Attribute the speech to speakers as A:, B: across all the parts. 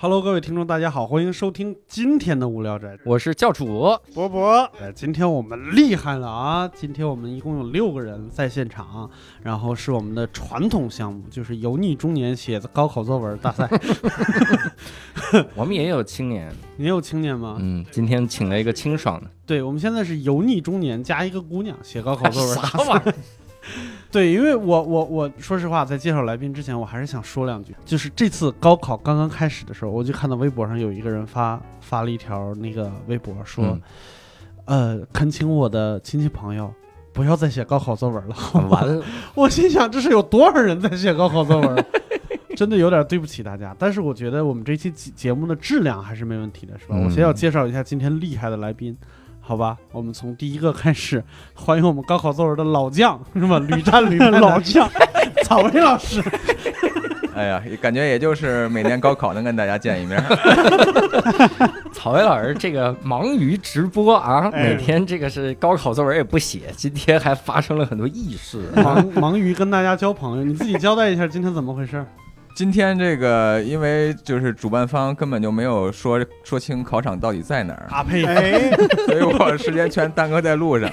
A: Hello，各位听众，大家好，欢迎收听今天的无聊宅。
B: 我是教主，
A: 博博，哎，今天我们厉害了啊！今天我们一共有六个人在现场，然后是我们的传统项目，就是油腻中年写高考作文大 赛。
B: 我们也有青年，
A: 你有青年吗？
B: 嗯，今天请了一个清爽的，
A: 对，我们现在是油腻中年加一个姑娘写高考作文。
B: 哎啥玩意儿？
A: 对，因为我我我说实话，在介绍来宾之前，我还是想说两句。就是这次高考刚刚开始的时候，我就看到微博上有一个人发发了一条那个微博说，呃，恳请我的亲戚朋友不要再写高考作文了。
B: 嗯完了，
A: 我心想，这是有多少人在写高考作文？ 真的有点对不起大家，但是我觉得我们这期节节目的质量还是没问题的，是吧？
B: 嗯
A: 我先要介绍一下今天厉害的来宾，好吧？我们从第一个开始，欢迎我们高考作文的老将，是 吧？屡战屡败的老将， 草莓老师。
C: 哎呀，感觉也就是每年高考能跟大家见一面。
B: 草莓老师这个忙于直播啊，
D: 哎
B: 每天这个是高考作文也不写，今天还发生了很多轶 事。
A: 忙忙于跟大家交朋友，你自己交代一下今天怎么回事？
C: 今天这个，因为就是主办方根本就没有说说清考场到底在哪 儿，
A: 阿佩，
D: 哎，
C: 所以我时间全耽搁在路 上。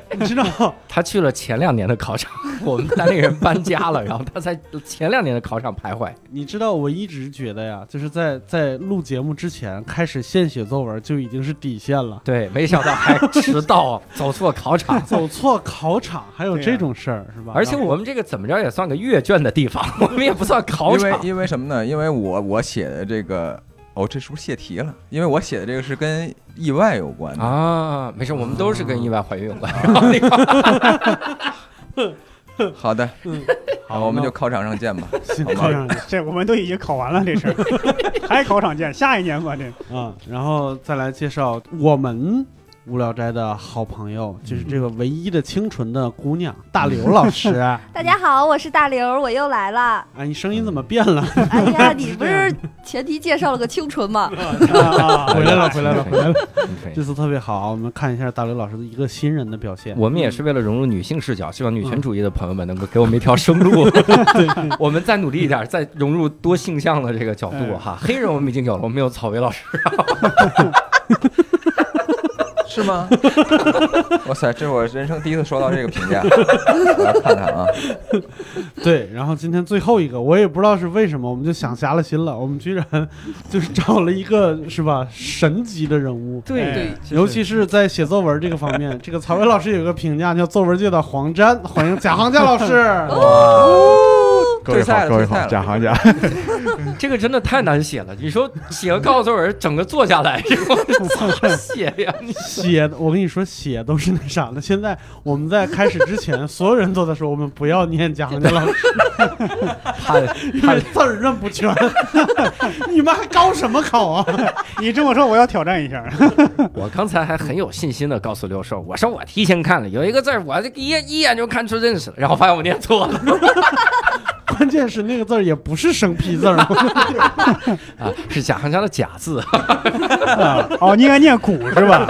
A: 你知道
B: 他去了前两年的考场， 我们单立人搬家了，然后他在前两年的考场徘徊。
A: 你知道，我一直觉得呀，就是在在录节目之前开始现写作文就已经是底线了。
B: 对，没想到还迟 到，走错考场。
A: 走错考场还有这种事儿、是吧？
B: 而且我们这个怎么着也算个阅卷的地方，我们也不算考
C: 因为
B: 场。
C: 因为什么呢？因为我我写的这个，哦，这是不是泄题了？因为我写的这个是跟意外有关的。
B: 啊，没事，我们都是跟意外怀孕有关。然后那个
C: 好的，
A: 好
C: 好，我们就考场上见吧。
A: 行
C: 好 吧
A: 考场
D: 哎这我们都已经考完了这事儿， 还考场见，下一年吧这。
A: 啊、然后再来介绍我们无聊斋的好朋友，
B: 嗯
A: 就是这个唯一的清纯的姑娘大刘老 师。啊，
E: 大家好，我是大刘，我又来 了。
A: 你声音怎么变了？
E: 哎呀，你不是前提介绍了个清纯吗？
B: 哎
A: 啊回来了，回来了，回来了。这
B: 就
A: 次特别好，我们看一下大刘老师的一个新人的表现。
B: 我们也是为了融入女性视角，希望女权主义的朋友们能够给我们一条生路。 我们再努力一点，再融入多性向的这个角度哈。黑人我们已经有了，我们有草莓老师。
C: 是吗？ 哇塞，这是我人生第一次收到这个 评价，我来看看啊。
A: 对，然后今天最后一个，我也不知道是为什么，我们就想瞎了心了，我们居然 就是找了一个是吧神级的人物，
D: 对对，
A: 尤其是在写作文这个方面，这个曹伟老师有一个评价叫“作文界的黄沾”，欢迎贾行家 老师。
D: 哦
E: 嗯
C: 各位好，各位好，贾行家。
B: 这个真的太难写了。你说写个告诉我，整个坐下来，这我咋写呀？你
A: 写，我跟你说，写都是那啥的。现在我们在开始之前，所有人都在说我们不要念贾行家老 师，
B: 太
A: 因为字儿认不全。 你们还高什么考啊？
D: 你这么说，我要挑战一下。
B: 我刚才还很有信心的告诉六兽，我说我提前看了，有一个字儿，我这一眼一眼就看出认识了，然后发现我念错了
A: 关键是那个字儿也不是生僻字儿，
B: 啊，是贾行家的贾字，
D: 啊哦，你应该念古是吧？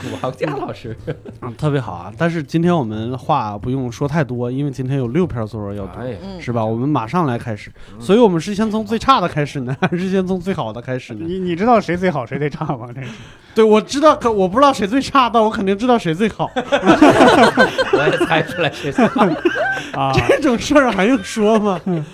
B: 古行家老师。
A: 嗯，特别好啊！但是今天我们话不用说太多，因为今天有六篇作文要读，
B: 哎，
E: 嗯，
A: 是吧？我们马上来开始，所以我们是先从最差的开始呢，还是先从最好的开始呢？
D: 你你知道谁最好谁最差吗？这是
A: 对，我知道，可我不知道谁最差，但我肯定知道谁最好。啊
B: 我也猜出来 是谁。
D: 啊，
A: 这种事儿还用说吗？嗯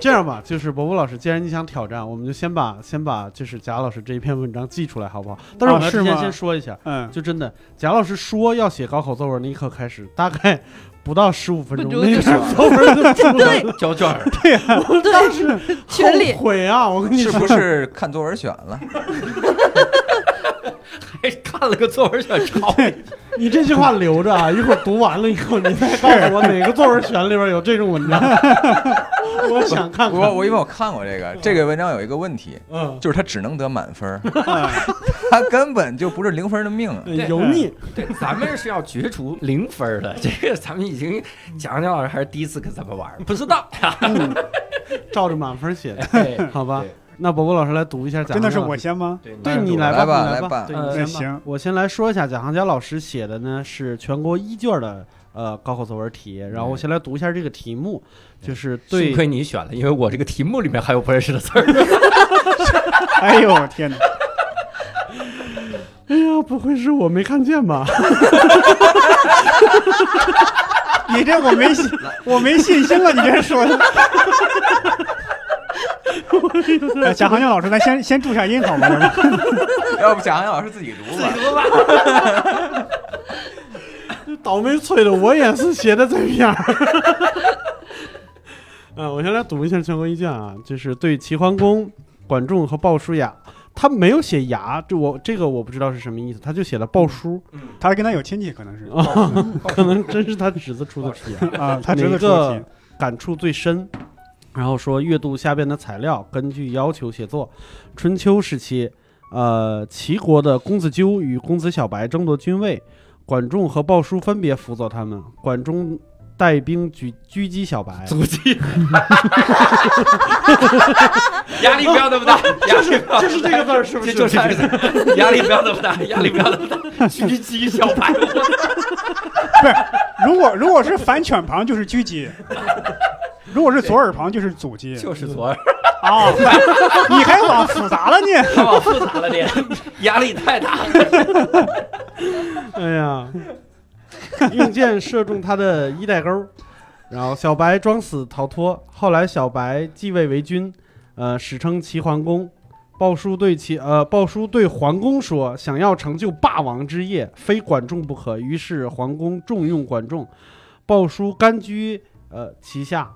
A: 这样吧，就是伯伯老师，既然你想挑战，我们就先把先把就是贾老师这一篇文章记出来，好不好？但是我
D: 啊
A: 们
D: 是
A: 之前
D: 吗
A: 先说一下，
D: 嗯，
A: 就真的贾老师说要写高考作文那一刻开始，大概不到十五分钟，
E: 分钟
A: 那
E: 就
A: 篇作文就出来了。
B: 胶卷儿，
A: 当时
E: 群里
A: 后悔啊！我跟你
C: 是
A: 说，
C: 不是看作文选了？
B: 还看了个作文选抄，
A: 你这句话留着啊，一会儿读完了以后，你再告诉我哪个作文选里边有这种文章，我想看
C: 我
A: 看。
C: 我因为我看过这个，这个文章有一个问题，
A: 嗯，
C: 就是他只能得满分儿， 他根本就不是零分的命啊。
B: 对
A: 油腻，
B: 对，咱们是要角逐零分儿的，这个咱们已经贾行家老师还是第一次跟咱们玩儿，不知道。
A: 照着满分写的，
B: 哎对
A: 好吧？那伯伯老师来读一下贾
D: 真的是
A: 行家
D: 我
A: 老师，
D: 先吗？
B: 对
A: 对你
C: 来
A: 吧，
C: 吧
A: 你
C: 来
A: 来
C: 吧
A: 对
B: 嗯
A: 你
D: 那
A: 先吧
D: 行，
A: 我先来说一下贾行家老师写的呢是全国一卷的呃高考作文题，然后我先来读一下这个题目，就是对
B: 幸亏你选了，因为我这个题目里面还有不认识的字儿。
D: 哎呦天哪！
A: 哎呀，不会是我没看见吧？
D: 你这我没信，我没信心了。你这说 的，哎贾行家老师，咱先先注下音好吗？
C: 要不贾航老师自己读吧。
A: 倒霉催的，我也是写的这样。 嗯，我先来读一下全国意见啊，就是对齐桓公、管仲和鲍叔牙，他没有写牙，这我这个我不知道是什么意思，他就写了鲍叔，
D: 他跟他有亲戚，可能是
A: 可能真是他侄子出的题啊。
D: 啊，他侄
A: 哪
D: 子出
A: 个
D: 的题。
A: 感触最深。然后说阅读下边的材料，根据要求写作。春秋时期，呃，齐国的公子纠与公子小白争夺君位，管仲和鲍叔分别辅佐他们。管仲带兵举狙击小白，
B: 足迹， 压力不要那么大，压力不要
A: 就是这个字儿，是
B: 这就是这个字儿压力不要那么大，压力不要那么大，狙击小白，
D: 如果如果是反犬旁就是狙击，如果是左耳旁就是阻击
B: 就是昨 儿
D: 啊。你还往复杂了呢？
B: 他往复杂了点，压力太大了。
A: 哎呀，用箭射中他的衣带钩儿，然后小白装死逃脱。后来小白继位为君，呃，史称齐桓公。鲍叔对齐呃，鲍叔对桓公说，想要成就霸王之业，非管仲不可。于是桓公重用管仲，鲍叔甘居呃旗下。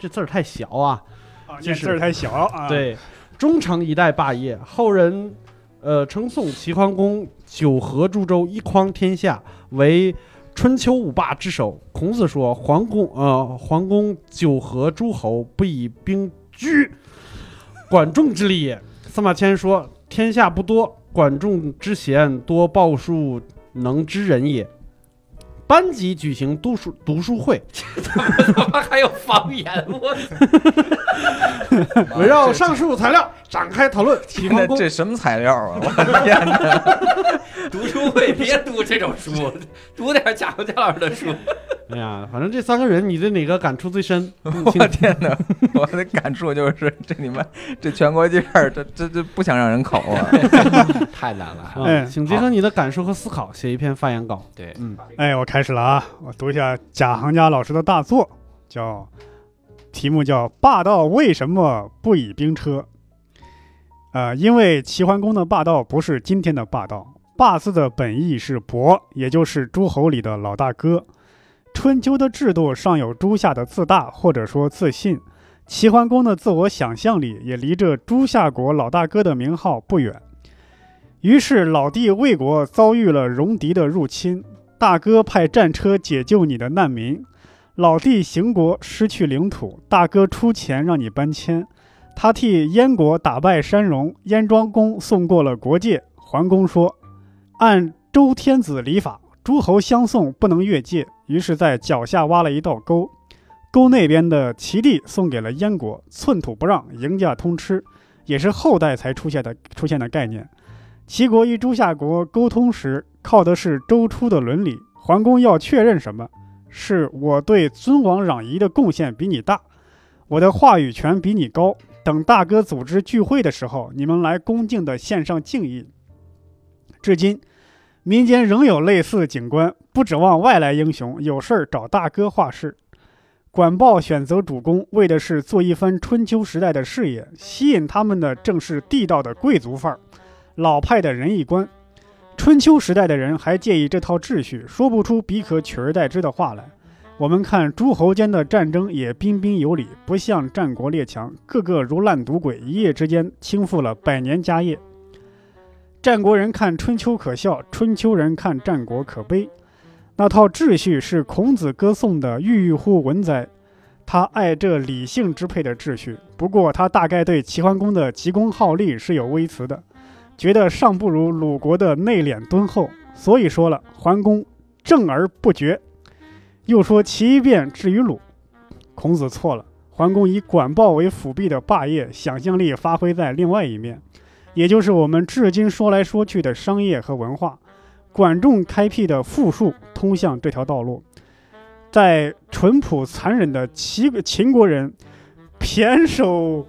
A: 这字儿太小啊，
D: 啊，这字儿太小啊。，
A: 对，忠诚一代霸业，后人呃称颂齐桓公九合诸州，一匡天下，为春秋五霸之首。孔子说：“桓公呃，桓公九合诸侯，不以兵居，管仲之力也。”司马迁说：“天下不多，管仲之贤，多鲍叔能知人也。”班级举行读书读书会，
B: 他妈还有方言，我
C: 啊
A: 围绕上述材料展开讨论。齐
C: 这
A: 桓公
C: 这什么材料啊！我的天哪！
B: 读书会别读这种书，读点贾国家老师的书。
A: 哎呀，反正这三个人，你对哪个感触最深？嗯请
C: 我天哪！我的感触就是，这你们这全国卷儿，这这这不想让人考啊！
B: 太难了。
A: 啊，
D: 哎
A: 请结合你的感受和思考写一篇发言稿。
B: 对，
A: 嗯，
D: 哎，我开始了啊，我读一下贾行家老师的大作，叫题目叫《霸道为什么不以兵车》。呃，因为齐桓公的霸道不是今天的霸道，“霸”字的本意是伯，也就是诸侯里的老大哥。春秋的制度尚有诸夏的自大或者说自信，齐桓公的自我想象力也离这诸夏国老大哥的名号不远。于是老弟魏国遭遇了戎狄的入侵，大哥派战车解救你的难民，老弟邢国失去领土，大哥出钱让你搬迁。他替燕国打败山戎，燕庄公送过了国界。桓公说，按周天子礼法，诸侯相送不能越界，于是在脚下挖了一道沟，沟那边的齐地送给了燕国，寸土不让，赢家通吃，也是后代才出现的出现的概念。齐国与诸夏国沟通时，靠的是周出的伦理。桓公要确认什么？是我对尊王攘夷的贡献比你大，我的话语权比你高。等大哥组织聚会的时候，你们来恭敬的献上敬意。至今，民间仍有类似景观，不指望外来英雄，有事儿找大哥话事。管鲍选择主公，为的是做一番春秋时代的事业，吸引他们的正是地道的贵族范儿。老派的仁义观。春秋时代的人还介意这套秩序，说不出彼可取而代之的话来。我们看诸侯间的战争也彬彬有礼，不像战国列强，个个如烂赌鬼，一夜之间倾覆了百年家业。战国人看春秋可笑，春秋人看战国可悲。那套秩序是孔子歌颂的“郁郁乎文哉”，他爱这理性支配的秩序。不过他大概对齐桓公的急功好利是有微词的。觉得尚不如鲁国的内敛敦厚，所以说了桓公正而不绝。又说其一变至于鲁，孔子错了，桓公以管鲍为辅弼的霸业想象力发挥在另外一面，也就是我们至今说来说去的商业和文化。管仲开辟的富庶通向这条道路，在淳朴残忍的齐秦国人胼手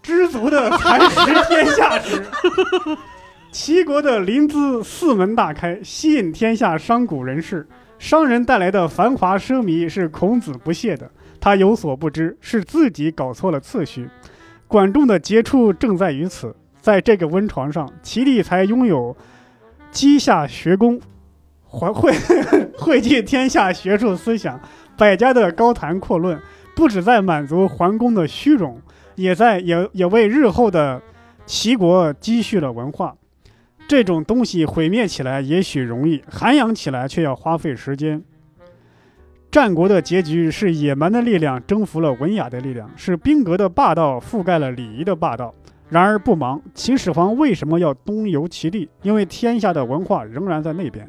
D: 知足的蚕食天下时，齐国的临淄四门大开，吸引天下商贾人士。商人带来的繁华奢靡是孔子不屑的，他有所不知，是自己搞错了次序。管仲的杰出正在于此，在这个温床上，齐地才拥有稷下学宫，还汇 汇聚天下学术思想，百家的高谈阔论，不止在满足桓公的虚荣，也在也也为日后的齐国积蓄了文化。这种东西毁灭起来也许容易，涵养起来却要花费时间。战国的结局是野蛮的力量征服了文雅的力量，是兵革的霸道覆盖了礼仪的霸道。然而不忙，秦始皇为什么要东游其地？因为天下的文化仍然在那边。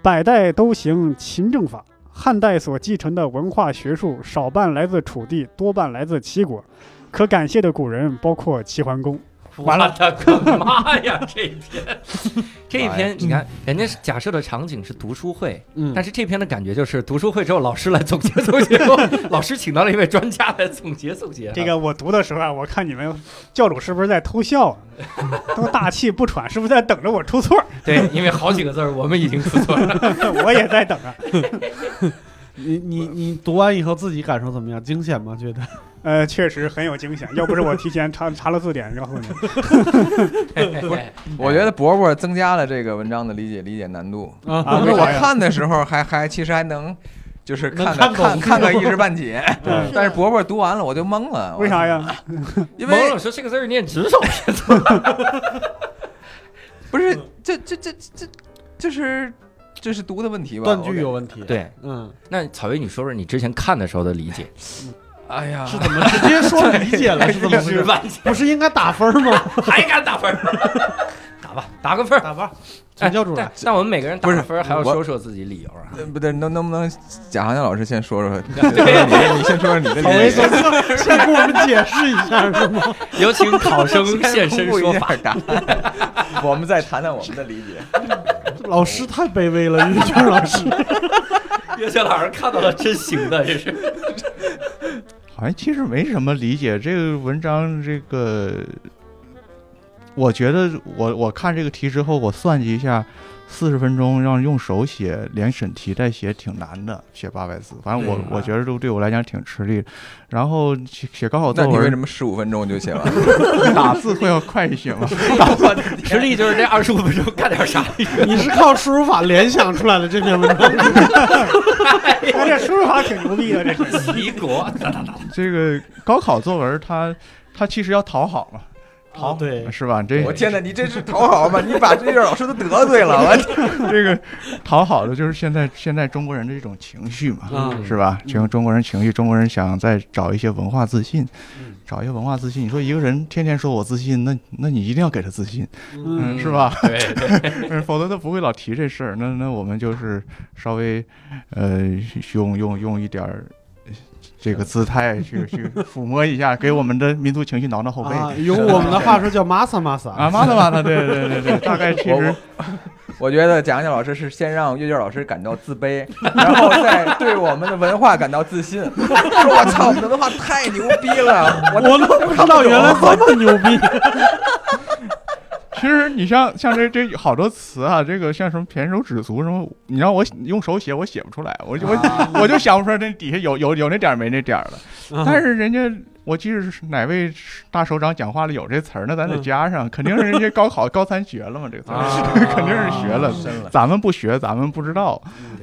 D: 百代都行秦政法，汉代所继承的文化学术少半来自楚地，多半来自齐国。可感谢的古人包括齐桓公。完了
B: 我的个妈呀！这一篇，这一篇，你看，人家是假设的场景是读书会，
A: 嗯，
B: 但是这篇的感觉就是读书会之后，老师来总结总结， 老师请到了一位专家来总结总结。
D: 这个我读的时候啊，我看你们教主是不是在偷笑啊？都大气不喘，是不是在等着我出错儿？
B: 对，因为好几个字儿我们已 经出错了。
D: 我也在等啊。
A: 你你你读完以后自己感受怎么样？惊险吗？觉得？
D: 呃，确实很有惊险，要不是我提前查查了字典，告诉你，
C: 我觉得伯伯增加了这个文章的理解理解难度。
D: 啊
C: 就是
D: 为啥
C: 我
D: 呀
C: 看的时候还还其实还能，就是
A: 能
C: 看个
A: 看懂
C: 看看个一知半解。
D: 嗯
C: 但是伯伯读完了我就懵了，
D: 为啥？呀？
C: 因
B: 蒙
C: 为
B: 老师这个字儿念直手，
C: 不是这这这这这是这是读的问题吧？
A: 断
C: 我
A: 句
C: 感
A: 有问题。，
B: 对，
A: 嗯，
B: 那草薇，你说说你之前看的时候的理解，
C: 哎呀，
A: 是怎么直接说理解了？是怎么回
B: 啊是
A: 事？
B: 吧？
A: 不是应该打分吗？
B: 还敢打分儿？ 打吧，打个分儿。
A: 打分，请啊教主来
B: 但。但我们每个人打
C: 不是
B: 分儿还要
C: 我
B: 说说自己理由啊。
C: 呃不对，能能不能贾航江老师先 说说？
B: 对
C: 你你先说说你 的
A: 好猥
C: 理解，
A: 琐，先给我们解释一下是吗？
B: 有请考生现
C: 先
B: 身
C: 公布
B: 说
C: 一下
B: 法。
C: 答案， 我们再谈谈我们的理解。
A: 老师太卑微了，于军老师。
B: 岳 雪老师看到了，真行的，这是。
F: 好像其实没什么理解这个文章。这个，我觉得我我看这个题之后，我算计一下，四十分钟让用手写，连审题带写挺难的，写八百字。反正我
B: 对啊
F: 我觉得都对我来讲挺吃力的。然后写写高考
C: 那
F: 作
C: 你为什
F: 文，
C: 么十五分钟就写完了？
F: 打字会要快一些嘛？
B: 实力就是这二十五分钟干点啥。
A: 你是靠输入法联想出来的这篇文章，
D: 哎，这输入法挺牛逼的，这是。
B: 齐国，
F: 这个高考作文它它其实要讨好嘛，
A: 好对，
F: 是吧？这
C: 我天哪，你这是讨好吗？你把这些老师都得罪了，我
F: 这个讨好的就是现在现在中国人的一种情绪嘛，
A: 嗯
F: 是吧？情中国人情绪，中国人想再找一些文化自信，
A: 嗯
F: 找一些文化自信。你说一个人天天说我自信，那那你一定要给他自信，
A: 嗯，
F: 是吧？
B: 对，
F: 嗯否则他不会老提这事儿。那那我们就是稍微呃用用用一点儿。这个姿 态去去抚摸一下，给我们的民族情绪挠挠后背
A: 啊，用我们的话说叫 “masa masa”，
F: 啊！妈的妈的，对对对对，大概其
C: 我
F: 实
C: 我觉得蒋蒋老师是先让阅卷老师感到自卑，然后再对我们的文化感到自信。 说我操，我们的文化太牛逼了！我
A: 我都不知道原来这么牛逼。
F: 其实你像像这这好多词啊，这个像什么胼手指足什么，你让我用手写我写不出来，我就我、我就想不出来那底下有有有那点儿没那点儿了。
A: 嗯
F: 但是人家我记得是哪位大首长讲话里有这词儿，那咱得
A: 嗯
F: 加上，肯定是人家高考高三学了嘛，这个词儿、 肯定是学了。
C: 深了。
F: 咱们不学，咱们不知道。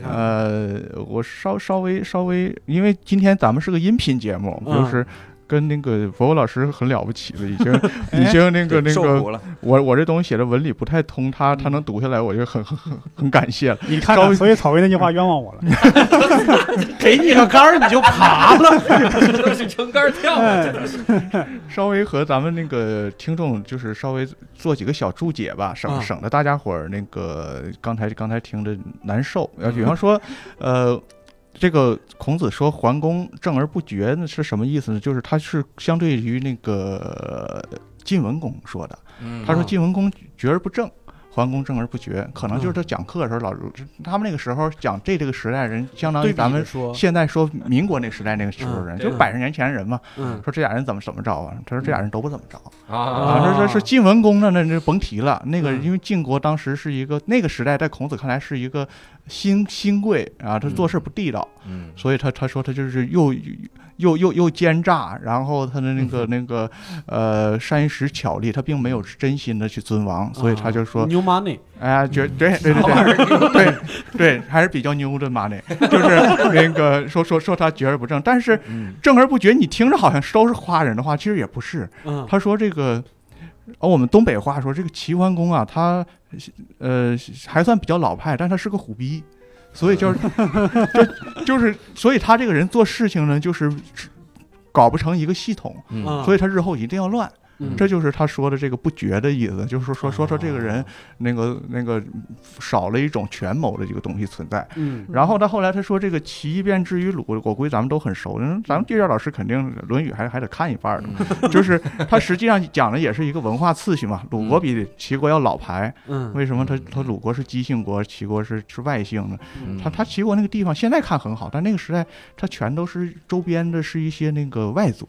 F: 呃，我稍稍微稍微，因为今天咱们是个音频节目，
A: 嗯
F: 就是跟那个博博老师很了不起了，已经已经那个那
C: 受
F: 个
C: 苦了，
F: 我我这东西写的文理不太通，他他
A: 嗯
F: 能读下来，我就很很很很感谢了。
D: 你看
F: 稍
D: 看，
F: 微
D: 所以草薇那句话冤枉我了。
A: 给你个杆儿你就爬了，
B: 这都是撑杆跳啊，这都是。
F: 稍微和咱们那个听众就是稍微做几个小注解吧，省、
A: 嗯
F: 省
A: 嗯
F: 得大家伙儿那个刚才刚才听着难受。呃，比方说，呃，这个孔子说“桓公正而不绝”那是什么意思呢？就是他是相对于那个呃晋文公说的，
B: 嗯
F: 他说
A: 嗯
F: 晋文公绝而不正，桓公正而不绝，可能就是
A: 嗯
F: 他讲课的时候老他们那个时候讲这这个时代人，相当
A: 对
F: 于
A: 比
F: 嗯咱们
A: 着说，
F: 现在说民国那时代那个时候人，
A: 嗯
F: 就
A: 对
F: 百十年前的人嘛。
A: 嗯，
F: 说这俩人怎么怎么着啊？他说这俩人都不怎么着
B: 啊
F: 啊。
A: 啊
F: 说说是晋文公呢，那那甭提了。那个
A: 嗯
F: 因为晋国当时是一个那个时代，在孔子看来是一个新新贵啊，他做事不地道，
B: 嗯
F: 所以他他说他就是又又又又奸诈，然后他的那
A: 嗯
F: 个那个呃山石巧力，他并没有真心的去尊王，所以他就说
A: new money，
F: 哎呀，觉对对对 对对对，还是比较牛的嘛那， 就是那个说说说他觉而不正，但是
B: 嗯
F: 正而不觉，你听着好像都是夸人的话，其实也不是。
A: 嗯
F: 他说这个，哦，我们东北话说这个齐桓公啊，他呃还算比较老派，但他是个虎逼，所以呃就是 就就是，所以他这个人做事情呢，就是搞不成一个系统，
B: 嗯
A: 嗯，
F: 所以他日后一定要乱。
A: 嗯
F: 这就是他说的这个不绝的意思，就是说说说说这个人那个那个少了一种权谋的这个东西存在。
A: 嗯
F: 然后到后来他说这个其一变至于鲁，我估计咱们都很熟，嗯咱们地教老师肯定《论语还》还得看一半儿呢。就是他实际上讲的也是一个文化次序嘛，鲁国比齐国要老牌，
A: 嗯
F: 为什么他他鲁国是姬姓国，齐国是是外姓呢？
B: 嗯
F: 他他齐国那个地方现在看很好，但那个时代他全都是周边的是一些那个外族，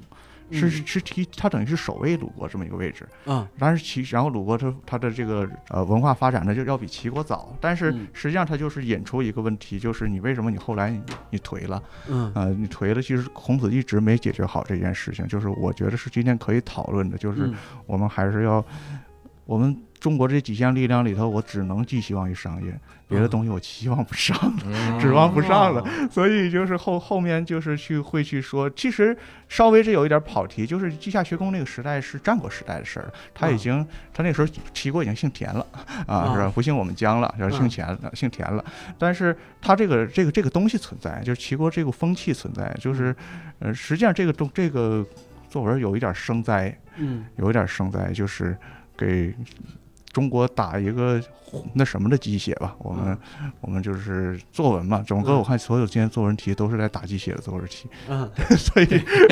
F: 是
A: 嗯
F: 是提他等于是守卫鲁国这么一个位置。
A: 啊
F: 但是齐，然后鲁国它它的这个呃文化发展呢，就要比齐国早，但是
A: 嗯
F: 实际上它就是引出一个问题，就是你为什么你后来你你颓了？
A: 嗯
F: 呃，你颓了，其实孔子一直没解决好这件事情，就是我觉得是今天可以讨论的，就是
A: 嗯
F: 我们还是要我们中国这几项力量里头，我只能寄希望于商业，别
A: 嗯
F: 的东西我期望不上。
B: 嗯
F: 指望不上了，
A: 哦
F: 所以就是后后面就是去会去说，其实稍微这有一点跑题，就是稷下学宫那个时代是战国时代的事儿了，他已经、他那时候齐国已经姓田了啊，
A: 啊
F: 是吧？不姓我们姜了，就是姓田了，姓田了。但是他这个这个这个东西存在，就是齐国这个风气存在，就是呃，实际上这个东这个作文有一点生灾，
A: 嗯
F: 有一点生灾，就是给中国打一个那什么的鸡血吧。我们、我们就是作文嘛，整个
A: 嗯
F: 我看所有今天作文题都是在打鸡血的作 文题，
A: 嗯
F: 所以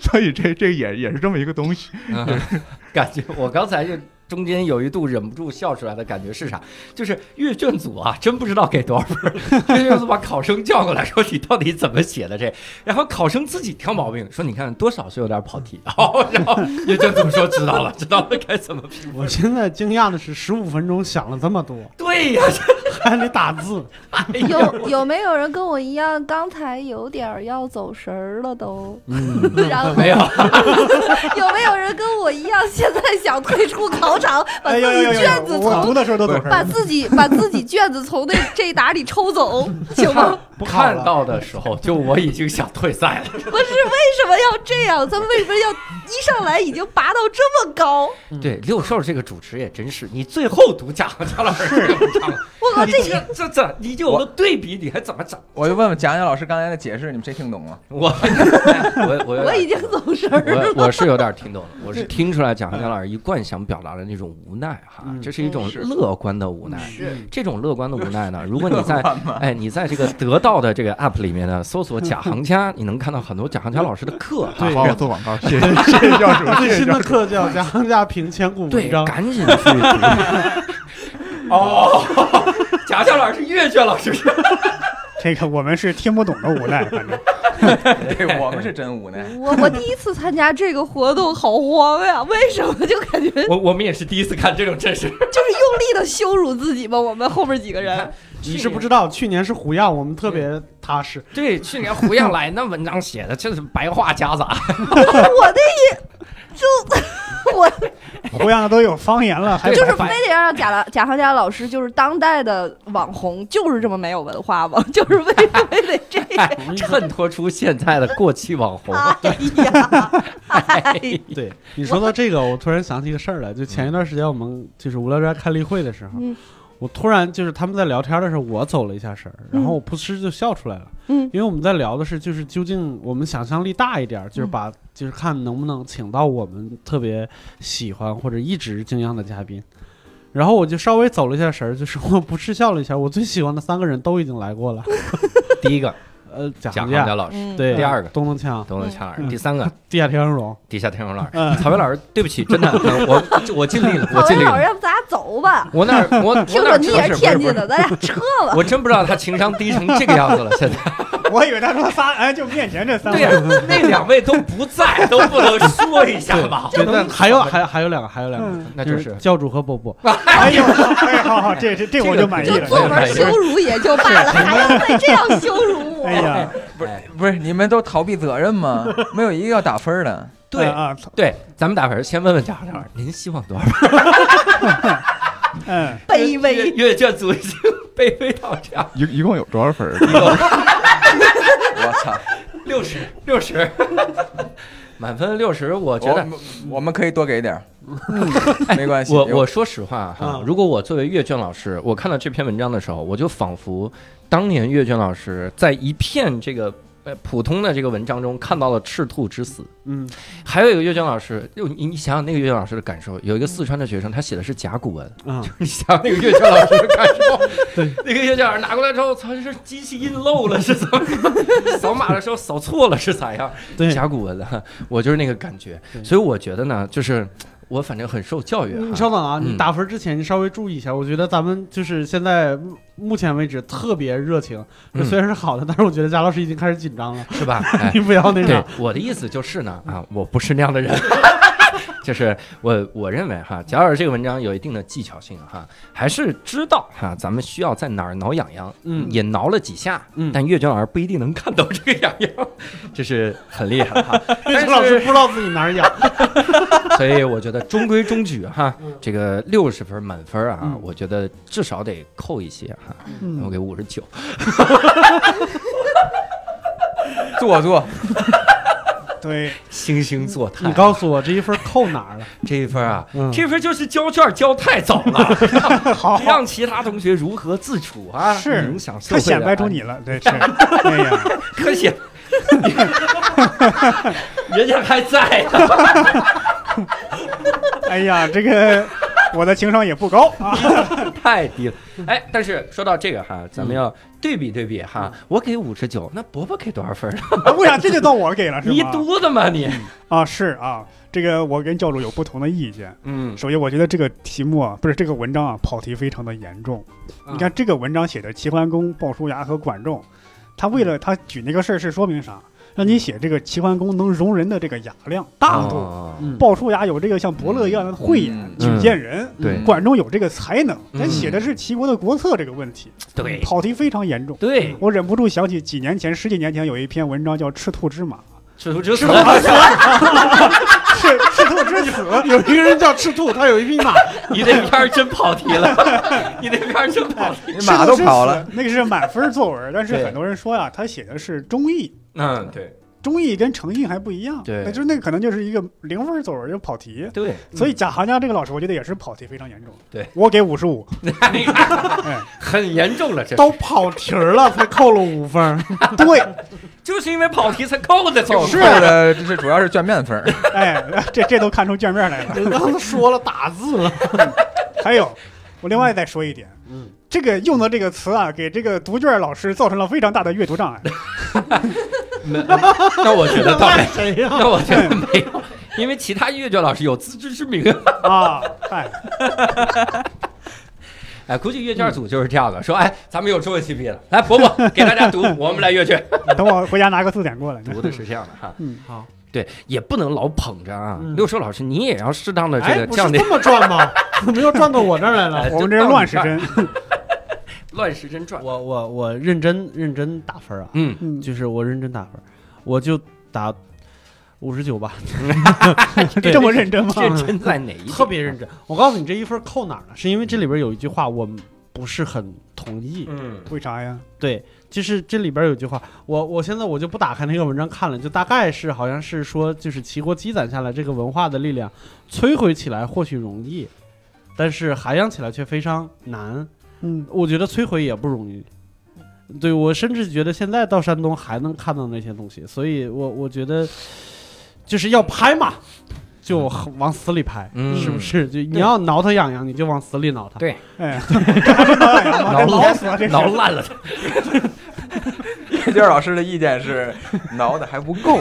F: 所以这这也也是这么一个东西。
B: 嗯 感觉我刚才就中间有一度忍不住笑出来的感觉是啥？ 就是阅卷组啊，真不知道给多少分儿， 阅卷组把考生叫过来说你到底怎么写的这，然后考生自己挑毛病，说你看多少是有点跑题， 然后然后阅卷组说知道了，知道了该怎么评
A: 我
B: 分。
A: 现在惊讶的是，十五分钟想了这么多，
B: 对呀，
A: 还得打 字。
B: 哎呀
E: 有有没有人跟我一样，刚才有点儿要走神儿了都？
B: 嗯，
E: 然后
B: 没有，
E: 有没有人跟我一样，现在想退出考场，把
D: 哎
E: 自
D: 呦呦呦
E: 己
D: 呦
E: 卷子
D: 我
E: 从
D: 读的时候都走神
E: 把
D: 儿。
E: 自己把自己卷子从那这一沓里抽走，行 吗？
A: 不考
B: 看
A: 了
B: 到的时候就我已经想退赛了。
E: 不是为什么要这样？咱们为什么要一上来已经拔到这么高？
B: 对，六兽这个主持也真是，你最后读贾贾老师这个文章，
E: 我靠，
B: 你
E: 这一
B: 这这这，你就有个对比，你还怎么整？
C: 我就问问蒋蒋老师刚才的解释，你们谁听懂啊 了？
B: 我我我有点
E: 我已经走神儿了。
B: 我我是有点听懂了，我是听出来蒋汉江老师一贯想表达的那种无奈哈
A: 嗯，
B: 这是一种
C: 是
B: 乐观的无奈。
E: 嗯是
B: 这种乐观的无奈呢，如果你在
C: 慢慢
B: 哎你在这个得到的这个 app 里面呢搜索贾行家，你能看到很多贾行家老师的课啊。
F: 帮我做广告，谢谢谢谢教主，谢
A: 最
F: 谢
A: 新
F: 教
A: 的
F: 主。
A: 课叫《杨家平千古
B: 对
A: 文，章》，
B: 赶紧去读。 哦， 贾教老师、阅卷老师是
D: 这个我们是听不懂的无奈， 反正
C: 对我们是真无奈。
E: 我我第一次参加这个活动，好慌呀！为什么就感觉就 是
B: 我我们也是第一次看这种阵势。
E: 用力的羞辱自己吧？我们后面几个人，
A: 你是不知道，去年是虎样，我们特别踏实。
B: 对，去年胡杨来那文章写的真是白话夹杂，
E: 我的一就我
D: 胡杨都有方言了，还
E: 就是
D: 白
E: 非得要让贾拉贾行家老师就是当代的网红，就是这么没有文化吗？就是为什么非得这样？
B: 衬托出现在的过气网红。
E: 哎呀，哎呀，
A: 对你说到这个，我突然想起一个事儿来，就前一段时间我们就是无聊斋开例会的时候，
E: 嗯
A: 我突然就是他们在聊天的时候，我走了一下神儿，然后我噗嗤就笑出来了，
E: 嗯
A: 因为我们在聊的是就是究竟我们想象力大一点儿，就是把就是看能不能请到我们特别喜欢或者一直敬仰的嘉宾。然后我就稍微走了一下神儿，就是我不嗤笑了一下，我最喜欢的三个人都已经来过了，
B: 第一个
A: 呃贾
B: 蒋
A: 行
B: 行家
A: 家，
B: 老师，
E: 嗯
A: 对，
B: 第二个
A: 东东强，
B: 东东强老师，
A: 嗯
B: 第三个
A: 地下天鹅绒，
B: 地下天龙老师，
D: 嗯，
B: 草莓老师，对不起，真 的，我我尽力了，我
E: 郝
B: 尽
E: 文
B: 力
E: 老师，
B: 了。
E: 要不咱俩走吧？
B: 我哪我我
E: 听
B: 哪
E: 着你
B: 知
E: 也
B: 道
E: 是
B: 是
E: 天津的，咱 俩撤吧。
B: 我真不知道他情商低成这个样子了。现在
D: 我以为他说仨，哎，就面前这三
B: 对
D: 位
B: 呀，那两位都不 在，都不能说一下吗？
A: 就还有还有还有两个，还有两个，
D: 嗯，
B: 那就是
A: 是教主和波波，
D: 哎呦，哎，好好，这这这
B: 这
D: 我
B: 个
D: 就满意
E: 就
D: 了。
E: 作
B: 哎
E: 文羞辱也就罢了，还要再这样羞辱我
D: 哎。呀，
C: 不是不是，你们都逃避责任 吗？没有一个要打分儿的。
B: 对
D: 啊，啊
B: 嗯对，咱们打分，先问问贾行家老师，您希望多少分？
D: 嗯，
E: 卑
B: 阅
E: 微，
B: 阅卷组已经 卑微到这样，
F: 一一共有多少 分儿？
C: 我操！
B: 六十六十， 满分六十，我觉得嗯
C: 我我们可以多给点儿， 没关系。
B: 我
C: 有
B: 我说实话哈
A: 嗯，
B: 如果我作为阅卷老师，我看到这篇文章的时候，我就仿佛当年阅卷老师在一片这个呃普通的这个文章中看到了赤兔之死。
A: 嗯，
B: 还有一个阅卷老师，就你你想想那个阅卷老师的感受，有一个四川的学生，他写的是甲骨文，
A: 嗯
B: 就是你想想那个阅卷老师的感受，
A: 对，
B: 那个阅卷老师拿过来之后，操，这是机器印漏了是怎么 样？扫码的时候扫错了是咋样？
A: 对，
B: 甲骨文的，我就是那个感觉，
A: 对
B: 所以我觉得呢，就是我反正很受教育哈。
A: 你稍等啊，
B: 嗯
A: 你打分之前你稍微注意一下，我觉得咱们就是现在目目前为止特别热情，
B: 嗯
A: 虽然是好的，但是我觉得贾老师已经开始紧张了，
B: 是吧？哎，
A: 你不要那
B: 对
A: 啥，，
B: 我的意思就是呢，啊，我不是那样的人， 就是我我认为哈，贾老师这个文章有一定的技巧性哈，还是知道哈，咱们需要在哪儿挠痒痒，
A: 嗯
B: 也挠了几下，
A: 嗯
B: 但阅卷老师不一定能看到这个痒痒， 这是很厉害 哈，但是
A: 贾老师不知道自己哪儿 痒，
B: 所以我觉得中规中矩哈，这个六十分满分啊，
A: 嗯
B: 我觉得至少得扣一些哈，我给五十九，
C: 做做，
D: 对，
B: 惺惺作态
A: 你，告诉我这一分扣哪儿了？
B: 这一分啊，
A: 嗯
B: 这分就是交卷交太早了。
D: 好，
B: 让其他同学如何自处啊？
D: 是
B: 影响社
D: 他
B: 会
D: 显
B: 的啊
D: 摆出
B: 安
D: 你了，对，是，哎呀，
B: 可显， 人家还在啊呢，
D: 哎呀，这个我的情商也不高啊，
B: 太低了。哎，但是说到这个哈，咱们要对比对比哈。我给五十九，那伯伯给多少分儿？
D: 啊为啥这就到我给了是
B: 你一
D: 吗？
B: 犊子吗你？
D: 啊，是啊，这个我跟教主有不同的意见。
B: 嗯，
D: 首先，我觉得这个题目啊，不是这个文章啊，跑题非常的严重。你看这个文章写的齐桓公、鲍叔牙和管仲，他为了他举那个事儿是说明啥？让你写这个齐桓公能容人的这个雅量、大度。
B: 哦
A: 嗯
D: 鲍叔牙有这个像伯乐一样的慧眼、
C: 嗯
D: 举荐人，
B: 对
D: 管仲有这个才能，咱
B: 嗯
D: 写的是齐国的国策这个问题，嗯
B: 对
D: 跑题非常严重。
B: 对，
D: 我忍不住想起几年前、十几年前有一篇文章叫《赤兔之马
B: 赤兔之死，》，
D: 赤赤兔之死，
A: 有一个人叫赤兔，他有一匹马，
B: 你那片儿真跑题了， 你那片儿真跑题。
C: 你马都跑了，
D: 赤兔之 死，那个是满分 作文，但是
B: 对
D: 很多人说呀、啊他写的是忠义，
B: 嗯，对
D: 忠义跟诚信还不一样，
B: 对
D: 那就是那个可能就是一个零分作文就跑题，
B: 对，
D: 所以贾行家这个老师，我觉得也是跑题非常严重。
B: 对，
D: 我给五十五，
B: 你看
D: 哎，
B: 很严重了，这
A: 都跑题儿了才扣了五分儿，
D: 对，
B: 就是因为跑题才扣的，凑合
C: 是的，这是主要是卷面 分儿。
D: 哎， 这这都看出卷面来了。
A: 人刚才说了打字了，
D: 还有，我另外再说一点，
A: 嗯，
D: 这个用的这个词啊，给这个读卷老师造成了非常大的阅读 障碍。
B: 那那我觉得倒没
A: 赖谁呀？
B: 那我觉得没有，因为其他阅卷老师有自知之明。
D: 啊，哎，
B: 哎，估计阅卷组就是这样的，说哎，咱们有中文 CP 了，来伯伯给大家读，我们来阅卷。
D: 等我回家拿个字典过来。
B: 读的是这样的哈，
D: 嗯，
A: 好，
B: 对，也不能老捧着啊。
A: 嗯
B: 六叔老师，你也要适当的这
A: 哎，
B: 个
A: 不是
B: 降低
A: 这么转吗？怎么又转到我这儿来了？
B: 哎
D: 我们这
B: 这
D: 是
B: 到
D: 乱
B: 你
D: 时
B: 这儿
D: 针。
B: 乱世真传。
A: 我我我认真认真打分啊，
B: 嗯，
D: 嗯，
A: 就是我认真打分，我就打五十九吧，对
D: 这么认真吗？
B: 认真在哪一？
A: 特别认。真。我告诉你，这一分扣哪儿了？是因为这里边有一句话我不是很同意。
B: 嗯
D: 为啥呀？
A: 对，就是这里边有一句话，我我现在我就不打开那个文章看了，就大概是好像是说，就是齐国积攒下来这个文化的力量，摧毁起来或许容易，但是涵养起来却非常难。
D: 嗯，
A: 我觉得摧毁也不容易。对我甚至觉得现在到山东还能看到那些东西，所以我我觉得就是要拍嘛，就往死里拍，
B: 嗯
A: 是不是？就你要挠它痒痒，你就往死里挠 它。
B: 对
D: 嗯哎，这不是挠痒
B: 嗯挠
D: 痒吗？这挠死了，这是
B: 挠烂了他。
C: 岳娟老师的意见是挠的还不够，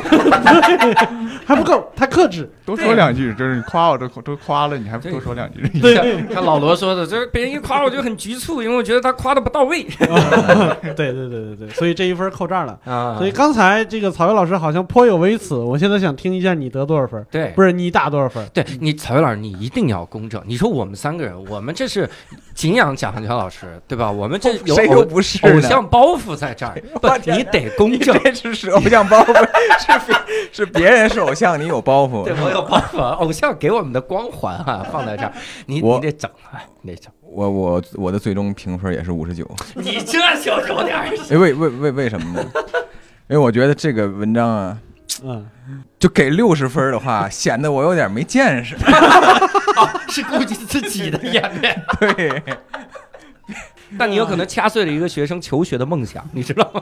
A: 还不够，太克 制。
F: 多说两句，就是你夸我都都夸了，你还不
B: 对
F: 多说两句？
B: 对，看老罗说的，就是别人一夸我就很局促，因为我觉得他夸的不到位
A: 对对对对对，所以这一分扣这儿了。
B: 啊
A: 所以刚才这个曹越老师好像颇有微词，我现在想听一下你得多少分，
B: 对
A: 不。是你打多少分？
C: 嗯
B: 对你，曹越老师，你一定要公正。你说我们三个人，我们这是敬仰贾行乔老师，对吧？我们这有
C: 哦谁
B: 偶
C: 都不是
B: 偶
C: 呢。
B: 像包袱在这儿，不
C: 我，天
B: 你得公
C: 你
B: 正。
C: 这是是偶像包袱，是别是别人是偶像，你有包袱
B: 对。我有包袱，啊偶像给我们的光环啊，放在这儿，你
C: 我
B: 你得整啊，你得整。
C: 我我我的最终评分也是五十九，
B: 你这就有点儿
C: 哎，为为为为什么呢？ 因为我觉得这个文章啊，
A: 嗯，
C: 就给六十分的话，显得我有点没见识。
B: 是顾及自己的颜面，
C: 对，
B: 但你有可能掐碎了一个学生求学的梦想，你知道吗？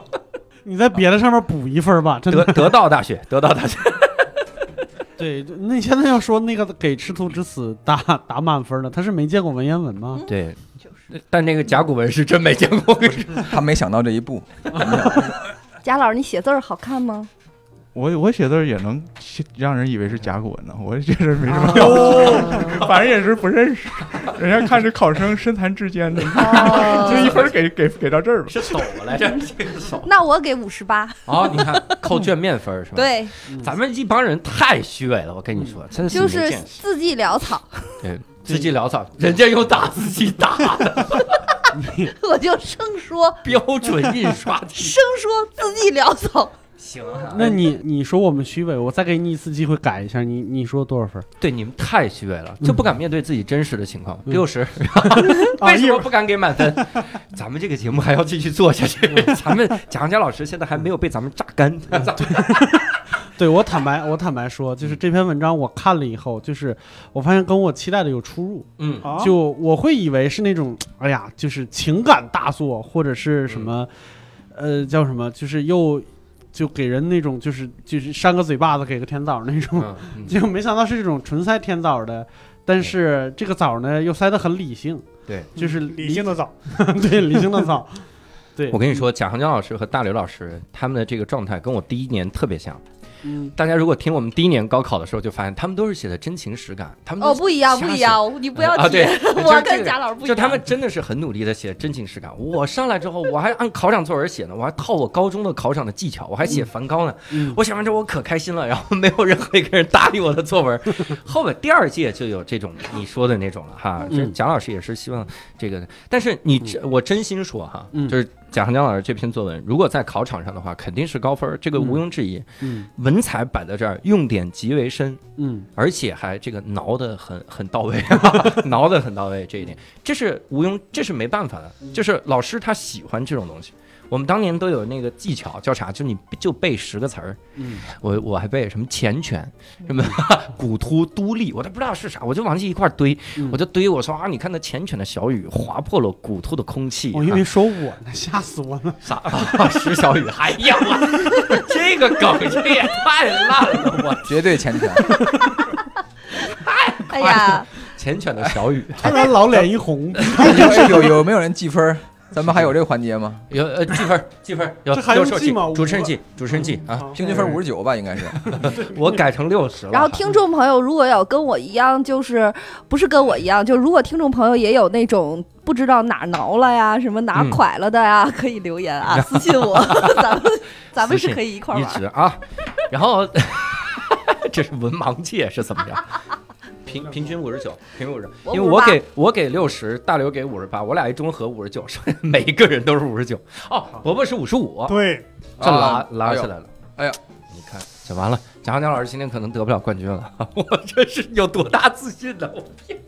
A: 你在别的上面补一分吧，真
B: 德
A: 的。
B: 德道大学，德道大学，
A: 对，那你现在要说那个给《赤兔之死打》打满分呢，他是没见过文言文吗？
B: 对
E: 就是。
B: 但那个甲骨文是真没见过，我跟你说
C: 他没想到这一步，
E: 贾老师，你写字儿好看吗？
F: 我我写字儿也能让人以为是甲骨文呢，
A: 嗯
F: 我觉得没什么，
E: 哦，
F: 反正也是不认识。人家看这考生身残志坚的， 就一分儿给给给到这儿吧。
B: 是走来着，这个手。
E: 那我给五十八。
B: 哦，你看扣卷面分
F: 嗯
B: 儿是吧？，
E: 对，嗯
B: 咱们一帮人太虚伪了，我跟你说，真是
E: 就
B: 没
E: 是
B: 见识
E: 字迹潦草，
B: 对自己潦草，人家又打自己打的
E: 我就生说
B: 标准印刷体。
E: 生说字迹潦草。
B: 行啊
A: 那你你说我们虚伪，我再给你一次机会改一下，你你说多少分？
B: 对你们太虚伪了，就不敢面对自己真实的情况。
A: 嗯
B: 六 十，
A: 啊
B: 为什
A: 一会
B: 么
A: 儿
B: 不敢给满 分？咱们这个节目还要继续做下去。咱们蒋家老师现在还没有被咱们榨干，
A: 嗯
B: 咱们
A: 对我坦白，我坦白说，就是这篇文章我看了以后，就是我发现跟我期待的有出入，
B: 嗯，
D: 啊，
A: 就我会以为是那种，哎呀，就是情感大作或者是什么，呃，叫什么，就是又就给人那种就是就是扇个嘴巴子给个甜枣儿那种，
B: 嗯 嗯
A: 结果没想到是这种纯塞甜枣儿的，但是这个枣儿呢又塞得很理性，
B: 对，
A: 就是
D: 嗯理性的早，
A: 的对理 性 的枣，对，
B: 我跟你说，蒋长江老师和大刘老师他们的这个状态跟我第一年特别像。
A: 嗯，
B: 大家如果听我们第一年高考的时候，就发现他们都是写的真情实感，他们
E: 哦，
B: 都是
E: 不一
B: 嗯
E: 样，
B: 瞎
E: 不一
B: 写
E: 样，你不要
B: 啊
E: 提
B: 对
E: 我
B: 这个
E: 跟贾老师不一
B: 就
E: 样。
B: 他们真的是很努力的写真情实感。我上来之后，我还按考场作文写呢，我还套我高中的考场的技巧，我还写梵高呢。
A: 嗯
B: 我写完之后我可开心了，然后没有任何一个人搭理我的作 文。后边第二届就有这种你说的那种了哈。
A: 嗯
B: 这蒋老师也是希望这个，但是你这我真心说哈，
A: 嗯
B: 就是贾长江老师这篇作文，如果在考场上的话，肯定是高分儿，这个毋庸置疑。
A: 嗯
B: 文采摆在这儿，用典极为深，
A: 嗯
B: 而且还这个挠的很很到 位，挠的很到位，这一点这是毋庸，这是没办法的，就是老师他喜欢这种东西。我们当年都有那个技巧叫啥？就你就背十个词儿，
A: 嗯，
B: 我我还背什么前拳，什么 骨突都力，我都不知道是啥，我就往这一块堆，
A: 嗯
B: 我就堆，我说啊，你看那前拳的小雨划破了骨突的空气，
A: 我以
B: 啊
A: 哦为说我呢，吓死我了。
B: 啥？啊 石小雨，哎呀，我这个梗这也太烂了， 我
C: 绝对前 强。
E: 哎呀，
B: 前拳的小雨。
A: 突然老脸一红，
C: 有有有没有人记分儿？咱们还有这个环节吗？
B: 有呃记分儿记分儿有
A: 这还
B: 有
A: 用
B: 手
A: 记吗
B: 主持人
A: 我
B: 记主持人记啊，
C: 平均分五十九吧，应 该是。
B: 我改成六十了。
E: 然后听众朋友如果有跟我一样，就是不是跟我一样，就如果听众朋友也有那种不知道哪儿挠了呀，什么哪儿
B: 嗯
E: 拐了的呀，可以留言啊，私信 我，咱们咱们
B: 私信
E: 是可以一块儿
B: 一
E: 玩儿。
B: 直啊，然后 这是文盲界是怎么着？平平均五十九，平均五十，因为
E: 我
B: 我
E: 58
B: 给我给六十，大刘给五十八，我俩一中和五十九，剩下每一个人都是五十九。哦，伯伯是五十
A: 啊
B: 五，
D: 对，
B: 这拉
C: 啊
B: 拉
C: 哎
B: 起
C: 呦
B: 来了。
C: 哎呀，
B: 你看这完了，贾行江老师今天可能得不了冠军 了。我这是有多大自信呢？我天，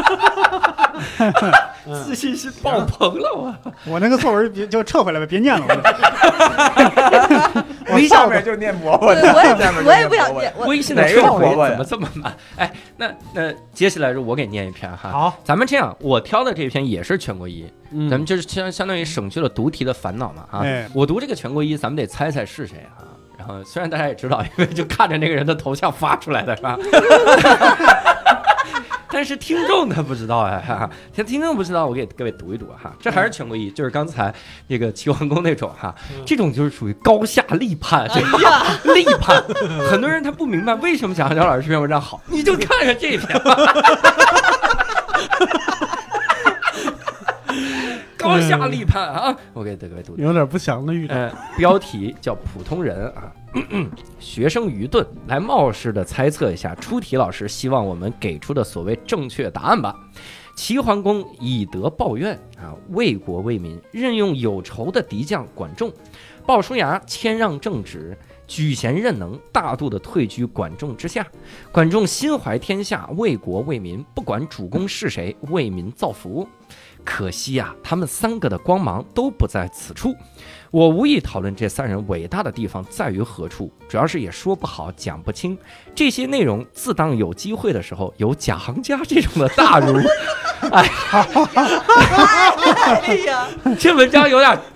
B: 自信心爆棚了我。
D: 我那个作文别就撤回来吧，别念了。 我
C: 我上面就念伯伯
E: 对，
C: 的，
E: 我 也
C: 下面就念
E: 我也不想
C: 伯伯
E: 念，
C: 的
E: 我
B: 微信的
C: 哪个
B: 撤
C: 活
B: 回
C: 过
B: 怎
C: 呀
B: 么这么慢？哎，那那接下来是我给念一篇哈。
A: 好，
B: 咱们这样，我挑的这篇也是全国一，
A: 嗯
B: 咱们就是相相当于省去了读题的烦恼嘛啊。
D: 哎
B: 我读这个全国一，咱们得猜猜是谁啊。然后虽然 大家也知道，因为就看着那个人的头像发出来的是吧？但是听众他不知道哎，哈哈，听听众不知道，我给各位读一读哈，这还是全国一，就是刚才那个齐桓公那种哈，这种就是属于高下立判，这个 立判，很多人他不明白为什么蒋小娇老师这篇文章好，你就看看这篇吧。 高下立判啊！我给各位读读。
A: 有点不祥的预感。
B: 呃，标题叫“普通人”啊， 学生愚钝，来冒失的猜测一下出题老师希望我们给出的所谓正确答案吧。齐桓公以德报怨啊，为国为民，任用有仇的敌将管仲，鲍叔牙谦让正直。举贤任能，大度的退居管仲之下。管仲心怀天下，为国为民，不管主公是谁，为民造福。可惜呀、他们三个的光芒都不在此处。我无意讨论这三人伟大的地方在于何处，主要是也说不好，讲不清。这些内容自当有机会的时候，有贾行家这种的大儒， 哎，
E: 哎呀，
B: 这文章有点。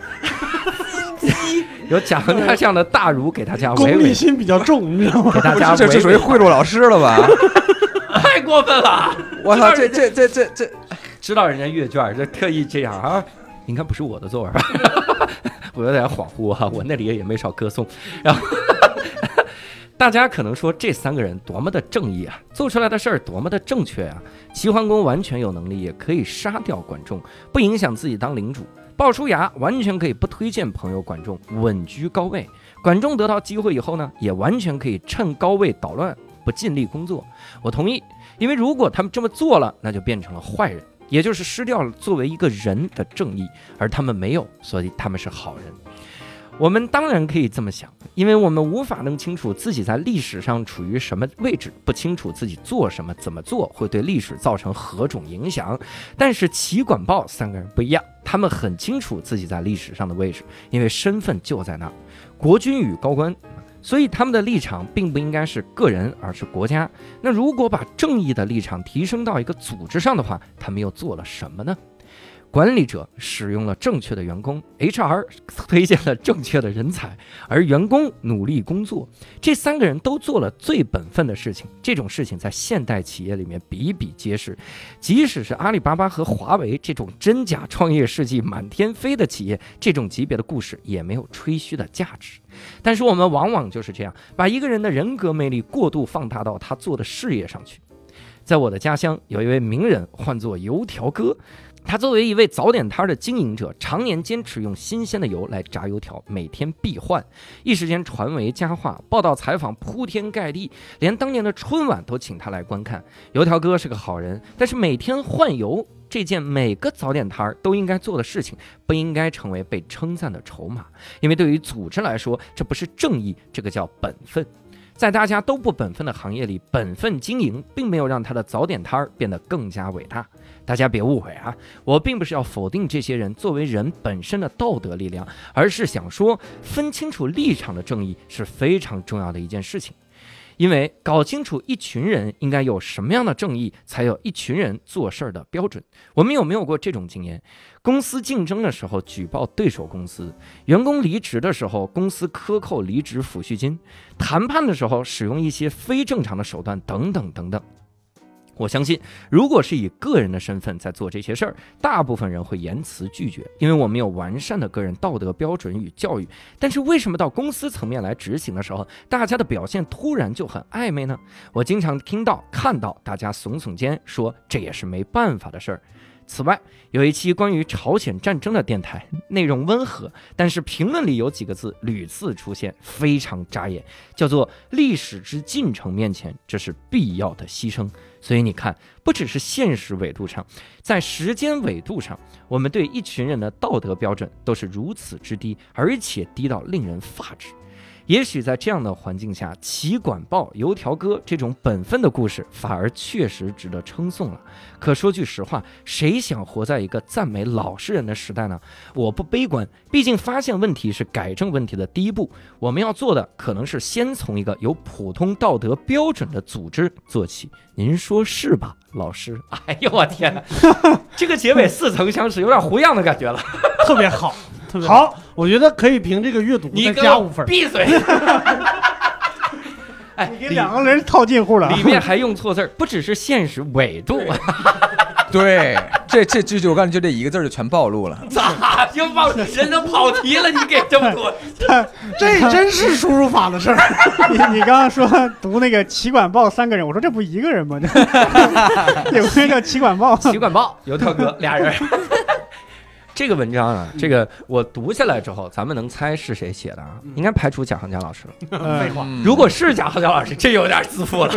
B: 有贾行家这样的大儒给大家娓
A: 功利
B: 娓，
A: 心比较重，你知道吗？
B: 给大家
C: 这这这属于
B: 娓娓，
C: 贿赂老师了 吧？
B: 太过分了！
C: 我操，这这 这这这，
B: 知道人家阅卷，这特意这样啊？ 应该不是我的作文吧？ 我有点恍惚啊，我那里也没少歌颂。然后 大家可能说这三个人多么的正义啊，做出来的事儿多么的正确啊！齐桓公完全有能力，也可以杀掉管仲，不影响自己当领主。鲍叔牙完全可以不推荐朋友管仲，稳居高位。管仲得到机会以后呢，也完全可以趁高位捣乱，不尽力工作。我同意，因为如果他们这么做了，那就变成了坏人，也就是失掉了作为一个人的正义，而他们没有，所以他们是好人。我们当然可以这么想，因为我们无法弄清楚自己在历史上处于什么位置，不清楚自己做什么、怎么做会对历史造成何种影响。但是齐管鲍三个人不一样，他们很清楚自己在历史上的位置，因为身份就在那儿，国君与高官，所以他们的立场并不应该是个人，而是国家。那如果把正义的立场提升到一个组织上的话，他们又做了什么呢？管理者使用了正确的员工，HR 推荐了正确的人才，而员工努力工作。这三个人都做了最本分的事情。这种事情在现代企业里面比比皆是，即使是阿里巴巴和华为这种真假创业事迹满天飞的企业，这种级别的故事也没有吹嘘的价值。但是我们往往就是这样，把一个人的人格魅力过度放大到他做的事业上去。在我的家乡，有一位名人，唤作油条哥。他作为一位早点摊的经营者，常年坚持用新鲜的油来炸油条，每天必换。一时间，传为佳话，报道采访铺天盖地，连当年的春晚都请他来观看。油条哥是个好人，但是每天换油这件每个早点摊儿都应该做的事情，不应该成为被称赞的筹码。因为对于组织来说，这不是正义，这个叫本分。在大家都不本分的行业里，本分经营并没有让他的早点摊儿变得更加伟大。大家别误会啊，我并不是要否定这些人作为人本身的道德力量，而是想说，分清楚立场的正义是非常重要的一件事情。因为搞清楚一群人应该有什么样的正义，才有一群人做事儿的标准。我们有没有过这种经验？公司竞争的时候举报对手公司，员工离职的时候公司克扣离职抚恤金，谈判的时候使用一些非正常的手段，等等等等。我相信，如果是以个人的身份在做这些事儿，大部分人会言辞拒绝，因为我们有完善的个人道德标准与教育。但是为什么到公司层面来执行的时候，大家的表现突然就很暧昧呢？我经常听到、看到大家耸耸肩，说这也是没办法的事儿。此外，有一期关于朝鲜战争的电台，内容温和，但是评论里有几个字屡次出现，非常扎眼，叫做“历史之进程面前，这是必要的牺牲”。所以你看，不只是现实维度上，在时间维度上，我们对一群人的道德标准都是如此之低，而且低到令人发指。也许在这样的环境下，齐管鲍、油条哥这种本分的故事，反而确实值得称颂了。可说句实话，谁想活在一个赞美老实人的时代呢？我不悲观，毕竟发现问题是改正问题的第一步。我们要做的可能是先从一个有普通道德标准的组织做起，您说是吧，老师？ 哎呦我天哪，这个结尾似曾相识，有点胡样的感觉了。
A: 特别好， 特别。
D: 好，
A: 我觉得可以凭这个阅读
B: 你
A: 再
B: 给
A: 加
B: 我
A: 五分儿。
B: 闭嘴。哎，
D: 你给
B: 里
D: 两个人套近乎了。
B: 里面还用错字儿，不只是现实纬度，啊
C: 对，这这这就我告诉你，就这一个字儿就全暴露了。
B: 咋就往人都跑题了？你给这么多，
A: 这真是输入法的事儿。
D: 你你刚刚说读那个《齐管报》三个人，我说这不一个人吗？ 这有个人叫齐管报，
B: 习管报有特哥俩人。 这个文章啊，这个我读下来之后，咱们能猜是谁写的啊？应该排除贾行家老师了。
D: 呃
C: 话，
A: 嗯
B: 如果是贾行家老师，这有点自负了。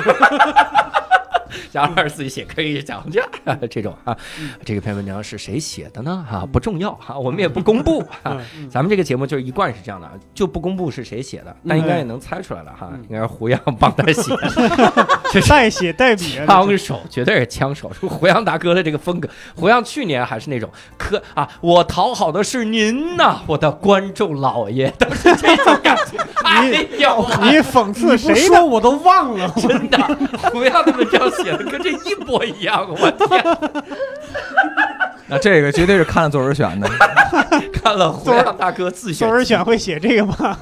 B: 贾老师自己写可以讲价这种啊，
A: 嗯
B: 这个篇文章是谁写的呢？哈、不重要哈、我们也不公布哈、
A: 嗯
B: 咱们这个节目就是一贯是这样的，就不公布是谁写的，但应该也能猜出来了哈、
A: 嗯
B: 应该是胡杨帮他写 的，
D: 代写代 笔啊，
B: 枪手绝对是枪手，是胡杨大哥的这个风格。胡杨去年还是那种可啊，我讨好的是您呐、我的观众老爷，都是这种感 觉。哎呦，
D: 你讽刺
A: 不
D: 谁 呢？
A: 说我都忘 了。
B: 真的，胡杨的文章写的跟这一模一样，我天！
C: 那这个绝对是看了作文选的。
B: 看了胡杨大哥自选
D: 作文选会写这个吗？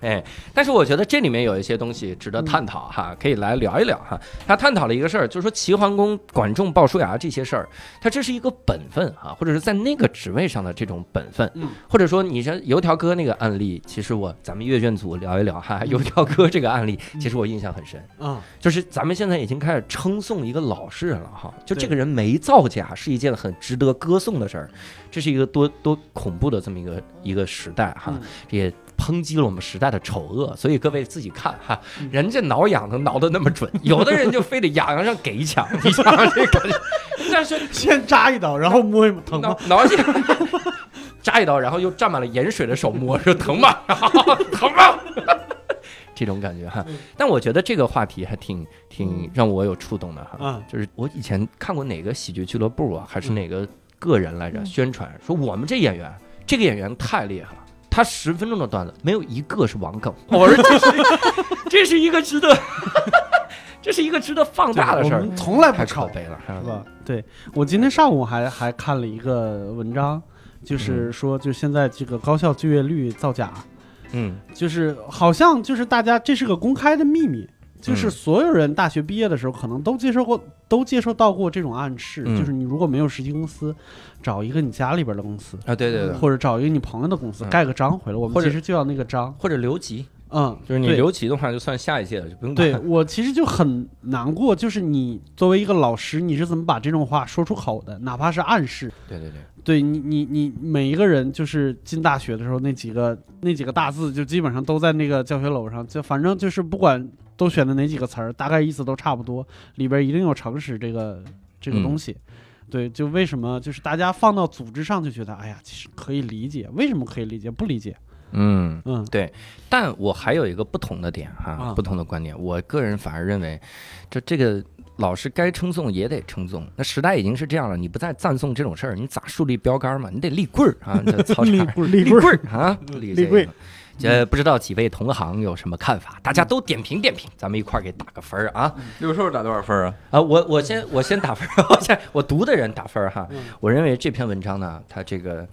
B: 哎，但是我觉得这里面有一些东西值得探讨哈，可以来聊一聊哈。他探讨了一个事儿，就是说齐桓公管仲、鲍叔牙这些事儿，他这是一个本分啊，或者是在那个职位上的这种本分，
A: 嗯
B: 或者说你像油条哥那个案例，其实我咱们阅卷组聊一聊哈，油条哥这个案例，其实我印象很深，
A: 啊，
B: 就是咱们现在已经开始称颂一个老实人了哈，就这
A: 对
B: 个人没造假是一件很值得歌颂的事儿，这是一个多多恐怖的这么一个一个时代哈。也抨击了我们时代的丑恶，所以各位自己看哈，
A: 嗯
B: 人家挠痒能挠得那么准，有的人就非得痒痒上给一枪，你想想这感觉， 但是
A: 先扎一刀，然后摸一摸， 疼吗
B: 挠？挠去，扎一刀，然后又沾满了盐水的手摸，说疼吗？疼吗？ 这种感觉哈
A: 嗯，
B: 但我觉得这个话题还挺挺让我有触动的哈，
A: 啊，
B: 就是我以前看过哪个喜剧俱乐部啊，还是
A: 嗯
B: 哪个个人来着，
E: 嗯
B: 宣传说我们这演员，这个演员太厉害了。他十分钟的段子没有一个是王梗，我说这是 这是一个值得， 这是一个值得放大的事
A: 我
B: 儿
A: 们，从来不
B: 太可
A: 吵。
B: 悲了，
A: 是吧？对我今天上午还还看了一个文章，就是说，就现在这个高校就业率造假，
B: 嗯
A: 就是好像就是大家这是个公开的秘密，就是
B: 嗯
A: 所有人大学毕业的时候可能都接受过，都接受到过这种暗示，
B: 嗯
A: 就是你如果没有实习公司，找一个你家里边的公司，
B: 啊，对对对，
A: 或者找一个你朋友的公司
B: 嗯
A: 盖个章回来，我
B: 或
A: 们
B: 者
A: 其实就要那个章，
B: 或者留级，
A: 嗯，
B: 就是你
A: 对
B: 留级的话就算下一届了，就不用
A: 对
B: 管
A: 我其实就很难过，就是你作为一个老师，你是怎么把这种话说出口的？哪怕是暗示，
B: 对对对，
A: 对你，你，你每一个人，就是进大学的时候，那几个那几个大字，就基本上都在那个教学楼上，就反正就是不管都选的哪几个词儿，大概意思都差不多，里边一定有诚实这个这个
B: 嗯
A: 东西。对，就为什么就是大家放到组织上就觉得，哎呀，其实可以理解，为什么可以理解？不理解，
B: 嗯。
A: 嗯
B: 但我还有一个不同的点哈、
A: 啊
B: 不同的观点，我个人反而认为，这这个老师该称颂也得称颂。那时代已经是这样了，你不再赞颂这种事儿，你咋树立标杆嘛？你得立棍儿 啊，你在操场上
D: 立
B: 立
D: 棍
B: 棍
D: 儿，
B: 儿啊，立这
D: 立棍
B: 个。这不知道几位同行有什么看法？大家都点评点评，咱们一块儿给打个分儿啊！
C: 六兽打多少分啊？
B: 啊，我我先我先打分儿， 我先我读的人打分儿哈
A: 嗯。
B: 我认为这篇文章呢，它这个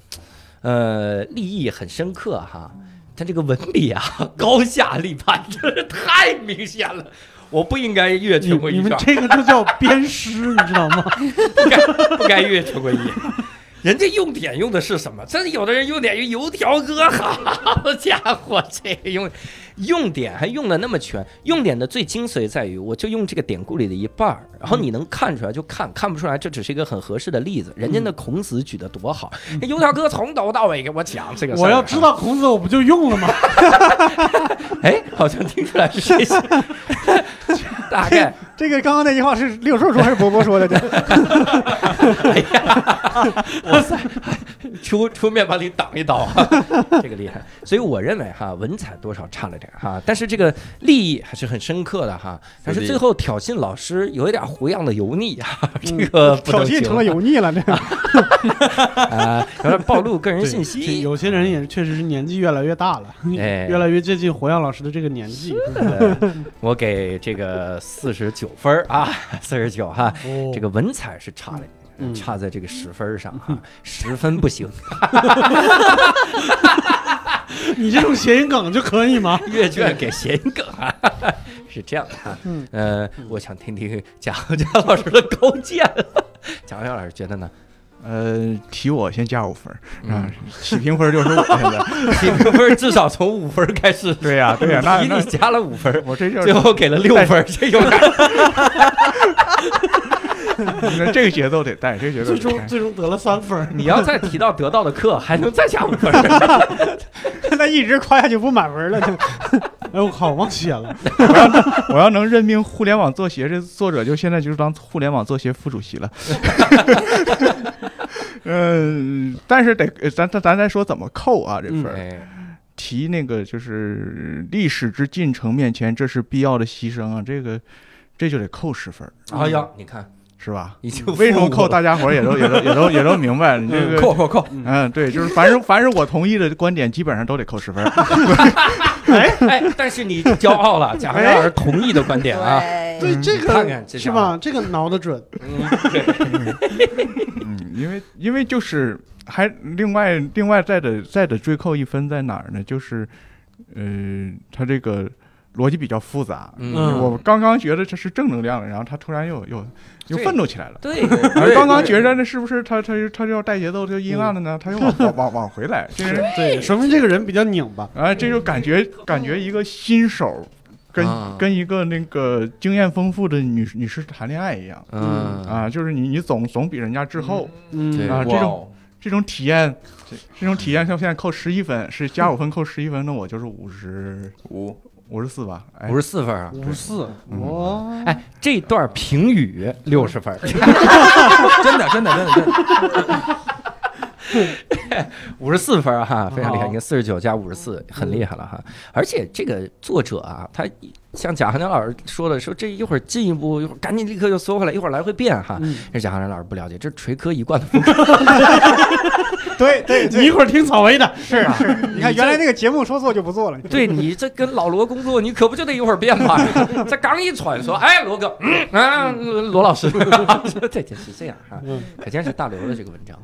B: 呃立意很深刻哈，它这个文笔啊 高下立判，真是太明显了。我不应该越
A: 你
B: 权过
A: 你
B: 一
A: 们
B: 圈儿，
A: 这个就叫鞭尸，你知道 吗？
B: 不该不该越权过一。人家用点用的是什么？真有的人用点用油条哥，好 家伙，这个用用点还用的那么全。用点的最精髓在于，我就用这个典故里的一半儿，然后你能看出来就看，看不出来这只是一个很合适的例子。人
A: 嗯
B: 家那孔子举的多好，那油条哥从头到尾给我讲这个事儿。啊
A: 我要知道孔子，我不就用了吗？
B: 哎，好像听出来是谁 写的，大概
D: 这个刚刚那句话是六兽说还是伯伯说的？这
B: 出出面把你挡一挡，啊 这个厉害。所以我认为哈，文采多少差了点哈，但是这个立意还是很深刻的哈。但是最后挑衅老师有一点胡样的油腻啊，这个不
D: 嗯挑
B: 能
D: 衅
B: 行
D: 成了油腻了，这
B: 啊，有点暴露个人信
A: 对这
B: 息。
A: 有些人也确实是年纪越来越大了，
B: 哎
A: 越来越接近胡杨老师的这个年纪。
B: 呃我给这个四十九分儿啊， 四十九哈，
A: 哦
B: 这个文采是差了。
A: 嗯
B: 点，差在这个十分儿上 哈，十分不行，
A: 你这种谐音梗就可以吗？
B: 阅卷给谐音梗啊，是 是这样的啊，
D: 嗯
B: 呃，我想听听贾行家老师的高见。贾行家老师觉得呢？
F: 呃，提我先加五分儿啊
B: 嗯，，
F: 起评分儿就是我现在，
B: 你评分至少从五分开始，
F: 对呀对呀，那
B: 比 你
F: 那
B: 加了五分，
F: 我这就
B: 最
F: 是
B: 后给了六分，这有点
F: 那这个节奏得带，这个节奏
A: 最
F: 得
A: 终
F: 带。
A: 最终得了三分儿，
B: 你要再提到得到的课，还能再加五分。
D: 那一直夸下去不满分了，嗯就
A: 哎我靠，我忘写了，
F: 我要能任命互联网作协这作者，就现在就是当互联网作协副主席了。嗯，但是得呃咱咱咱再说怎么扣啊这
C: 嗯
F: 分儿。
B: 哎，
F: 提那个就是历史之进程面前，这是必要的牺牲啊，这个这就得扣十分儿，
B: 哎呀，你看，
F: 是吧？
B: 已经服
F: 为什么
B: 我
F: 扣？
B: 了
F: 大家伙儿也都也都也都也都明白，你这 个
C: 扣扣扣，
F: 嗯，对，就是凡是凡是我同意的观点，基本上都得扣十分儿。
B: 哎哎，但是你骄傲了，贾行家老师同意的观点啊。
E: 对，
A: 对这个
B: 看看这
A: 是
B: 家
A: 吧？这个挠得准，
B: 嗯，对，
F: 嗯，因为因为就是还另外另外再得再得追扣一分在哪儿呢？就是呃，他这个逻辑比较复杂。
B: 嗯，
F: 我刚刚觉得这是正能量的，然后他突然又又又
B: 对
F: 愤怒起来了。
B: 对，
F: 而
C: 对
F: 刚刚觉得那是不是他他他就要带节奏就阴暗了呢？他又往往往往回来，这人
A: 对，哎说明这个人比较拧巴。
F: 啊，这就感觉感觉一个新手跟
B: 啊
F: 跟一个那个经验丰富的女女士谈恋爱一样
B: 嗯啊，
F: 啊，就是你你总总比人家滞后
B: 对
A: 嗯
F: 啊，这
C: 哇
F: 种
C: 哦
F: 这种体验，这这种体验像现在扣十一分，是加五分扣十一分，那我就是五十
C: 哦五
F: 五十四吧，哎
B: 五，十四分啊。
A: 五十四，
F: 嗯
A: 哇，
B: 哎，这段评语六十分，
C: 真的真的真的真的，
B: 五十四分儿啊哈，非常厉害！
A: 好
B: 你看四十九加五十四，很厉害了哈。而且这个作者啊，他像贾行家老师说的，说这一会儿进一步，一会儿赶紧立刻就缩回来，一会儿来回变哈。
A: 嗯
B: 这贾行家老师不了解，这是锤科一贯的风格。
D: 对 对
A: 你一
D: 对，
A: 会儿听草莓的，
D: 是啊是，你看原来那个节目说做就不做了，
B: 对你这跟老罗工作，你可不就得一会儿变吗？ 这刚一喘说，哎，罗哥，嗯啊，罗老师， 这这是这样哈，
A: 嗯，
B: 可见是大刘的这个文章。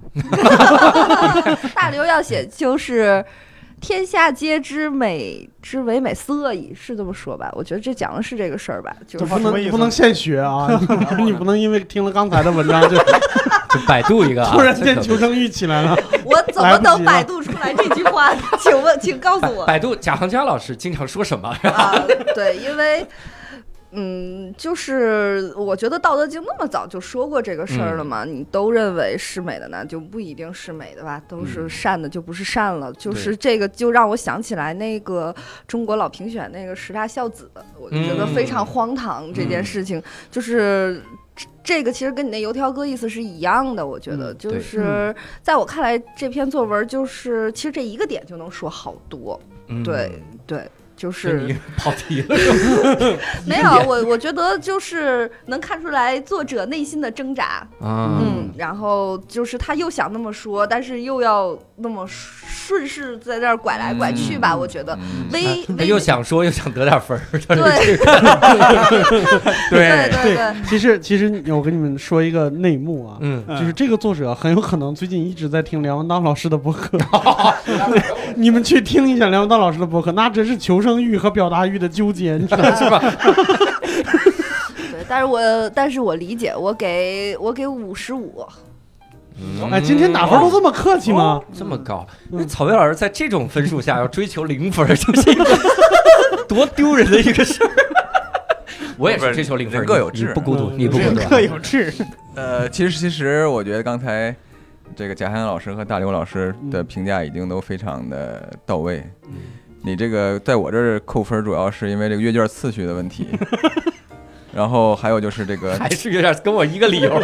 E: 大刘要写就是“天下皆知美之为美，色已”，是这么说吧？我觉得这讲的是这个事儿吧，就
A: 就是不
D: 什么
A: 能
D: 意思
A: 你不能现 学啊，你你不能因为听了刚才的文章就
B: 就百度一个、啊，
A: 突然
B: 这
A: 间
B: 可
A: 求
B: 不
A: 生欲起来 了。
E: 我怎
A: 来
E: 么
A: 不及了
E: 能百度出来这句话？ 请问，请告诉我
B: 百度贾行家老师经常说什么？
E: 啊？对，因为。嗯，就是我觉得《道德经》那么早就说过这个事儿了嘛，你都认为是美的呢，就不一定是美的吧？都是善的就不是善了，就是这个就让我想起来那个中国老评选那个十大孝子，我就觉得非常荒唐这件事情，就是这这个其实跟你那油条哥意思是一样的，我觉得、
A: 嗯
E: 就
B: 对
E: 是在我看来，这篇作文就是其实这一个点就能说好多，
B: 嗯
E: 对，对，就
B: 这
E: 是
B: 你跑题了。
E: 没
B: 一
E: 有
B: 个点
E: 我，我觉得就是能看出来作者内心的挣扎，
B: 啊
E: 嗯，然后就是他又想那么说，但是又要那么顺势在那儿拐来拐去吧，我觉得
C: 嗯
E: 微
B: 他
E: 微
B: 又想说又想得点分儿，
E: 对对对对对，
A: 其实其实我跟你们说一个内幕啊。
B: 嗯，
A: 就是这个作者很有可能最近一直在听梁文道老师的播 客， 你们去听一下梁文道老师的播客，那真是求生欲和表达欲的纠结，你知道吗？
B: 是吧？
E: 对，但是我但是我理解，我给我给五十五，
B: 嗯
A: 哎，今天打分都这么客气吗？
B: 哦这么高，
A: 嗯
B: 那草莓老师在这种分数下要追求零分儿，这是一个 多丢人的一个事儿。 我也是追求零分儿，
C: 人各有
B: 你
C: 志
B: 你不孤独，
A: 嗯
B: 你不孤独
D: 人
B: 啊，
D: 各有志，
C: 呃，其实其实我觉得刚才这个贾汉老师和大刘老师的评价已经都非常的到位。你这个在我这儿扣分，主要是因为这个阅卷次序的问题， 然后还有就是这个
B: 还是有点跟我一个理 由。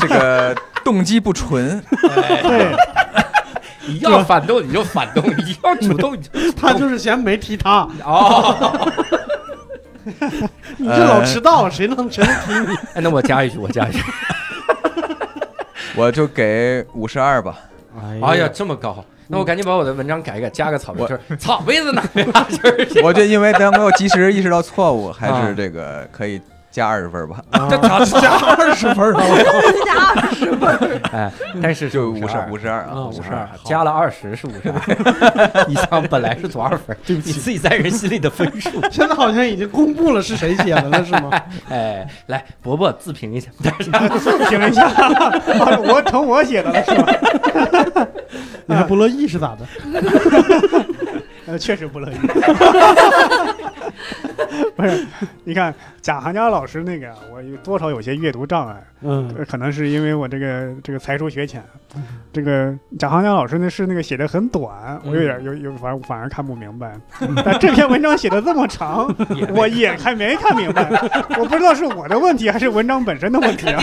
C: 这个动机不纯，
D: 对，
B: 你要反动你就反 动，你要主动你就
A: 他就是嫌没提他，
B: 哦。
A: 你这老迟到，谁能谁能提你？
B: 哎，那我加一句，我加一句。
C: 我就给五十二吧。
B: 哎呀，，这么高，那我赶紧把我的文章改一改，加个草莓，就是 草莓子呢？就是
C: 我就因为咱没有及时意识到错误，还是这个可以加二十分吧，
B: 这加加二十分了，
E: 加二十分儿，
B: 哎，但是
C: 就
B: 五
C: 五十五十二
B: 啊，
A: 哦
C: 啊，
B: 五十
C: 二。
B: 二加了二十是五十二， 以上本来是多少分？对不起，你自己在人心里的分数。
A: 现在好像已经公布了是谁写的了，是吗？
B: 哎，来，伯伯自评 一下。
D: 停一下， 啊我成我写的了是吧？
A: 你看不乐意是咋的？
D: 呃，确实不乐意。 不是，你看贾行家老师那个，啊我有多少有些阅读障碍，
A: 嗯
D: 呃可能是因为我这个这个才疏学浅。这个贾行家老师呢是那个写的很短，我有点有有反反而看不明白。但这篇文章写的这么长，我嗯也还没看明白，我不知道是我的问题还是文章本身的问题啊。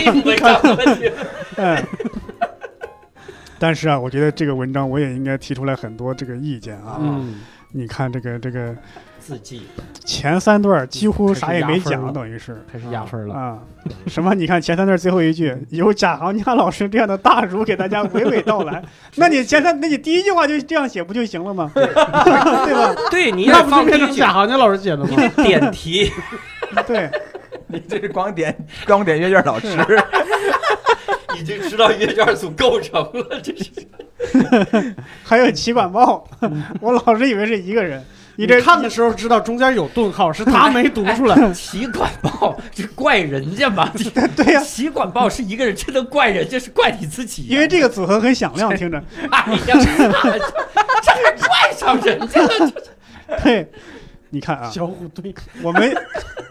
D: 嗯，但是啊，我觉得这个文章我也应该提出来很多这个意见啊。
A: 嗯，
D: 你看这个这个
B: 自己
D: 前三段
A: 嗯
D: 几乎啥也没
A: 开始压分
D: 讲，
A: 了嗯
D: 等于是
A: 开始压分了。
D: 啊，什么？你看前三段最后一句，由贾行家老师这样的大儒给大家娓娓道 来。那你前三，那你第一句话就这样写不就行了吗？ 对吧？
B: 对，你
A: 那
B: 要
A: 不就
B: 放
A: 变
B: 进
A: 成
B: 去
A: 贾，行家老师写的
B: 你
A: 吗？
B: 得点题，
D: 对，
C: 你这是光点光点阅卷老 师，
B: 已经知道阅卷组构成了，这是
D: 还有齐管豹， 我老是以为是一个人。你
A: 嗯你
D: 这
A: 看的时候知道中间有顿号，是他没读 出来。
B: 奇哎管报，这怪人家吧？
D: 对呀、
B: 奇管报是一个人，真的怪人家是怪你自己呀，啊
D: 因为这个组合很响亮，听 着。
B: 哎呀， 这还怪上人家了，
D: 对，你看啊，
A: 小虎队，
D: 我们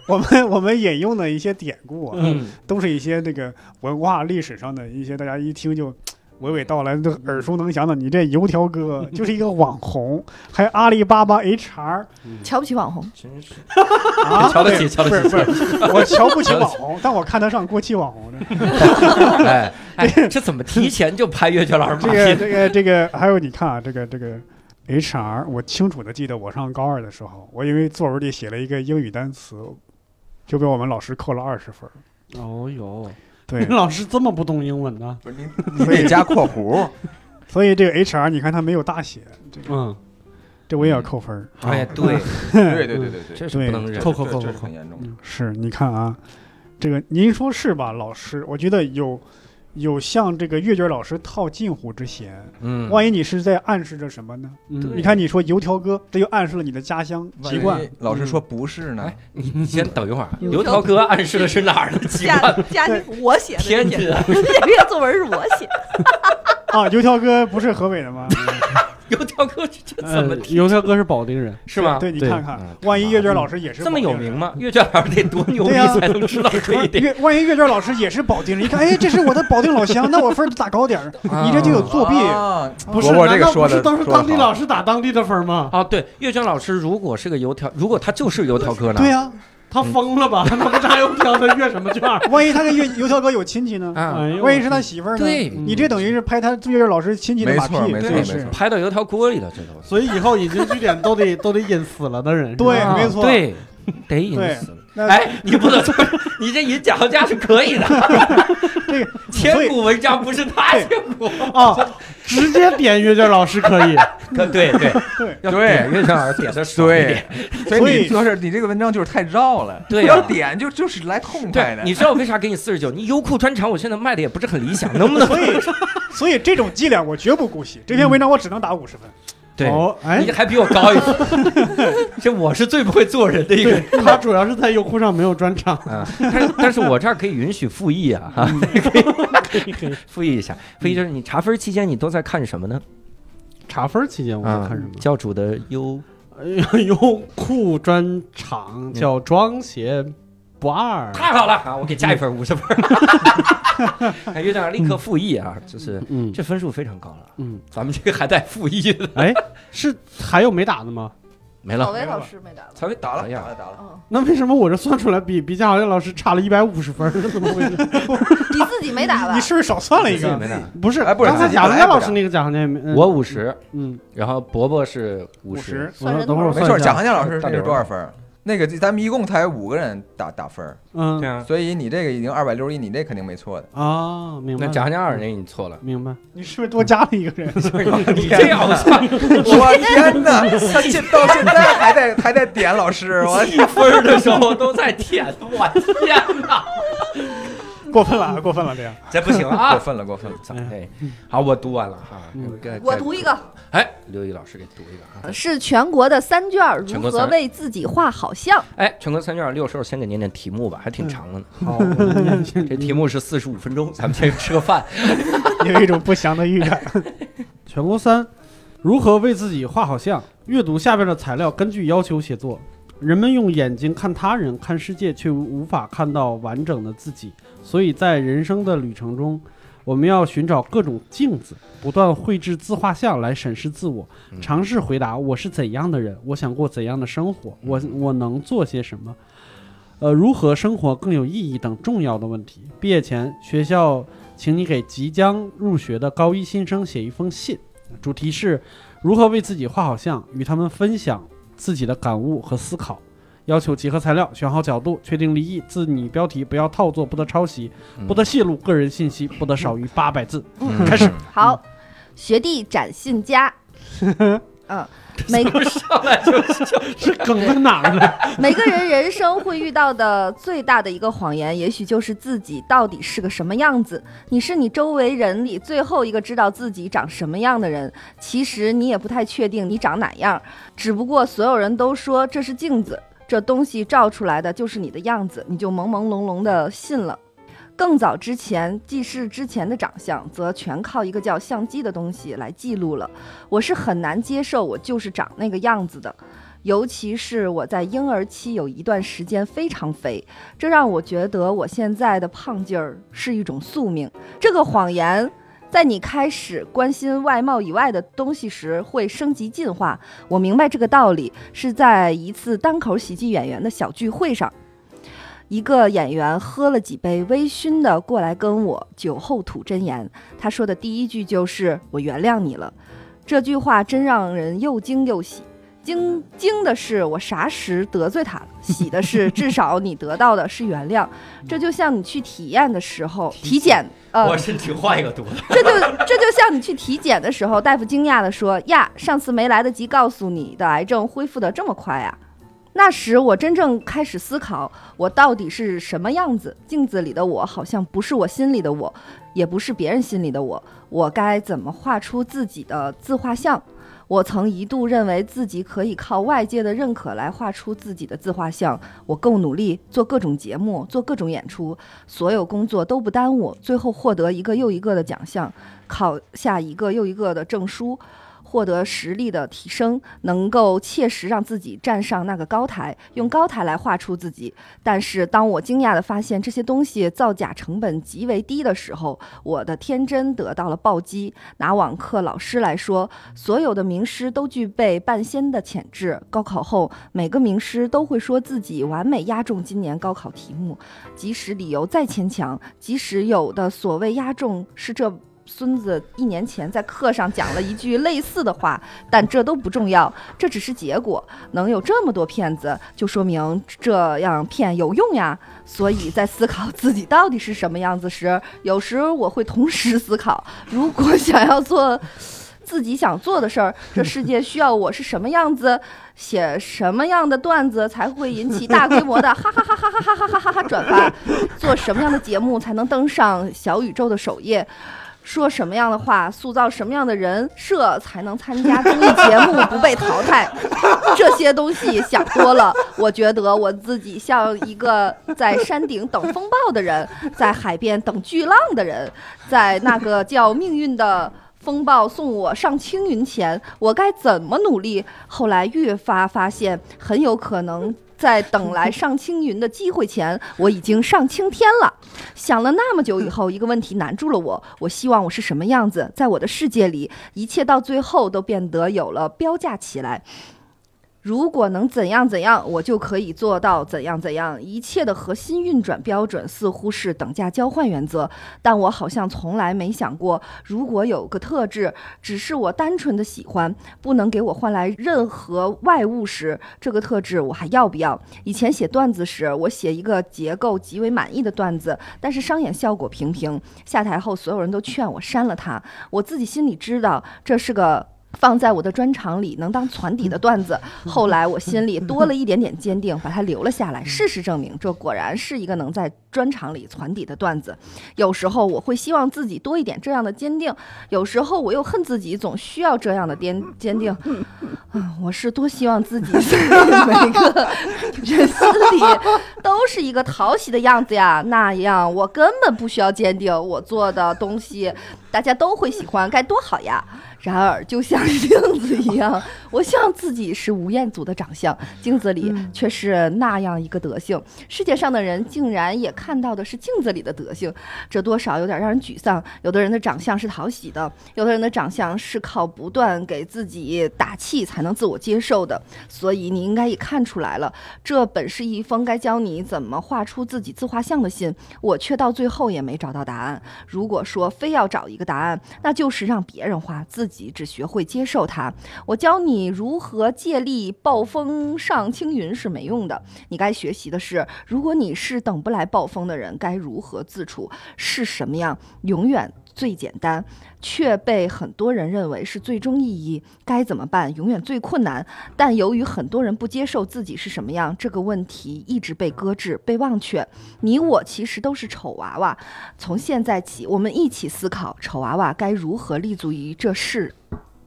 D: 我们我们引用的一些典故啊，
B: 嗯，
D: 都是一些那个文化历史上的一些，大家一听就娓娓道来，都耳熟能详的。你这油条哥就是一个网红，还有阿里巴巴 HR
A: 嗯
E: 瞧不起网 红，
B: 真是
D: 啊，
B: 瞧得起
D: 对
B: 瞧得起
D: 不是不是，我瞧不起网红，但我看得上过气网红的。
B: 哎哎，这怎么提前就拍阅卷老师
D: 这
B: 马
D: 个
B: 屁？
D: 这个这个，还有你看啊，这个这个 HR，我清楚的记得我上高二的时候，我因为作文里写了一个英语单词，就被我们老师扣了二十分儿。
A: 哦呦，
D: 对，
A: 老师这么不懂英文呢？
C: 不是你你得加括弧，
D: 所以这个 HR 你看他没有大写，这个
A: 嗯，
D: 这我也要扣分儿。
B: 哎，
D: 啊
B: 对，
C: 对对对对对，
B: 这是不能忍。
A: 扣扣
C: 这
A: 扣
C: 这
A: 扣
C: 是
A: 扣
C: 很。严重的。
D: 是，你看啊，这个您说是吧，老师？我觉得有有向这个阅卷老师套近乎之嫌。
B: 嗯，
D: 万一你是在暗示着什么呢？
A: 嗯
D: 你看你说油条哥，这又暗示了你的家乡
C: 万
D: 籍
C: 一
D: 贯。
C: 老师说不是呢
B: 哎，你你先等一会儿啊，
E: 嗯
B: 刘涛哥暗示的是哪儿的奇
E: 加
B: 怪？
E: 加
D: 对
E: 我写的，
B: 天津啊，
E: 这篇作文是我写的，
D: 啊，油条哥不是河北的吗？
B: 刘涛哥这这
A: 呃
B: 怎么，提
A: 油条哥是保定人，
B: 是吗？
D: 哎对，你
A: 对
D: 看看
B: 嗯，
D: 万一阅卷老师也是
B: 这么
D: 保定
B: 有名
D: 人？
B: 吗？阅卷老师得多牛逼
D: 对啊
B: 才能知道这一 点？
D: 阅万一阅卷老师也是保定人，一看，哎，这是我的保定老乡，那我分儿咋 高点儿？你这就有作弊。
C: 啊
A: 不是？
C: 伯伯这
A: 难
C: 个
A: 道不
C: 说的
A: 是都是
C: 说得
A: 当地
C: 好
A: 老师打当地的分吗？
B: 啊，对，阅卷老师如果是个油条，如果他就是油条哥呢？
D: 对啊呀，
A: 他疯了吧？那不炸油条的阅什么卷 儿？
D: 万一他跟阅油条哥有亲戚呢？
B: 啊，
A: 哎呦，
D: 万一是他媳妇儿呢？
B: 对
D: 你这等于是拍他作业老师亲戚的马屁，
C: 没错没错
D: 这
B: 没
D: 是
C: 错
B: 拍到油条锅里了，这都是。
A: 所以以后引经据典都得都得引死了的人。是吧
D: 对没错
B: 啊对，得引死了。
D: 那
B: 哎，你不能说你这引讲价是可以的，
D: 这个所
B: 千
D: 以
B: 古文章不是他千古。
A: 啊，直接点阅卷老师可 以。
B: 对对
D: 对，
B: 要
C: 对
B: 点阅卷老师点的爽一
C: 对
B: 点。，
C: 所以你说是你这个文章就是太绕了，
B: 对
C: 不
B: 呀
C: 要点就就是来痛快
B: 对，
C: 的。
B: 你知道为啥给你四十九？你优酷专场我现在卖的也不是很理想，能 不能？
D: 所以所以这种伎俩我绝不姑息。这篇
B: 嗯
D: 文章我只能打五十分。
B: 对，
A: 哦，哎
B: 你，还比我高一分，这我是最不会做人的一个人。
A: 他主要是在优酷上没有专场。
B: 啊，但是但是我这儿可以允许复议啊，哈、可以复议一下，复议就是你查分期间你都在看什么呢？
A: 查分期间我在
B: 啊
A: 看什么，？
B: 教主的优
A: 哎呦优酷专场叫《装鞋不二》。
B: 太好了啊！我给加一分，五十分。哎，有点立刻复议啊，就是
A: 嗯
B: 这分数非常高了，
A: 嗯，
B: 咱们这个还带复议的，
A: 哎，是还有没打的吗？
B: 没了，
E: 老魏老师没打吧？
B: 才会打
C: 打
B: 了
C: 了打
B: 哎呀。
C: 了打了，
E: 嗯，
A: 那为什么我这算出来比比嘉豪老师差了一百五十分？ 是怎么回事？
E: 你自己没打吧
D: 你？是不是少算了一
B: 自己
D: 个？
B: 没打，
A: 不是，
C: 哎不是
A: 刚才
C: 他
A: 贾
C: 本来
A: 佳
C: 不
A: 老
C: 打
A: 师那个贾行家也没，嗯
B: 我五十，
A: 嗯，
B: 然后伯伯是五
D: 五十，
E: 算人
A: 等会儿
E: 头
A: 我
C: 没
A: 算
C: 错，
A: 一下
C: 贾行家老师
B: 大
C: 那
B: 刘
C: 是多少分儿？那个咱们一共才五个人打打分儿，
A: 嗯
B: 对啊，
C: 所以你这个已经二百六十一，你这肯定没错的。
A: 啊，明白
B: 那
A: 了。，
B: 讲讲二那你错了
A: 明白，
D: 你是不是多加了一个人？
B: 你这样我操，
C: 我天哪，他现到现在还在还在点老师，我
B: 一分儿的时候都在舔，我天哪！
D: 过分了，啊过分了，这样。
B: 这不行
C: 过
B: 啊！
C: 分了过分了。
B: 操 哎，好，我读完了哈。
A: 嗯
B: 该
E: 我读一，个，
B: 该哎，刘毅老师给读一个啊。
E: 是全国的三卷儿
B: 全
E: 如
B: 国
E: 何
B: 三
E: 为自己画好像？
B: 哎，全国三卷六时候先给您念题目吧，还挺长的呢。嗯
A: 好，
B: 这题目是四十五分钟，咱们先吃个饭。
D: 有一种不祥的预感。
A: 全国三，如何为自己画好像？阅读下边的材料，根据要求写作。人们用眼睛看他人，看世界，却无法看到完整的自己。所以在人生的旅程中，我们要寻找各种镜子，不断绘制自画像来审视自我，
B: 嗯
A: 尝试回答我是怎样的人，我想过怎样的生活，我我能做些什么，呃，如何生活更有意义等重要的问题。毕业前，学校请你给即将入学的高一新生写一封信，主题是如何为自己画好像，与他们分享自己的感悟和思考。要求结合材料，选好角度，确定立意，自拟标题，不要套作，不得抄袭，
B: 嗯
A: 不得泄露个人 信息，不得少于八百字。
C: 嗯
A: 开始，
E: 好，学弟展信佳。嗯，每
A: 这梗在哪儿呢？
E: 每个人人生会遇到的最大的一个谎言，也许就是自己到底是个什么样子。你是你周围人里最后一个知道自己长什么样的人，其实你也不太确定你长哪样，只不过所有人都说这是镜子，这东西照出来的就是你的样子，你就朦朦胧胧的信了。更早之前，记事之前的长相，则全靠一个叫相机的东西来记录了。我是很难接受我就是长那个样子的，尤其是我在婴儿期有一段时间非常肥，这让我觉得我现在的胖劲儿是一种宿命。这个谎言。在你开始关心外貌以外的东西时，会升级进化。我明白这个道理是在一次单口喜剧演员的小聚会上，一个演员喝了几杯，微醺的过来跟我酒后吐真言。他说的第一句就是“我原谅你了”，这句话真让人又惊又喜。惊惊的是我啥时得罪他了，喜的是至少你得到的是原谅。这就像你去体验的时候， 体检，呃，
B: 我申请换一个读的。
E: 这就这就像你去体检的时候，大夫惊讶地说：“呀，上次没来得及告诉你的癌症恢复得这么快啊！”那时我真正开始思考，我到底是什么样子？镜子里的我好像不是我心里的我，也不是别人心里的我。我该怎么画出自己的自画像？我曾一度认为自己可以靠外界的认可来画出自己的自画像，我够努力，做各种节目，做各种演出，所有工作都不耽误，最后获得一个又一个的奖项，考下一个又一个的证书，获得实力的提升，能够切实让自己站上那个高台，用高台来画出自己。但是，当我惊讶地发现这些东西造假成本极为低的时候，我的天真得到了暴击。拿网课老师来说，所有的名师都具备半仙的潜质。高考后，每个名师都会说自己完美压中今年高考题目，即使理由再牵强，即使有的所谓压中是这孙子一年前在课上讲了一句类似的话，但这都不重要，这只是结果。能有这么多骗子，就说明这样骗有用呀。所以在思考自己到底是什么样子时，有时我会同时思考，如果想要做。自己想做的事儿，这世界需要我是什么样子，写什么样的段子才会引起大规模的哈哈哈哈哈哈哈哈哈哈转发，做什么样的节目才能登上小宇宙的首页，说什么样的话，塑造什么样的人设才能参加综艺节目不被淘汰？这些东西想多了，我觉得我自己像一个在山顶等风暴的人，在海边等巨浪的人，在那个叫命运的。风暴送我上青云前，我该怎么努力？后来越发发现，很有可能在等来上青云的机会前，我已经上青天了。想了那么久以后，一个问题难住了我：我希望我是什么样子？在我的世界里，一切到最后都变得有了标价起来。如果能怎样怎样，我就可以做到怎样怎样。一切的核心运转标准似乎是等价交换原则，但我好像从来没想过，如果有个特质只是我单纯的喜欢，不能给我换来任何外物时，这个特质我还要不要？以前写段子时，我写一个结构极为满意的段子，但是商演效果平平，下台后所有人都劝我删了它，我自己心里知道这是个放在我的专场里能当攒底的段子。后来我心里多了一点点坚定，把它留了下来。事实证明，这果然是一个能在专场里攒底的段子。有时候我会希望自己多一点这样的坚定，有时候我又恨自己总需要这样的坚坚定。啊，我是多希望自己每个人心里都是一个讨喜的样子呀，那样我根本不需要坚定，我做的东西大家都会喜欢，该多好呀！然而，就像镜子一样，我希望自己是吴彦祖的长相，镜子里却是那样一个德性。世界上的人竟然也看到的是镜子里的德性，这多少有点让人沮丧。有的人的长相是讨喜的，有的人的长相是靠不断给自己打气才能自我接受的。所以你应该也看出来了，这本是一封该教你怎么画出自己自画像的信，我却到最后也没找到答案。如果说非要找一个答案，那就是让别人画，自己只学会接受它。我教你如何借力暴风上青云是没用的，你该学习的是，如果你是等不来暴风的人，该如何自处，是什么样，永远最简单，却被很多人认为是最终意义。该怎么办，永远最困难。但由于很多人不接受自己是什么样，这个问题一直被搁置、被忘却。你我其实都是丑娃娃，从现在起，我们一起思考丑娃娃该如何立足于这世。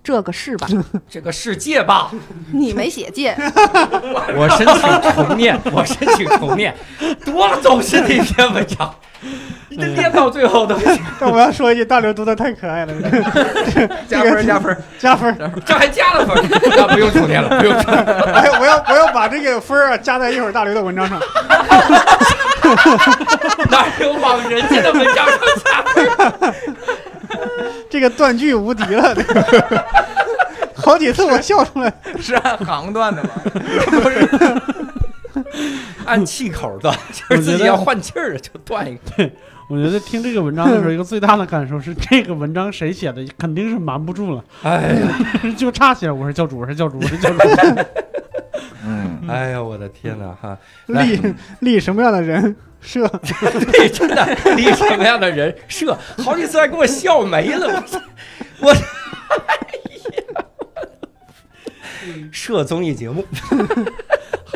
E: 这个世吧，
B: 这个世界吧，
E: 你没写界，
B: 我申请重念， 我申请重念，嗯多了总是那篇文章，你这念到最后都
D: 但我要说一句，大刘读的太可爱了，
C: 加分儿加分儿，
D: 加分儿。
B: 这还加了分儿， 那不用重念了，不用重念了，
D: 哎，我要我要把这个分儿啊加在一会儿大刘的文章上。
B: 哪有往人家的文章上加分儿？
D: 这个断句无敌了， 这个好几次我笑出来。
C: 是按行段的吗？
B: 按气口 的，就是自己要换气儿就断一个，
A: 我觉得听这个文章的时候，一个最大的感受是，这个文章谁写的肯定是瞒不住了，
B: 哎呀，
A: 就差写我是教主，我是教主，我是教主。
C: 嗯，
B: 哎呀，我的天哪，哈。来
D: 立立什么样的人设？
B: 你 真的，你什么样的人 设？好几次还给我笑没了， 我我，哎呀， 设综艺节目，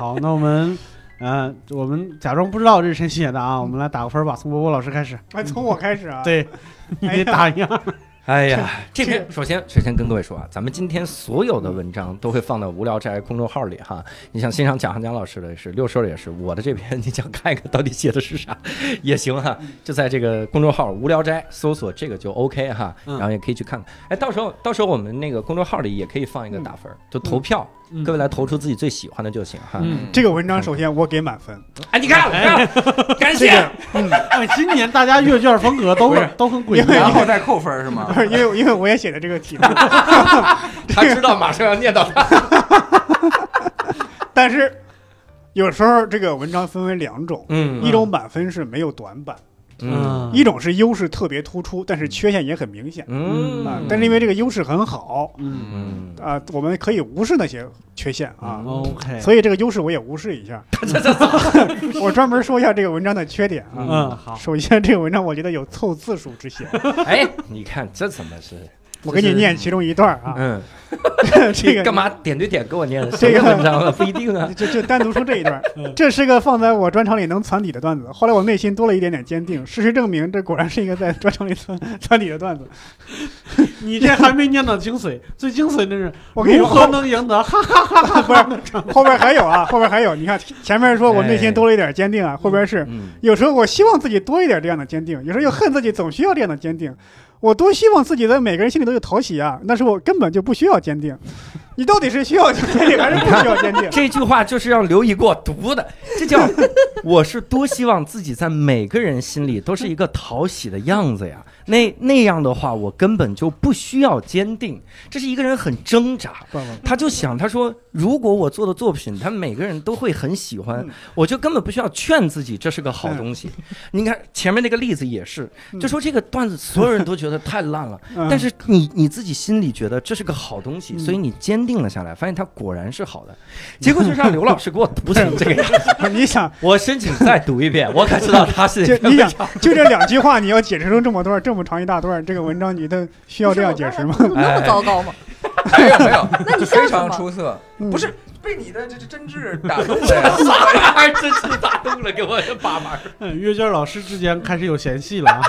A: 好，那我们，呃，我们假装不知道这是谁写的啊，我们来打个分儿吧。从波波老师开始，
D: 哎，从我开始啊。，
A: 对， 你得打一样。
B: 哎呀，这篇首先首先跟各位说啊，咱们今天所有的文章都会放到无聊斋公众号里哈。你想欣赏蒋汉江老师的也是，六叔的也是，我的这篇你想看一看到底写的是啥也行哈，就在这个公众号无聊斋搜索这个就 OK 哈，
A: 嗯
B: 然后也可以去看看。哎，到时候到时候我们那个公众号里也可以放一个打分儿，就投票，各位来投出自己最喜欢的就行哈。
A: 嗯，
D: 这个文章首先我给满分，
B: 哎，你看，
A: 哎
B: 你看感
D: 这
B: 谢。
D: 个嗯，
A: 哎，今年大家阅卷风格都
C: 不是
A: 很都很诡
D: 因为
A: 异
C: 然
A: 啊。
C: 后再扣分儿是吗
D: 不？ 是因为因为我也写的这个题目，
B: 他知道马上要念到他。
D: 但是有时候这个文章分为两种，
B: 嗯
D: 一种满分是没有短板，
B: 嗯
D: 一种是优势特别突出，但是缺陷也很明显
B: 嗯
D: 啊。但是因为这个优势很好
A: 嗯
B: 嗯，
D: 啊，我们可以无视那些缺陷啊。
A: ，OK，
D: 所以这个优势我也无 视一下，我专门说一下这个文章的缺点啊。
A: 嗯，好，
D: 首先，这个文章我觉得有凑字数之嫌。
B: 哎，你看这怎么是？
D: 我给你念其中一段啊，
B: 嗯，
D: 这
B: 你
D: 个
B: 干？嘛点对点给我念的？
D: 这
B: 谁
D: 个
B: 的文章 了？不一定啊。
D: 就就单独说这一段
A: 嗯，
D: 这是个放在我专场里能攒底的段子。后来我内心多了一点点坚定，事实证明这果然是一个在专场里攒攒底的段子。
A: 你这还没念到精髓，最精髓的是
D: 我跟你
A: 如
D: 说，
A: 何能赢得哈哈哈哈
D: 不是后边还有啊，后边还有，你看前面说我内心多了一点坚定啊，后边是
B: 嗯，
D: 有时候我希望自己多一点这样的坚定，有时候又恨自己总需要这样的坚定。我多希望自己在每个人心里都有讨喜啊，但是我根本就不需要坚定。你到底是需要 坚定还是不需要坚定？
B: 这句话就是让刘毅给我读的，这 叫我是多希望自己在每个人心里都是一个讨喜的样子呀。那那样的话，我根本就不需要坚定。这是一个人很挣扎，
D: 不不
B: 他就想，他说如果我做的作品，他每个人都会很喜欢
D: 嗯，
B: 我就根本不需要劝自己这是个好东西。你看前面那个例子也是，就说这个段子所有人都觉得太烂了，
D: 嗯
B: 但是你你自己心里觉得这是个好东西，
D: 嗯
B: 所以你坚定了下来，发现它果然是好的。结果就让刘老师给我读成这个 样子，
D: 不是嗯你想，
B: 我申请再读一遍，我可知道他是
D: 就
B: 这
D: 你
B: 样
D: 想。，就这两句话，你要解释成这么段，这么长一大段，这个文章你的需要这样解 释吗？
E: 不是我那么糟糕吗？
C: 没有没有，
E: 那你笑
C: 非
E: 什
C: 常
E: 么？
C: 出色，
D: 嗯
C: 不是被你的这这真挚打动了呀。
B: 哎，真是打动了，给我这把玩。
A: 嗯阅卷老师之间开始有嫌隙了啊。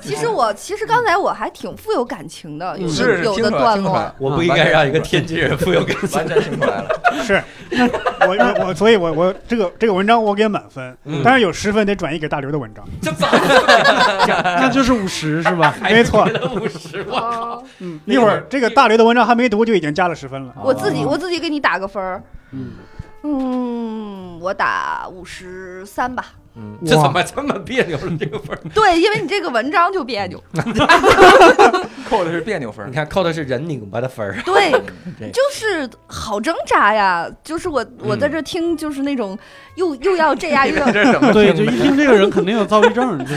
E: 其实我其实刚才我还挺富有感情的，有
C: 是
E: 的
C: 是
E: 嗯有
C: 听
E: 的
C: 出来
E: 段
C: 听出
E: 落
C: 来，
B: 我不应该让一个天津人富有感情
C: 完。全听出来了。
D: 是，那我我我，所以我我这个这个文章我给满分，
B: 嗯
D: 当然有十分得转移给大刘的文章，
B: 这咋了？
A: 那就是五十是
B: 哎
A: 吧？
D: 没错，
B: 五十万。
E: 哦
D: 嗯，一会儿这个大刘的文章还没读就已经加了十分了，
E: 我自己
D: 哦
E: 我自己给你打个分儿，
A: 嗯，
E: 嗯，我打五十三吧。
B: 嗯，这怎么这么别扭了？这个分儿，
E: 对，因为你这个文章就别扭。
C: 扣的是别扭分
B: 你
C: 儿，
B: 看扣的是人拧巴的分 儿。啊
E: 对
B: 对，
E: 就是好挣扎呀。就是我我在这听，就是那种又又要这样又要
C: 这是怎么
A: 对，就一听这个人肯定有躁郁症，就是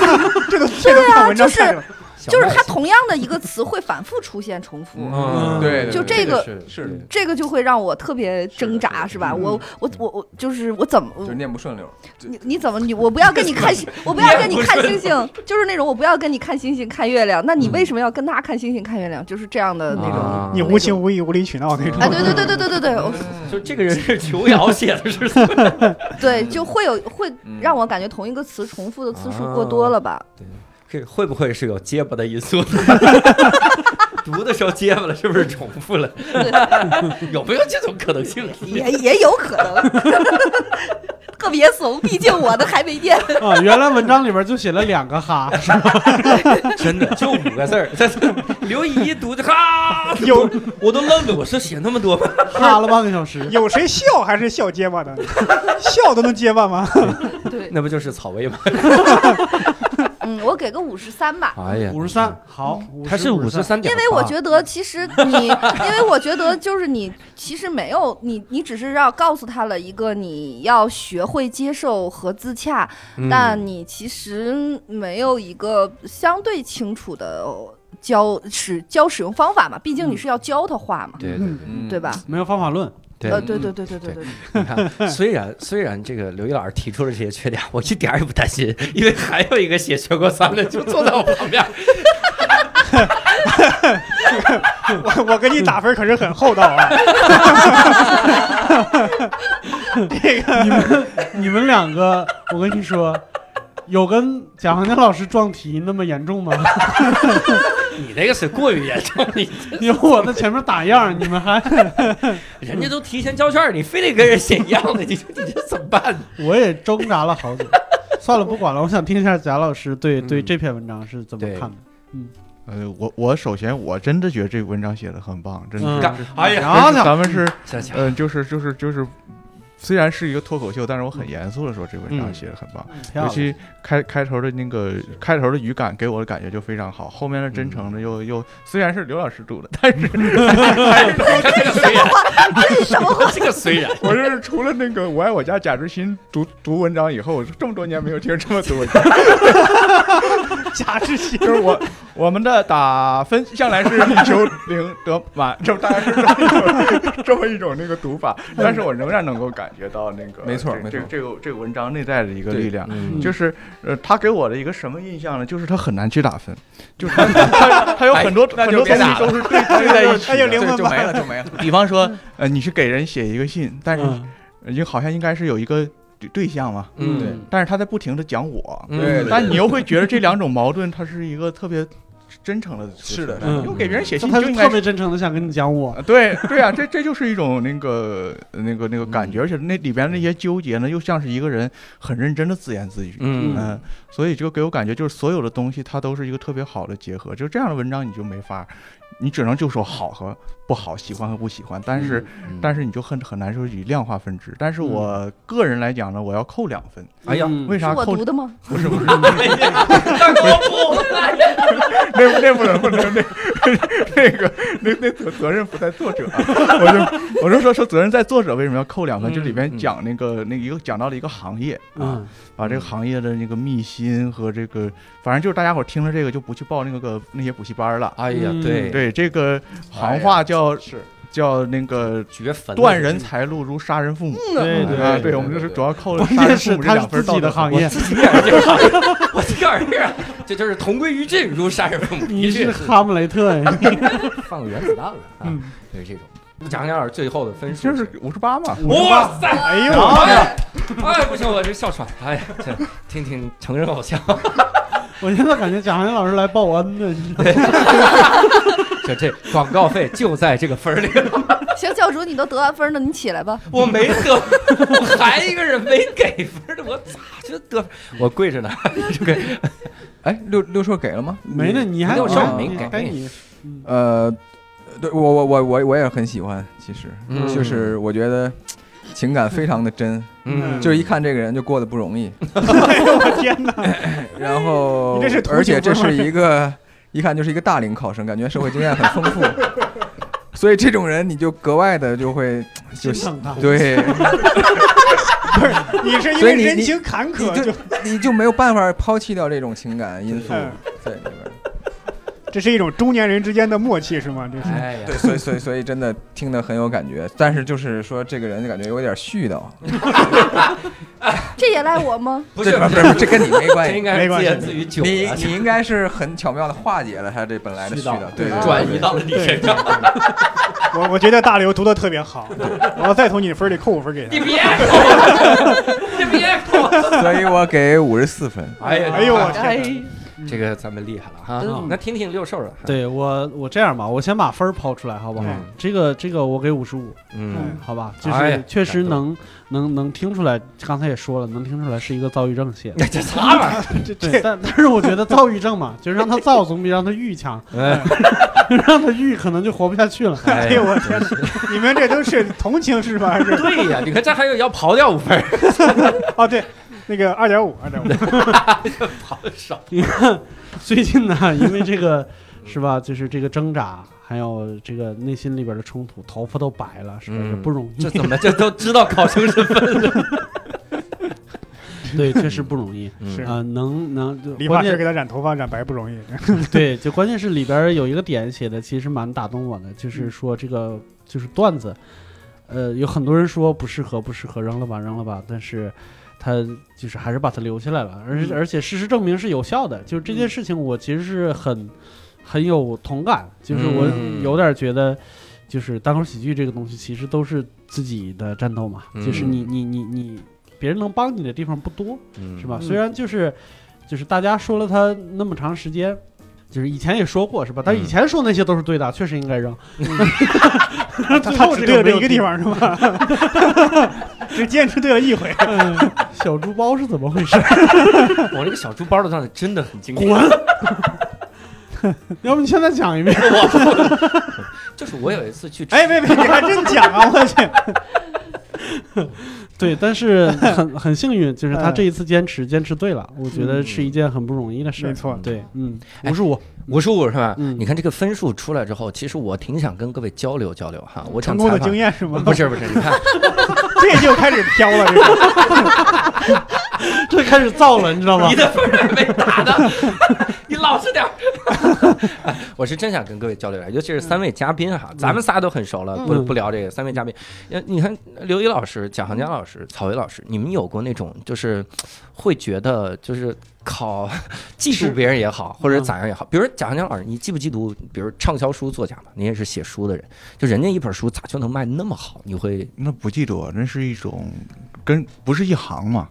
D: 这个这个看文章看着
E: 就是它同样的一个词会反复出现重复，
B: 嗯
C: 对，对
E: 就
C: 对
E: 这个
B: 是
C: 是的
E: 这个就会让我特别挣
C: 是的
E: 扎，
C: 是的
E: 是吧？
D: 嗯
E: 我我我我就是我怎么
C: 就念不顺溜儿。就
E: 你你怎么你我不要跟你看星，我不要跟你看星星，就是那种我不要跟你看星星看月亮，那你为什么要跟他看星星看月亮？就是这样的那种。
B: 啊
D: 你无情无义无理取闹那种，
E: 啊，对对对对对对对，我
B: 就这个人是琼瑶写的， 是吧
E: 对，就会有会
C: 嗯
E: 让我感觉同一个词重复的次数过多了吧？
B: 这会不会是有结巴的因素？读的时候结巴了，是不是重复了？有没有这种可能性？
E: 也也有可能， 特别怂，毕竟我的还没念。
A: 啊，原来文章里边就写了两个哈，
B: 真的就五个字儿，但是刘姨一读就哈，
D: 有
B: 我都愣了，我说写那么多吗？
A: 哈了半个小时。
D: 有谁笑还是笑结巴的？ 笑都能结巴吗？
E: 对，
B: 那不就是草薇吗？
E: 嗯，我给个五十三吧。
B: 哎呀
A: 五十三，好，
B: 他是五十
A: 53，
B: 三点，
E: 因为我觉得其 实你，因为我觉得就是你其实没有你，你只是要告诉他了一个你要学会接受和自洽，
B: 得
E: 但你其实没有一个相对清楚的教使教使用方法嘛，毕竟你是要教他画嘛，
B: 对
D: 嗯
C: 嗯
E: 嗯对吧？？
A: 没有方法论，
B: 对
E: 呃，对对对对对对，
B: 你看，虽然虽然这个刘毅老师提出了这些缺点，我一点儿也不担心，因为还有一个写全国三的就坐在我旁边。
D: 我我给你打分可是很厚道啊。 这个
A: 你们你们两个，我跟你说，有跟贾行家老师撞题那么严重吗？
B: 你那个是过于严重， 你
A: 有我在前面打样，你们还
B: 人家都提前交卷儿，你非得跟人写一样的，你说你这怎么办？
A: 我也挣扎了好久。算了，不管了，我想听一下贾老师对对
B: 嗯
A: 这篇文章是怎么
B: 对
A: 看的。
F: 呃，我我首先我真的觉得这个文章写的很棒，真的
A: 嗯
F: 是。
B: 干哎呀，
A: 啊
F: 但是咱们是
B: 行行，
F: 嗯，就是就是就是，虽然是一个脱口秀，但是我很严肃的说，这文章写的很棒。
A: 挺好
F: 尤
A: 的
F: 其开开头的那个开头的语感给我的感觉就非常好，后面的真诚的又又虽然是刘老师读的，但是
B: 这个虽 然，
E: 哎
B: 这个虽然，
F: 我就是除了那个我爱我家贾志新读读文章以后，我这么多年没有听这么读文章。
D: 贾志新
F: 就是我我们的打分向来是力求零得满，这大概是这么一种这么一种那个读法，但是我仍然能够感觉到那个
C: 没错
F: 这
C: 没
F: 这
C: 错
F: 个这个这个文章内在的一个
C: 对
F: 力量。
B: 嗯
F: 就是呃，他给我的一个什么印象呢？就是他很难去打分，就是他 他他有很多
C: 哎那
F: 很
C: 就
F: 多
C: 别
F: 东
C: 打
F: 西
C: 了
F: 都是对对在一
D: 哎
F: 起
D: 呦
F: 的。
D: 灵魂
C: 就就没
D: 吧，
C: 了就没了。
F: 比方说，呃，你是给人写一个信，但是
A: 嗯
F: 你好像应该是有一个对对象嘛，
B: 嗯，
F: 但是他在不停的讲我，
B: 嗯
C: 对对
F: 但你又会觉得这两种矛盾，它是一个特别真诚的，
C: 是的
A: 嗯
F: 又给别人写信
A: 他
F: 就
A: 就
F: 应
A: 特
F: 该是
A: 别真诚的想跟你讲我，
F: 啊对对啊，这这就是一种那个呃那个那个感觉，而且那里边那些纠结呢，又像是一个人很认真的自言自语，
B: 嗯
F: 嗯，所以就给我感觉就是所有的东西它都是一个特别好的结合，就这样的文章你就没法，你只能就说好和不好，喜欢和不喜欢，但是、但是你就很很难说以量化分值。但是我个人来讲呢，我要扣两分，
B: 哎呀，
A: 嗯
F: 为
E: 是
F: 啥
E: 我
F: 扣？
E: 读的吗？
F: 不是不是，嗯那那不能不能，那那个那那责责任不在作者、啊， 我就我就说说责任在作者，为什么要扣两分？就里边讲那个那个一个讲到了一个行业啊，
A: 嗯
F: 把这个行业的那个秘辛和这个，反正就是大家伙听了这个就不去报那个个那些补习班了。
B: 哎呀，
A: 嗯
B: 对，
F: 对，这个
A: 哎
F: 行话叫
C: 是
F: 叫那个
B: 绝坟了
F: 断人财路如杀人父母。
A: 嗯对对
F: 啊，
C: 对
F: 对，
C: 对
F: 我们就是
C: 对
F: 主要扣了
A: 关
F: 杀人
A: 键
F: 父
A: 是
F: 母这
A: 他
F: 两
A: 是
F: 分
A: 自
F: 到
A: 己的
F: 底
A: 行
F: 我
A: 业，
B: 自己也是这个行业，我这个人啊，这就是同归于尽如杀人父母，
A: 你
B: 的确
A: 是
B: 是
A: 哈姆雷特呀，
B: 放个原子弹了啊，就是这种。蒋蒋老师最后的分数
F: 就是五十八嘛，
B: 哇
F: 啊
B: 塞！
D: 哎呦，
B: 哎，哎，不行，我这哮喘。哎呀，这听听成人偶像，
A: 我现在感觉贾航老师来报恩的，你知道吗
B: 这这广告费就在这个分儿里。
E: 行，教主你都得完分了，你起来吧。
B: 我没得， 我还一个人没给分的，我咋就得分？我跪着呢， 这个
C: 哎，六六硕给了吗？
A: 没呢，你还
B: 没有
C: 事儿
A: 你
B: 没给
A: 该你
C: 呃，对我我我我我也很喜欢，其实、
B: 嗯
C: 就是我觉得情感非常的真，
B: 嗯，
C: 就是一看这个人就过得不容易，
D: 哎我天哪！
C: 然
D: 嗯
C: 后
D: 你这是同情
C: 而且这
D: 分
C: 是一个一看就是一个大龄考生，感觉社会经验很丰富，所以这种人你就格外的 就会就
A: 心疼他，
C: 对，
D: 你是因
C: 所以
D: 为
C: 你
D: 人
C: 你
D: 情坎
C: 你
D: 坷，
C: 就
D: 就
C: 你就没有办法抛弃掉这种情感因素
D: 嗯
C: 在里边。
D: 这是一种中年人之间的默契是吗？这是
B: 哎呀
C: 对，，所以所以所以真的听得很有感觉，但是就是说这个人就感觉有点絮叨，
E: 这也赖我吗？
B: 不是
C: 这不是不是这跟你没 关
B: 这
C: 系
B: 应。该
D: 没
B: 是
D: 关
B: 自言自
D: 系
B: 语久
C: 你
B: 了，
C: 你应该是很巧妙的化解了他这本来的絮
B: 絮叨
C: 叨，对，
D: 对
B: 转移到了你身上。
D: 我我觉得大刘读的特别好，我要再从你分里扣五分给
B: 你
D: 他。
B: 别扣 我，你别扣我。
C: 对，所以我给五十四分。
B: 哎呀，
D: 哎呦我
E: 哎，
D: 天
B: 这个咱们厉害了哈
A: 嗯。
B: 那听听六兽啊了，，
A: 对我我这样吧，我先把分儿抛出来好不好
B: 嗯？
A: 这个这个我给五十五，
B: 嗯，
A: 好吧，就
B: 哎
A: 是确实
B: 感动
A: 能能能听出来，刚才也说了，能听出来是一个躁郁症 写的。
B: 这啥玩意
D: 哪，这
A: 对，
D: 这
A: 但但是我觉得躁郁症嘛， 就是让他躁总比让他 郁强，
B: 儿？
A: 让他郁可能就活不下去了。
B: 哎
D: 哎呦我天哪！你们这都是同情是吧？还是
B: 对呀，你看这还有要刨掉五分儿，
D: 哦对，那个二点五二点五，
B: 刨的少。
A: 最近呢，因为这个是吧，就是这个挣扎，还有这个内心里边的冲突，头发都白了，是吧？
B: 嗯
A: 也不容易。
B: 这怎么这都知道考生身份？
A: 对，确
D: 嗯
A: 实不容易。
B: 嗯
D: 是
A: 啊、能能，
D: 理
A: 关
D: 发师
A: 键
D: 给他染头发染白不容易。
A: 对，就关键是里边有一个点写的，其实蛮打动我的，
B: 嗯
A: 就是说这个就是段子，呃，有很多人说不适合，不适合，扔了吧，扔了吧，但是他就是还是把它留下来了，
B: 嗯
A: 而且而且事实证明是有效的，就是这件事情我其实是很很有同感，就是我
B: 嗯
A: 有点觉得。就是单口喜剧这个东西，其实都是自己的战斗嘛。就是
B: 嗯
A: 你你你你，别人能帮你的地方不多，是
B: 是？
A: 吧？
D: 嗯
A: 虽然就是就是大家说了他那么长时间，就是以前也说过是吧？但是以前说那些都是对的，确实应该扔。
D: 他
A: 最
D: 他
A: 后
D: 只
A: 这
D: 对
A: 个
D: 了
A: 没
D: 一
A: 有
D: 个地方是吧？ 只坚持对了一回。
A: 嗯 小猪包是怎么回事？
B: 我这个小猪包的段子真的很经典。
A: 滚！ 要不你现在讲一遍？
B: 就是我有一次去吃，
D: 哎，别别，你还真讲啊！我去，
A: 对，但是很 很幸运，就是他
D: 嗯
A: 这一次坚持坚持对了，我觉得是一件很不容易的事
D: 没
A: 儿。
D: 错，
A: 对，嗯，
B: 哎
A: 五十 五，
B: 五十五是吧？
A: 嗯
B: 你看这个分数出来之后，其实我挺想跟各位交流交流哈，我想
D: 成功的
B: 采访
D: 经验是吗？
B: 不是不是，你看
D: 这就开始飘了，这个
A: 这开始造了，你知道吗
B: 你？的分儿没打的， 你老实点儿。 嗯我是真想跟各位交流一下，尤其是三位嘉宾哈，咱们仨都很熟了，不
A: 嗯
B: 不聊这个。三位嘉宾，呃你看刘一老师、蒋行家老师、曹巍老师，你们有过那种就是会觉得就是 考嫉妒别人也好，或者咋样也好，比如蒋行家老师，你嫉不嫉妒？比如畅销书作家嘛，你也是写书的人，就人家一本书咋就能卖那么好？你会
F: 那不记得，那是一种跟不是一行嘛。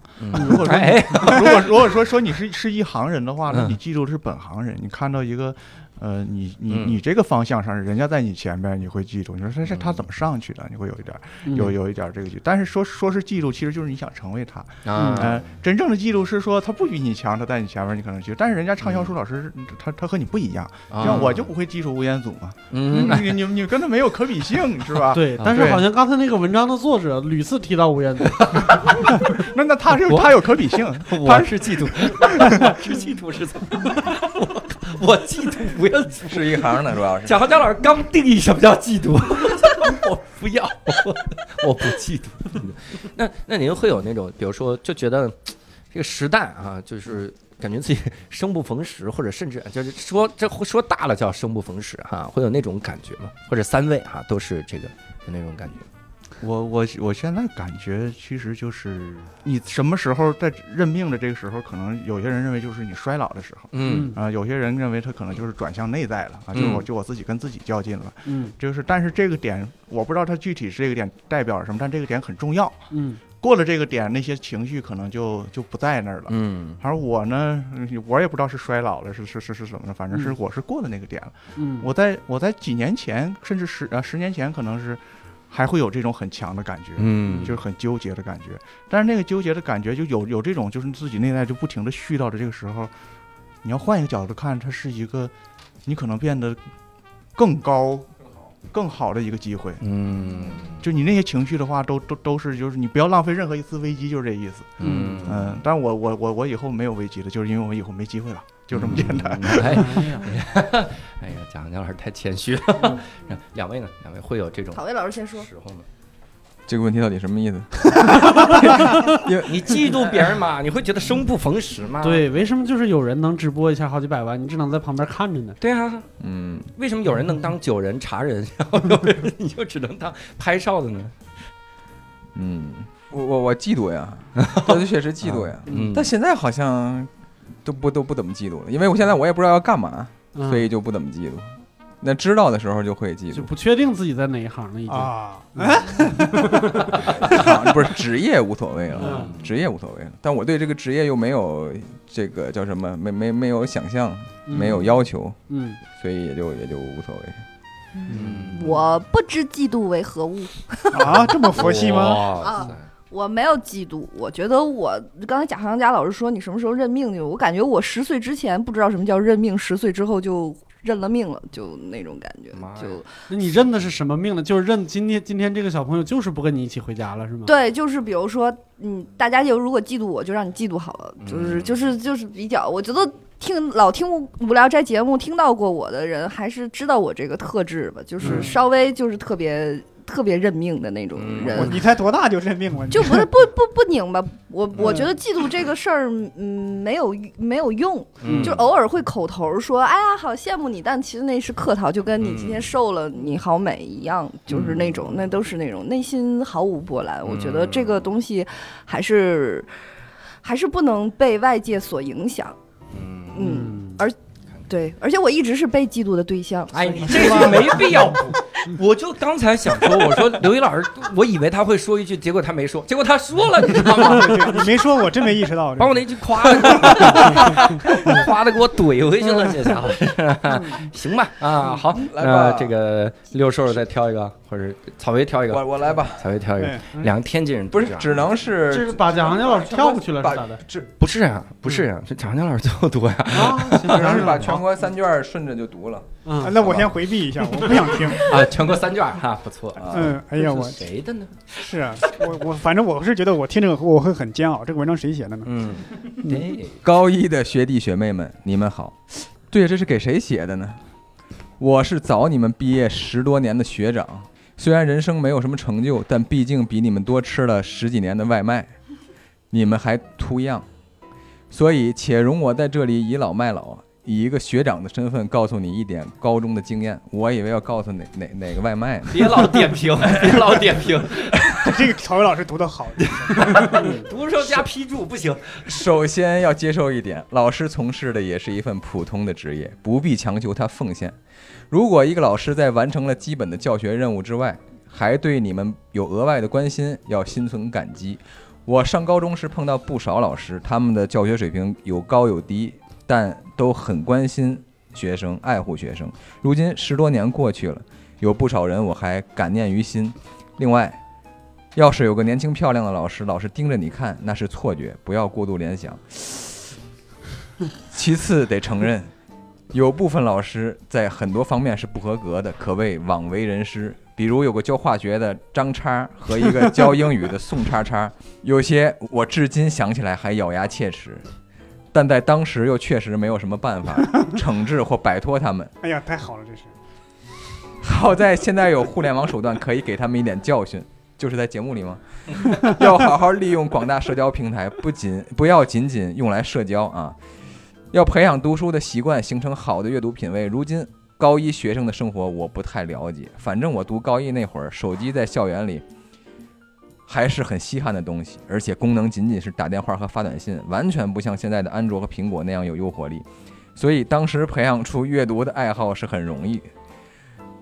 B: 如果哎，
F: 如果如果说说你是是一行人的话，那
B: 嗯
F: 你记住的是本行人。你看到一个呃，你你
B: 嗯
F: 你这个方向上，人家在你前面，你会记住。你说这这
B: 嗯
F: 他怎么上去的？你会有一点
A: 嗯
F: 有有一点这个记。但是说说是记住，其实就是你想成为他。
B: 啊
F: 呃，真正的记录是说他不比你强，他在你前面，你可能去。但是人家畅
B: 嗯
F: 销书老师，他他和你不一样，
B: 啊
F: 像我就不会记住吴彦祖嘛，
B: 嗯
F: 你你你跟他没有可比性，是吧？
A: 啊对，但是
F: 对
A: 好像刚才那个文章的作者屡次提到吴彦祖，
F: 那那他是有他有可比性，他
B: 我是嫉妒，我是嫉妒是怎么？我我嫉妒不要嫉妒。
C: 是一行的，主要是。
B: 贾行家老师刚定义什么叫嫉妒，我不要，我我不嫉妒。那那您会有那种，比如说就觉得这个时代啊，就是感觉自己生不逢时，或者甚至就是说这说大了叫生不逢时哈、会有那种感觉吗？或者三位哈、都是这个有那种感觉。
F: 我我我现在感觉其实就是你什么时候在认命的这个时候，可能有些人认为就是你衰老的时候。
B: 嗯
F: 啊、有些人认为他可能就是转向内在了啊，就是我就我自己跟自己较劲了，
A: 嗯
F: 就是但是这个点我不知道他具体是这个点代表了什么，但这个点很重要。
A: 嗯
F: 过了这个点，那些情绪可能就就不在那儿了。
B: 嗯
F: 而我呢，嗯我也不知道是衰老了，是是是是怎么了，反正是
A: 嗯
F: 我是过了那个点了。
A: 嗯，
F: 我在我在几年前，甚至十啊十年前，可能是还会有这种很强的感觉，
B: 嗯
F: 就是很纠结的感觉。但是那个纠结的感觉，就有有这种就是自己内在就不停的絮叨的这个时候，你要换一个角度看，它是一个你可能变得更高、更好的一个机会。
B: 嗯
F: 就你那些情绪的话，都都都是就是你不要浪费任何一次危机，就是这意思。
B: 嗯
F: 嗯，但我我我我以后没有危机了，就是因为我以后没机会了，就这么简单。
B: 嗯。哎
A: 哎呀，
B: 哎呀，贾行家老师太谦虚了。 两位呢？两位会有这种
E: 陶卫老师先说，
B: 时候吗？
C: 这个问题到底什么意思？
B: 你嫉妒别人嘛？你会觉得生不逢时嘛？
A: 对，为什么就是有人能直播一下好几百万，你只能在旁边看着呢？
B: 对啊，
C: 嗯，
B: 为什么有人能当酒人、茶人，然后有人你就只能当拍哨的呢？
C: 嗯，我我我嫉妒 呀，这确实嫉妒呀。
B: 嗯
C: 但现在好像都不都不怎么嫉妒了，因为我现在我也不知道要干嘛，
A: 嗯
C: 所以就不怎么嫉妒。那知道的时候就会嫉
A: 就
C: 妒，
A: 不确定自己在哪一行了， 已经。
D: 啊，
C: 行 不是职业无所谓了
A: 嗯，
C: 职业无所谓了。但我对这个职业又没有这个叫什么，没没没有想象，
A: 嗯
C: 没有要求，
A: 嗯，
C: 所以也就也就无所谓。
B: 嗯
E: 我不知嫉妒为何物，
D: 啊，这么佛系吗？
B: 哇塞
E: 我没有嫉妒。我觉得我刚才贾行家老师说你什么时候认命呢？我感觉我十岁之前不知道什么叫认命，十岁之后就认了命了，就那种感觉
B: 妈呀，
E: 就
A: 那你认的是什么命呢？就是认今天今天这个小朋友就是不跟你一起回家了，是吗？
E: 对，就是比如说，嗯，大家就如果嫉妒我，就让你嫉妒好了，就是
B: 嗯
E: 就是就是比较，我觉得。听老听无聊斋节目听到过我的人，还是知道我这个特质吧，就是
A: 嗯
E: 稍微就是特别特别认命的那种
B: 嗯
E: 人。
D: 我你才多大就认命了？你
E: 就不是不不不拧巴，我我
D: 嗯
E: 觉得嫉妒这个事儿，嗯，没有没有用，
B: 嗯
E: 就偶尔会口头说，哎呀，好羡慕你，但其实那是客套，就跟你今天瘦了，你好美一样，就是那种，那都是那种内心毫无波澜。我觉得这个东西还是还是不能被外界所影响，
B: 嗯，
E: 嗯，
A: 嗯，
E: 对，而且我一直是被嫉妒的对象，
B: 哎，你这个没必要 补。我就刚才想说，我说刘一老师，我以为他会说一句，结果他没说，结果他说了，你知道吗？
D: 对对，你没说，我真没意识到。
B: 把我那句夸的，夸的给我 怼回去了，这家伙，行吧？啊，嗯好，那
C: 来吧
B: 这个六兽再挑一个，或者草莓挑一个
C: 我，我来吧，
B: 草莓挑一个
D: 对，
B: 两个天津人
C: 不
B: 这
C: 是
B: 样
C: 只能
A: 这
C: 是
A: 是把蒋行家老师跳过去了
C: 把
A: 是咋的？
B: 不是啊，不是啊，这长江老师最后多呀。
A: 啊，行
C: 只能是把
A: 行
C: 全国三卷顺着就读了
D: 啊
A: 嗯，
D: 那我先回避一下，我不想听。
B: 啊，全国三卷儿哈，不错。
C: 啊。
D: 嗯，哎呀，我
B: 谁的呢？
D: 是啊，我我反正我是觉得我听这个我会很煎熬。这个文章谁写的呢？
B: 嗯，对，
C: 高一的学弟学妹们，你们好。对，这是给谁写的呢？我是早你们毕业十多年的学长，虽然人生没有什么成就，但毕竟比你们多吃了十几年的外卖，你们还 too young，所以且容我在这里倚老卖老，以一个学长的身份告诉你一点高中的经验。我以为要告诉哪哪哪个外卖呢，
B: 别老点评，别老点评，
D: 这个曹伟老师读的好，
B: 独生加批注不行。
C: 首先要接受一点，老师从事的也是一份普通的职业，不必强求他奉献。如果一个老师在完成了基本的教学任务之外，还对你们有额外的关心，要心存感激。我上高中时碰到不少老师，他们的教学水平有高有低，但都很关心学生，爱护学生。如今十多年过去了，有不少人我还感念于心。另外，要是有个年轻漂亮的老师，老是盯着你看，那是错觉，不要过度联想。其次，得承认，有部分老师在很多方面是不合格的，可谓枉为人师。比如有个教化学的张叉和一个教英语的宋叉叉， 有些我至今想起来还咬牙切齿，但在当时又确实没有什么办法惩治或摆脱他们。
D: 哎呀，太好了，这是。
C: 好在现在有互联网手段，可以给他们一点教训，就是在节目里吗？ 要好好利用广大社交平台，不仅不要仅仅用来社交啊，要培养读书的习惯，形成好的阅读品味。如今高一学生的生活我不太了解，反正我读高一那会儿，手机在校园里还是很稀罕的东西，而且功能仅仅是打电话和发短信，完全不像现在的安卓和苹果那样有诱惑力。所以当时培养出阅读的爱好是很容易，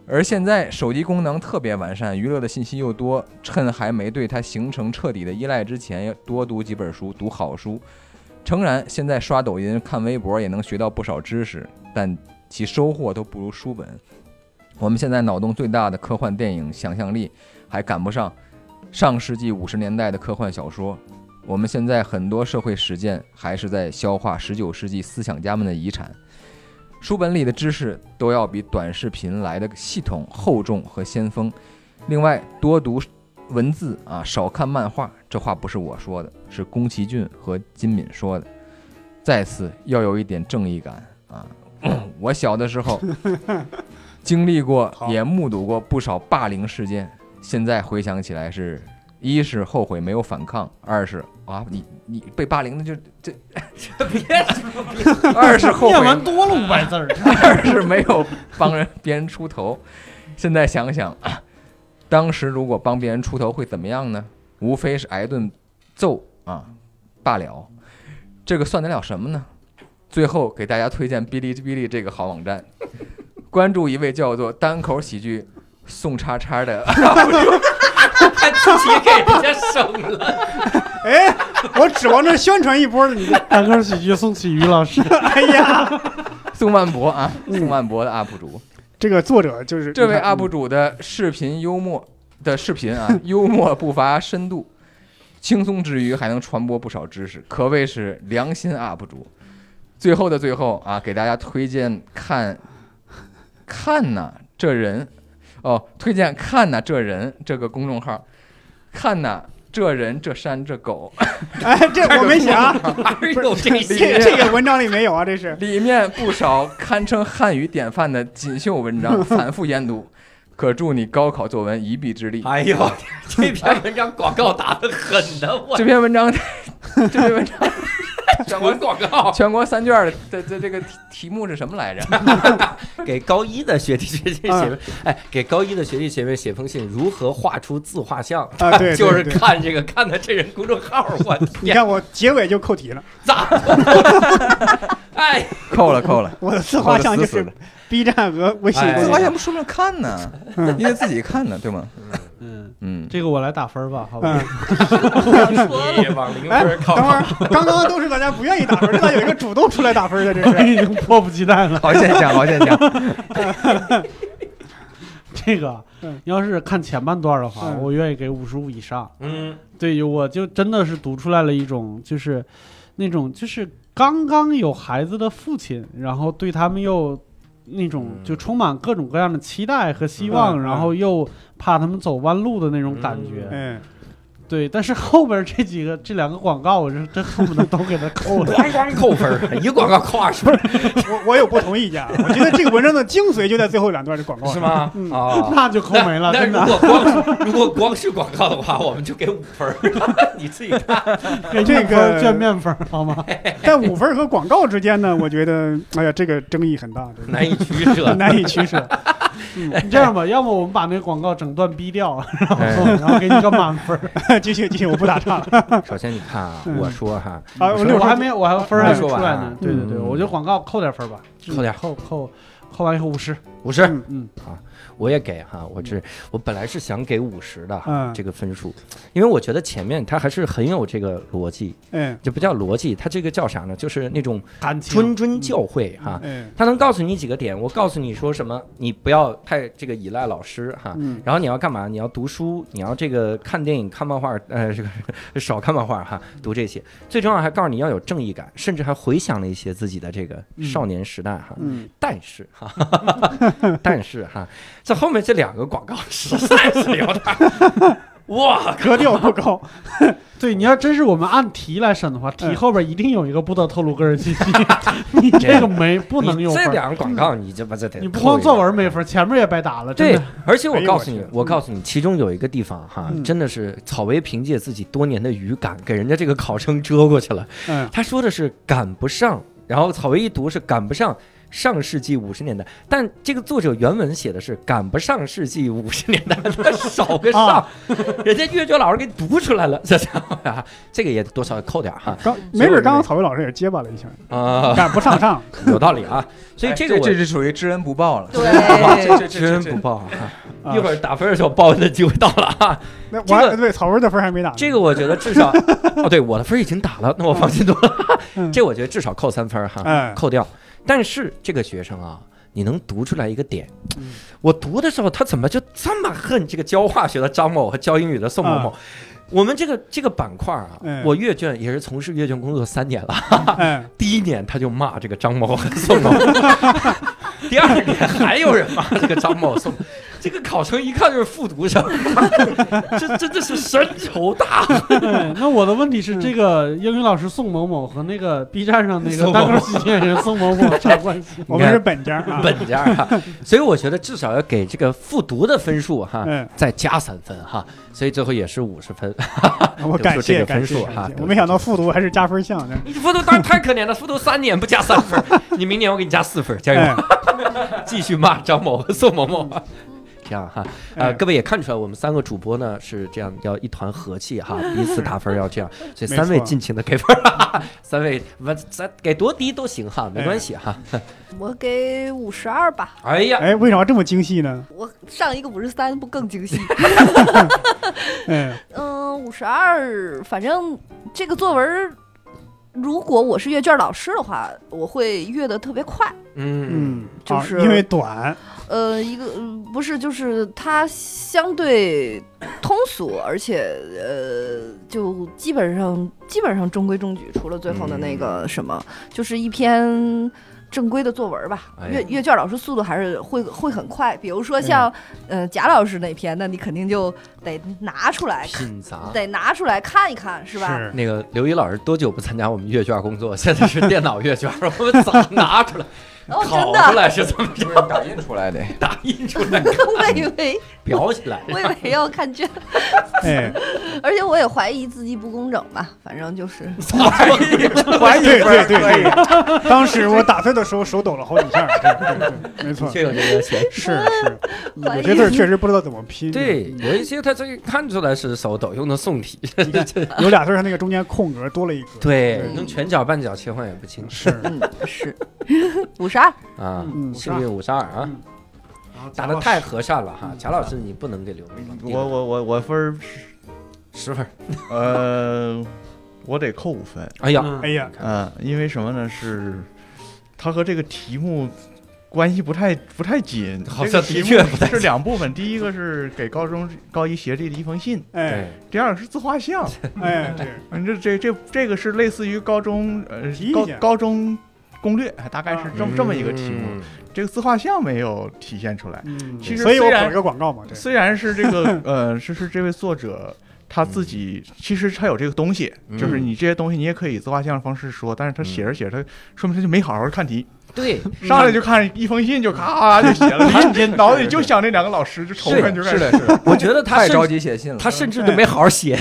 C: 而现在手机功能特别完善，娱乐的信息又多，趁还没对它形成彻底的依赖之前，要多读几本书，读好书。诚然，现在刷抖音、看微博也能学到不少知识，但其收获都不如书本。我们现在脑洞最大的科幻电影想象力还赶不上上世纪五十年代的科幻小说。我们现在很多社会实践还是在消化十九世纪思想家们的遗产。书本里的知识都要比短视频来的系统、厚重和先锋。另外，多读文字啊，少看漫画。这话不是我说的，是宫崎骏和金敏说的。再次要有一点正义感啊！我小的时候经历过，
D: 好
C: 也目睹过不少霸凌事件。现在回想起来是，一是后悔没有反抗，二是啊，你你被霸凌的就这，
B: 别
C: 二是后悔
A: 念完多了五百字儿，
C: 二是没有帮人别人出头。现在想想，啊当时如果帮别人出头会怎么样呢？无非是挨顿揍啊罢了，这个算得了什么呢？最后给大家推荐哔哩哔哩这个好网站，关注一位叫做单口喜剧宋叉叉的
B: 把自己给人家省了。
D: 哎，我指望着宣传一波的，你这，
A: 单口喜剧宋启瑜老师，
D: 哎呀，
C: 宋万博啊，宋万博的 UP 主。
D: 这个作者就是
C: 这位
D: 你看嗯
C: UP 主的视频幽默的视频啊，幽默不乏深度，轻松之余还能传播不少知识，可谓是良心 UP 主。最后的最后啊，给大家推荐看，看呐、这人哦，推荐看呐、这人这个公众号，看呐、这人这山这狗，
D: 哎，这我没写啊，
B: 哪有这
D: 这
B: 些？
D: 这个文章里没有啊，这是
C: 里面不少堪称汉语典范的锦绣文章， 反复研读，可助你高考作文一臂之力。
B: 哎呦，这篇文章广告打得狠的，我
C: 这篇文章， 这篇文章
B: 什么广告？
C: 全国三卷儿的这这个题题目是什么来着？
B: 给高一的学弟学弟写
D: 嗯
B: 封，哎，给高一的学弟学妹写封信，如何画出自画像？
D: 啊， 对，对
B: 就是
D: 对
B: 看这个，看的这人公众号， 我
D: 你
B: 天，
D: 看我结尾就扣题了，
B: 咋？哎，
C: 扣了，扣了，
D: 我的自画像就
C: 扣得
D: 是
C: 死死
D: B 站和微信
B: 哎
C: 自
D: 公
C: 画
D: 众
C: 像
D: 号。
C: 不说明看呢， 你得自己看呢，对吗？
A: 嗯，
C: 嗯，
A: 这个我来打分儿吧，好吧
D: 嗯，，
B: 你往零
D: 哎，
B: 分
D: 等
B: 靠
D: 会。儿，刚刚都是大家不愿意打分，这咋有一个主动出来打分的？这
A: 我
D: 是
A: 已经迫不及待了。
C: 好现象，好现象。
A: 这个
D: 嗯
A: 你要是看前半段的话，
D: 嗯
A: 我愿意给五十五以上。
B: 嗯，
A: 对，我就真的是读出来了一种，就是那种就是刚刚有孩子的父亲，然后对他们又那种
B: 嗯
A: 就充满各种各样的期待和希望，
D: 嗯嗯
A: 然后又怕他们走弯路的那种感觉。
D: 嗯，
A: 对，但是后边这几个这两个广告，我是真恨不得都给他扣了。
B: 咣咣扣分儿，一个广告扣二十分儿
D: 我我有不同意见，啊，我觉得这个文章的精髓就在最后两段的广告上
B: 是？吗？
D: 嗯
B: 哦，
A: 那就扣没了，
B: 那
A: 真
B: 那
A: 的
B: 如果光是如果光是广告的话，我们就给五分儿， 你自己看。
A: 给
D: 这
A: 面分儿
D: 个
A: 卷面分儿好吗？
D: 在五分和广告之间呢，我觉得，哎呀，这个争议很大，这个
B: 难以取 舍。
D: 难以取舍。
A: 你这样吧，要么我们把那个广告整段逼掉，然后
C: 哎
A: 然后给你个满分儿。
D: 继续继续，我不打岔了。
B: 首先，你看啊
D: 嗯
B: 说哈，
D: 啊，
A: 我
D: 六
A: 还
D: 分
A: 没我还分儿
D: 我
B: 还
A: 还没
B: 说
A: 出
B: 完
A: 来
B: 啊
A: 呢。对对对，
B: 嗯
A: 我觉得广告扣点分儿吧，
B: 扣点
A: 扣扣扣完以后五十，
B: 五十，
D: 嗯
A: 嗯，
B: 我也给哈，我这我本来是想给五十的哈
D: 嗯
B: 这个分数，因为我觉得前面它还是很有这个逻辑，
D: 嗯
B: 就不叫逻辑，它这个叫啥呢？就是那种
A: 感
B: 谆
A: 情
B: 谆教诲哈。
D: 嗯
B: 它能告诉你几个点，我告诉你说什么，你不要太这个依赖老师哈。
D: 嗯
B: 然后你要干嘛？你要读书，你要这个看电影、看漫画，呃，这个 少看漫画哈，
D: 嗯
B: 读这些。最重要还告诉你要有正义感，甚至还回想了一些自己的这个少年时代哈。
D: 嗯，
B: 但是哈， 但是哈，这后面这两个广告实在是有点儿，哇，
D: 格调不高，
A: 对，你要真是我们按题来审的话，题
D: 嗯
A: 后边一定有一个不得透露个人信息，你这个没不能
B: 你
A: 用分
B: 这
A: 儿，
B: 两个广告你这不这得
A: 你不
B: 扣
A: 光
B: 一
A: 作
B: 个
A: 文没分儿，前面也白打了，真
B: 对
A: 的。，
B: 而且我告诉
D: 哎
B: 你
D: 呦我，去
B: 我告诉你，其中有一个地方哈
D: 嗯，
B: 真的是草薇凭借自己多年的语感，给人家这个考生遮过去了。
D: 嗯
B: 他说的是赶不上，然后草薇一读是赶不上。上世纪五十年代，但这个作者原文写的是赶不上世纪五十年代，他少个上，
D: 啊
B: 人家阅卷老师给读出来了，这家伙呀，这个也多少扣点儿哈
D: 刚没准刚刚草莓老师也结巴了一下，
B: 啊、
D: 赶不上上，
B: 有道理啊，所以
C: 哎
B: 这个我、
C: 这是属于知恩不报了。
E: 对，
C: 这
B: 知恩不报啊，
D: 啊
B: 一会儿打分的时候报恩的机会到了啊。
D: 那我
B: 这
D: 还
B: 个
D: 对草莓的分还没打 呢，
B: 这个我觉得至 少，哦，对，我的分儿已经打了，那我放心多了。
D: 嗯
B: 这我觉得至少扣三分儿哈，
D: 嗯
B: 扣掉。但是这个学生啊，你能读出来一个点
A: 嗯。
B: 我读的时候，他怎么就这么恨这个教化学的张某和教英语的宋某某？我们这个这个板块啊
D: 嗯，
B: 我阅卷也是从事阅卷工作三年了。
D: 嗯
B: 第一年他就骂这个张某 和宋某，第二年还有人骂这个张某宋某，这个考生一看就是复读生， 这真的是深仇大恨。
A: 对那我的问题是，这个英语老师宋某某和那个 B 站上那个
B: 宋
A: 单
B: 某
A: 口喜剧演员宋某某有啥关系？
D: 我们是本家啊，
B: 本家哈，所以我觉得至少要给这个复读的分数哈，
D: 嗯，
B: 再加三分哈，所以最后也是五十分。
D: 我感
B: 这
D: 谢
B: 个
D: 感
B: 分
D: 谢
B: 数啊
D: 感谢，我没想到复读还是加分项呢，
B: 你复读当然太可怜了，复读三年不加三分，你明年我给你加四分，加
D: 哎
B: 油， 继续骂张某和宋某某。这样哈，呃，
D: 哎
B: 各位也看出来，我们三个主播呢是这样，要一团和气哈，彼此打分要这样，所以
D: 没
B: 三位
D: 错
B: 尽情的给分，哈哈 三位不咱给多低都行哈，没关系哈。
E: 我给五十二吧，
B: 哎呀，
D: 哎，为啥这么精细呢？
E: 我上一个五十三不更精细？
D: 嗯
E: 嗯，五十二，反正这个作文儿，如果我是阅卷老师的话，我会阅得特别快。
B: 嗯，
D: 嗯，
E: 就
D: 啊
E: 是
D: 因为短，
E: 呃，一个嗯不是，就是它相对通俗，而且呃，就基本上基本上中规中矩，除了最后的那
B: 嗯
E: 个什么，就是一篇正规的作文吧。
B: 哎
E: 阅阅卷老师速度还是会会很快，比如说像呃贾老师那篇，那你肯定就得拿出来，
B: 品杂。
E: 得拿出来看一看，是吧？
D: 是
B: 那个刘一老师多久不参加我们阅卷工作？现在是电脑阅卷，我们早拿出来、
E: 哦，
B: 拷
E: 真
B: 出
E: 的，
B: 来是怎么着？
C: 不是打印出来的，
B: 打印出来，
E: 我以为
B: 裱起来。
E: 我以为要看卷，
D: 哎，
E: 而且我也怀疑字迹不工整吧，反正就是。
B: 怀
D: 对对对对，当时我打字的时候手抖了好几下，对对对，没错，
B: 确有这个 嫌疑。
D: 是是，
E: 怀
D: 有
E: 疑
D: 些字儿确实不知道怎么拼，啊
B: 对，有一些他这个看出来是手抖用的宋体，
D: 你看有俩字儿它那个中间空格多了一格，
B: 对
E: 嗯
B: 用拳脚绊脚切换也不清楚
D: 是，
E: 嗯， 是五十二，
B: 啊。
D: 嗯，
B: 幸运五十二啊，打的太和善了哈。贾老师，你不能给刘明了，
F: 我我我我分儿是
B: 十分。
F: 呃，我得扣五分，
B: 哎呀，
D: 哎呀，
F: 嗯，因为什么呢？是它和这个题目关系不太不太紧，
B: 好
F: 这个
B: 像的
F: 题
B: 确
F: 目
B: 不太
F: 是两部分，第一个是给高中高一学弟的一封信，
D: 哎
B: 对，
F: 第二个是自画 像。
D: 哎，对，
F: 反正这这这个是类似于高中呃
D: 提意
F: 高
D: 见
F: 高中攻略，大概是这么、这么一个题目。
B: 嗯，
F: 这个自画像没有体现出来，
D: 嗯，
F: 其实
D: 所以我
F: 虽然
D: 跑了个广告嘛，对，
F: 虽然是这 个呃，是是这位作者他自己，其实他有这个东西，就是
B: 嗯
F: 你这些东西你也可以自画像的方式说，但是他写着写着，他说明他就没好好看题，
B: 嗯对，
F: 上来就看一封信就咔就写了，
A: 看见
F: 脑子里就想那两个老师，就仇
B: 是
F: 恨就开
C: 是
F: 始。
C: 的，是的，
B: 我觉得他
C: 太
B: 甚
C: 着急写信了。
B: 他甚至都没好好写，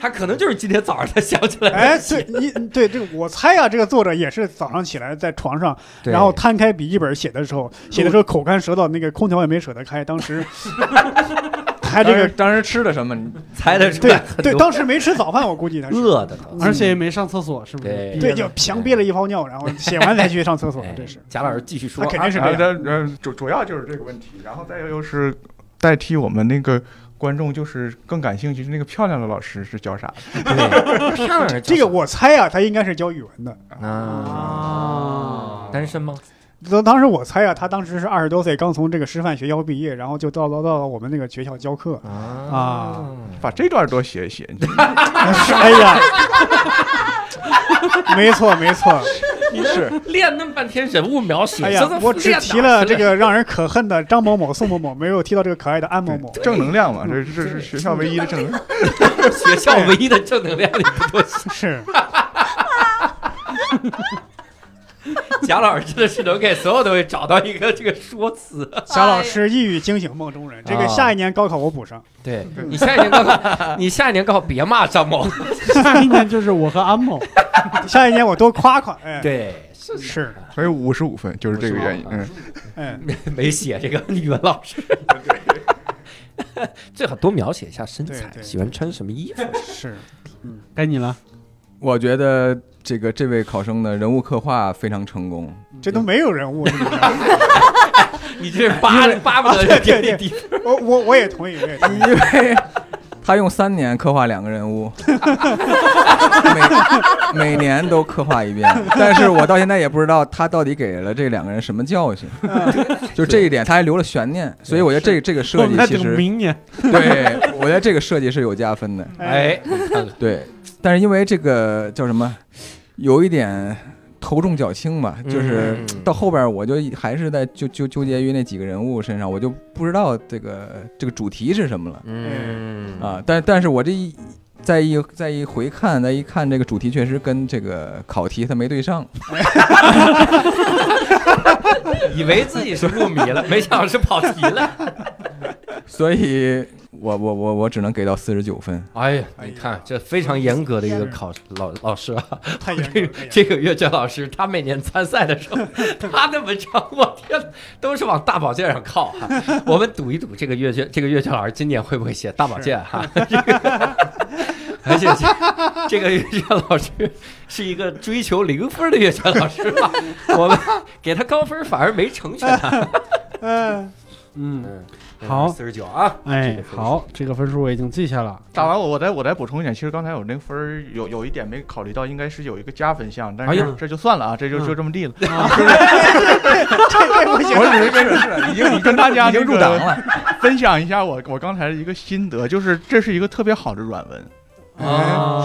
B: 他可能就是今天早上才想起来。
D: 哎，对，你对这个，我猜啊，这个作者也是早上起来在床上，
B: 对
D: 然后摊开笔记本写的时候，写的时候口干舌燥，那个空调也没舍得开，当时还这
C: 当
D: 个
C: 时当时吃的什么？你
B: 猜得出
D: 对
B: 来很
D: 对，
B: 多
D: 当时没吃早饭，我估计他是
B: 饿的疼。
A: 而且也没上厕所，是不
B: 对
A: 是？
D: 对，
A: 憋
D: 就
A: 的
D: 强憋了一泡尿，然后写完才去上厕所
B: 哎，
D: 这是。
B: 贾老师继续说
D: 他，肯定是这
F: 然后
D: 样，
F: 他呃主主要就是这个问题，然后再又是代替我们那个观众，就是更感兴趣是那个漂亮的老师是教啥的？
B: 啊对漂亮人
D: 这个我猜啊，他应该是教语文的。
B: 啊
A: 啊，
B: 单身吗？
D: 当当时我猜啊，他当时是二十多岁，刚从这个师范学校毕业，然后就到到到我们那个学校教课。
B: 啊，
F: 把这段多写一写。你
D: 哎呀，没错没错，
C: 是
B: 练那么半天人物描写，
D: 哎
B: 这
D: 呀
B: 都，
D: 我只
B: 练哪
D: 提
B: 儿
D: 了
B: 去
D: 这个让人可恨的张某某、宋某某，没有提到这个可爱的安某某。
F: 正能量嘛，这这是学校唯一的正能量。
B: 学校唯一的正能量里不多写。
D: 是，
B: 贾老师真的是能给所有东西找到一个这个说辞。
D: 贾老师一语惊醒梦中人。
B: 啊
D: 这个下一年高考我补上。
B: 对你下一年高考，你下一年高考别骂张某。
A: 下一年就是我和安某，
D: 下一年我多夸夸，哎，，
B: 对，是
D: 是，
F: 所以五十五分就是这个原因。嗯，
D: 哎，
B: 没写这个语文老师。 最好多描写一下身材，
D: 对对
B: 喜欢穿什么衣服。
D: 是，
A: 该你了。
C: 我觉得这个这位考生的人物刻画非常成功。
B: 嗯
D: 这都没有人物。是不是
B: 你这是巴巴不得
D: 对
B: 人
D: 对
B: 家低
D: 我我我也同意，我也同意。
C: 因为 他用三年刻画两个人物，每每年都刻画一遍，但是我到现在也不知道他到底给了这两个人什么教训，就这一点他还留了悬念，所以我觉得这这个
A: 我
C: 设计
A: 们在
C: 其
A: 等
C: 实
A: 明年。
C: 对我觉得这个设计是有加分的，
B: 哎，
C: 对，但是因为这个叫什么，有一点。头重脚轻吧，就是
B: 嗯
C: 到后边我就还是在纠纠纠结于那几个人物身上，我就不知道这个这个主题是什么了。
B: 嗯
C: 啊，但但是我这一再一再一回看，再一看这个主题，确实跟这个考题它没对上。
B: 以为自己是入迷了，没想到是跑题了。
C: 所以我我我我只能给到四十九分。
B: 哎呀，你看这非常严格的一个考老老师啊，
D: 太严格
B: 这个
D: 了哎太严格
B: 这个阅卷老师，他每年参赛的时候，他的文章，我天，都是往大保健上靠哈、我们赌一赌，这个阅卷，这个阅卷老师今年会不会写大保健哈、这个 而且这这个阅卷老师是一个追求零分的阅卷老师吧？我们给他高分反而没成全他。
D: 了。嗯，
A: 嗯，好
B: 四十九啊，
A: 哎
B: 这个，分数
A: 好，这个分数我已经记下了。
F: 打完我我再我再补充一点，其实刚才我那个分儿有有一点没考虑到，应该是有一个加分项，但
B: 哎
F: 是
B: 呀
F: 这就算了啊，这就
A: 嗯
F: 就这么地了。
C: 哎
D: 这这不行，
F: 我只是跟 已经跟大家
C: 已经
F: 那
C: 入
F: 个
C: 党了，
F: 分享一下我我刚才的一个心得，就是这是一个特别好的软文，
B: 啊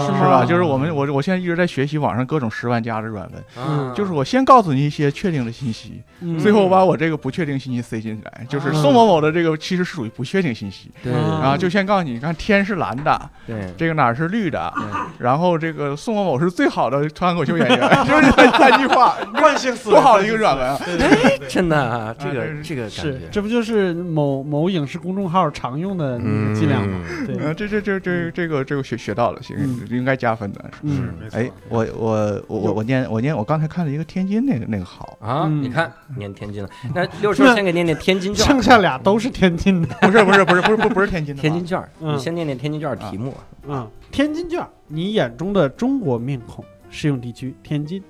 F: 哎是吧？就是我们我我现在一直在学习网上各种十万加的软文，
B: 嗯
F: 就是我先告诉你一些确定的信息，
A: 嗯
F: 最后把我这个不确定信息塞进来，就是宋某某的这个其实是属于不确定信息。
B: 嗯对
A: 啊
F: 啊，就先告诉你，你看天是蓝的，
B: 对
F: 这个哪儿是绿的，然后这个宋某某是最好的脱口秀演 员，就是这三句话，
D: 惯性思维
F: 多好的一个软文啊！
B: 对，真的啊，这
F: 啊
B: 个
F: 这
B: 这个感
A: 是
B: 觉，，
A: 这不就是某某影视公众号常用的那个伎俩吗？对
F: 嗯，，这这这这这个这个学学到了，行
A: 嗯，
F: 应该加分的。
A: 嗯，
D: 没错
F: 哎，我我我我我念我念，我刚才看了一个天津那个那个好，
B: 啊，
A: 嗯
B: 你看念天津了，那六叔先给念念天津卷儿，
A: 剩下俩都是天津的。
F: 不是不是不是不是不不是天津的吧，啊
B: 天津卷儿，
A: 嗯
B: 你先念念天津卷儿题目。
A: 嗯，天津卷，你眼中的中国面孔，适用地区天津。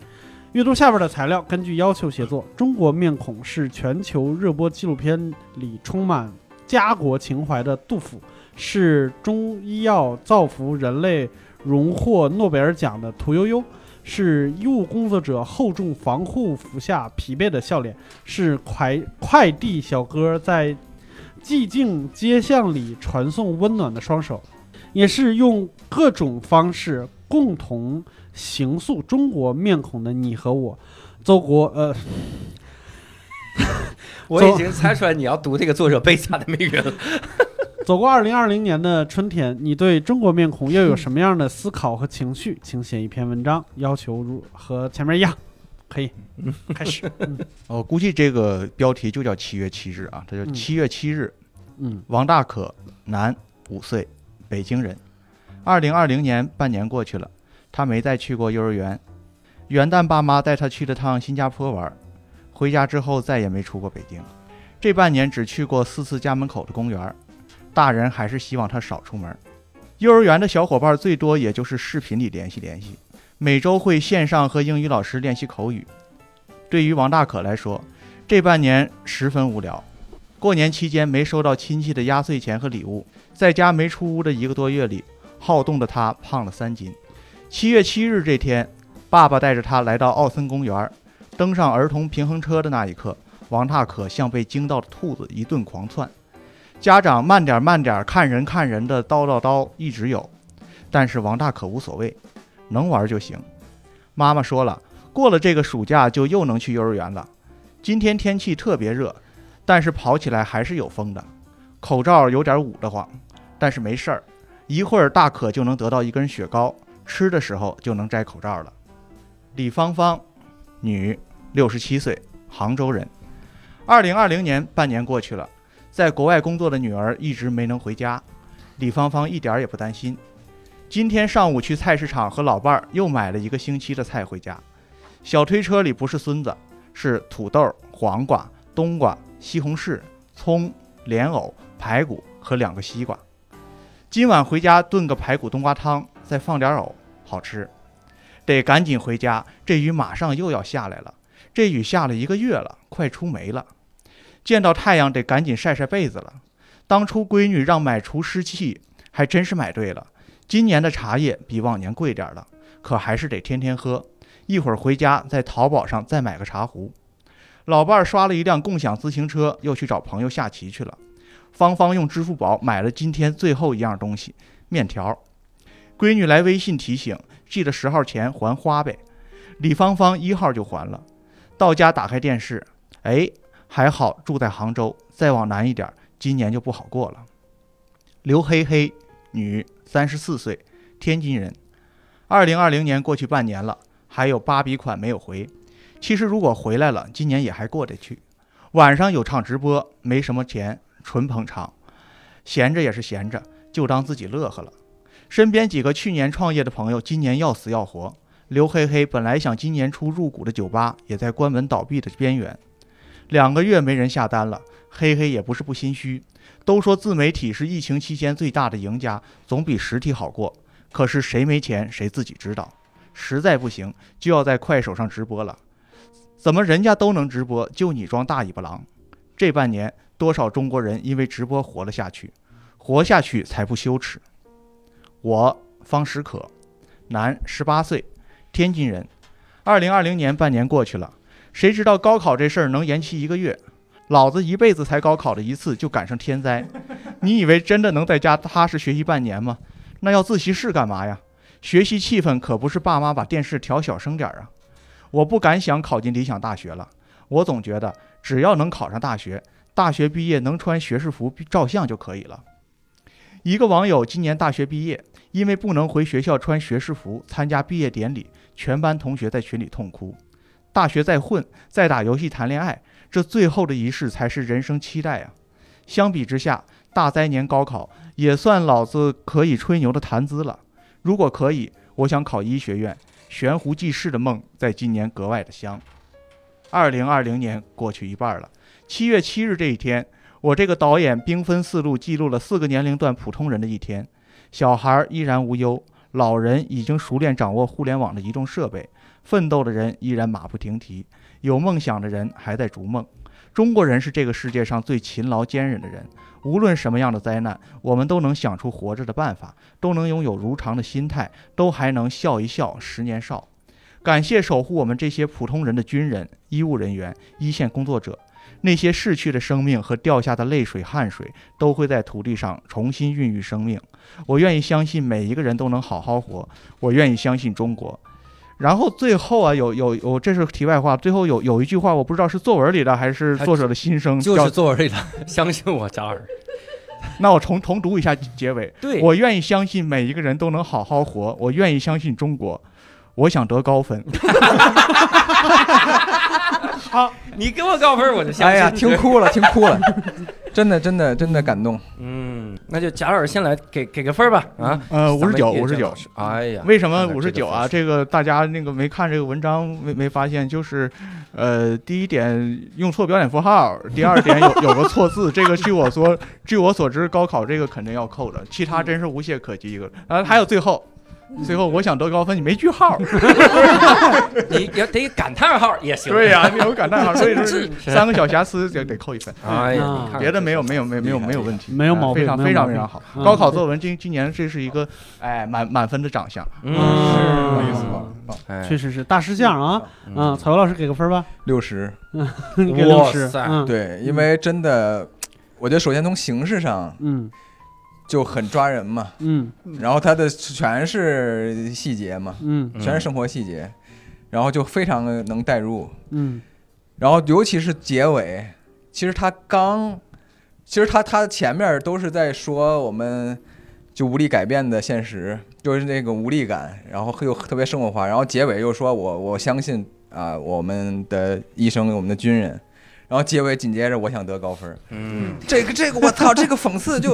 A: 阅读下边的材料，根据要求写作。中国面孔是全球热播纪录片里充满家国情怀的杜甫，是中医药造福人类荣获诺贝尔奖的屠呦呦，是医务工作者厚重防护服下疲惫的笑脸，是快快递小哥在寂静街巷里传送温暖的双手。也是用各种方式共同形塑中国面孔的你和我，邹国呃，
B: 我已经猜出来你要读这个作者背下的命运了。
A: 走过二零二零年的春天，你对中国面孔又有什么样的思考和情绪？请写一篇文章，要求如和前面一样，可以开始。
F: 我哦估计这个标题就叫七月七日啊，它叫
A: 嗯
F: 七月七日，
A: 嗯
F: 王大可，男，五岁，北京人。二零二零年半年过去了，他没再去过幼儿园。元旦爸妈带他去了趟新加坡玩儿，回家之后再也没出过北京。这半年只去过四次家门口的公园儿，大人还是希望他少出门。幼儿园的小伙伴最多也就是视频里联系联系，每周会线上和英语老师练习口语。对于王大可来说，这半年十分无聊。过年期间没收到亲戚的压岁钱和礼物，在家没出屋的一个多月里，好动的他胖了三斤。七月七日这天，爸爸带着他来到奥森公园，登上儿童平衡车的那一刻，王大可像被惊到的兔子一顿狂窜。家长慢点慢点，看人看人的叨叨叨一直有，但是王大可无所谓，能玩就行。妈妈说了，过了这个暑假就又能去幼儿园了。今天天气特别热，但是跑起来还是有风的，口罩有点捂得慌，但是没事儿，一会儿大可就能得到一根雪糕，吃的时候就能摘口罩了。李芳芳，女，六十七岁，杭州人。二零二零年半年过去了。在国外工作的女儿一直没能回家，李芳芳一点儿也不担心。今天上午去菜市场和老伴儿又买了一个星期的菜回家，小推车里不是孙子，是土豆、黄瓜、冬瓜、西红柿、葱、莲藕、排骨和两个西瓜。今晚回家炖个排骨冬瓜汤，再放点藕，好吃。得赶紧回家，这雨马上又要下来了。这雨下了一个月了，快出梅了。见到太阳得赶紧晒晒被子了。当初闺女让买除湿器，还真是买对了。今年的茶叶比往年贵点儿了，可还是得天天喝。一会儿回家在淘宝上再买个茶壶。老伴儿刷了一辆共享自行车，又去找朋友下棋去了。芳芳用支付宝买了今天最后一样东西——面条。闺女来微信提醒，记得十号前还花呗。李芳芳一号就还了。到家打开电视，哎。还好住在杭州，再往南一点，今年就不好过了。刘黑黑，女，三十四岁，天津人。二零二零年过去半年了，还有八笔款没有回。其实如果回来了，今年也还过得去。晚上有场直播，没什么钱，纯捧场，闲着也是闲着，就当自己乐呵了。身边几个去年创业的朋友，今年要死要活。刘黑黑本来想今年初入股的酒吧，也在关门倒闭的边缘。两个月没人下单了，黑黑也不是不心虚。都说自媒体是疫情期间最大的赢家，总比实体好过。可是谁没钱谁自己知道，实在不行就要在快手上直播了。怎么人家都能直播，就你装大尾巴狼？这半年多少中国人因为直播活了下去，活下去才不羞耻。我方时可，男，十八岁，天津人。二零二零年半年过去了。谁知道高考这事儿能延期一个月？老子一辈子才高考的一次，就赶上天灾。 你以为真的能在家踏实学习半年吗？那要自习室干嘛呀？学习气氛可不是爸妈把电视调小声点儿啊！我不敢想考进理想大学了，我总觉得只要能考上大学，大学毕业能穿学士服照相就可以了。一个网友今年大学毕业，因为不能回学校穿学士服参加毕业典礼，全班同学在群里痛哭。大学再混，再打游戏谈恋爱，这最后的仪式才是人生期待啊！相比之下，大灾年高考也算老子可以吹牛的谈资了。如果可以，我想考医学院，悬壶济世的梦在今年格外的香。二零二零年过去一半了，七月七日这一天，我这个导演兵分四路，记录了四个年龄段普通人的一天。小孩依然无忧，老人已经熟练掌握互联网的移动设备。奋斗的人依然马不停蹄，有梦想的人还在逐梦。中国人是这个世界上最勤劳坚韧的人，无论什么样的灾难，我们都能想出活着的办法，都能拥有如常的心态，都还能笑一笑十年少。感谢守护我们这些普通人的军人、医务人员、一线工作者，那些逝去的生命和掉下的泪水、汗水，都会在土地上重新孕育生命。我愿意相信每一个人都能好好活，我愿意相信中国。然后最后啊，有有有，这是题外话。最后有有一句话，我不知道是作文里的还是作者的心声，
B: 就
F: 叫
B: 是作文里的，相信我，张二。
F: 那我重重读一下结尾。
B: 对，
F: 我愿意相信每一个人都能好好活，我愿意相信中国，我想得 高分。
B: 你
C: 哎
B: 给我高分，我就相信。
C: 哎呀，听哭了，听哭了，真的真的真的感动。
B: 嗯，那就贾老师先来给给个分儿吧啊，
F: 呃，五十九，
B: 咱们
F: 五
B: 也
F: 十
B: 正
F: 九
B: 好，是哎呀，
F: 为什么
B: 看看
F: 五
B: 这
F: 十
B: 个
F: 九啊？
B: 分数
F: 这个大家那个没看这个文章没没发现，就是，呃，第一点用错标点符号，第二点有有个错字， 这个据我所据我所知，高考这个肯定要扣的，其他真是无懈可击一个。然后还有最后。最后我想得高分，你没句号，
B: 你也得感叹号也行。
F: 对呀、没有感叹号，所以说
B: 是
F: 是三个小瑕疵得得扣一 分，
B: 哎呀，
A: 嗯
B: 你看
F: 别的没有没有没有没有没有问题，
A: 没有毛病
F: 非常
A: 没有
F: 非
A: 毛
F: 常非
A: 病
F: 常好。
A: 嗯哦
F: 高考作文今今年这是一个哎满满分的奖项，
B: 嗯，
F: 不好意思
A: 嗯
F: 不好意思
B: 哎
A: 确实是大师匠啊，嗯，草油老师给个分吧，
C: 六十，
A: 给六
B: 哇
A: 十，
B: 塞
A: 嗯，，
C: 对，因为真的，我觉得首先从形式上
A: 嗯
C: 就很抓人嘛，
A: 嗯
C: 然后它的全是细节嘛，
A: 嗯
C: 全是生活细节，然后就非常能代入，
A: 嗯
C: 然后尤其是结尾，其实他刚，其实他他前面都是在说我们就无力改变的现实，就是那个无力感，然后又特别生活化，然后结尾又说我我相信啊、我们的医生，我们的军人。然后结尾紧接着，我想得高分儿，
B: 嗯，
C: 这个这个，我操，这个讽刺就，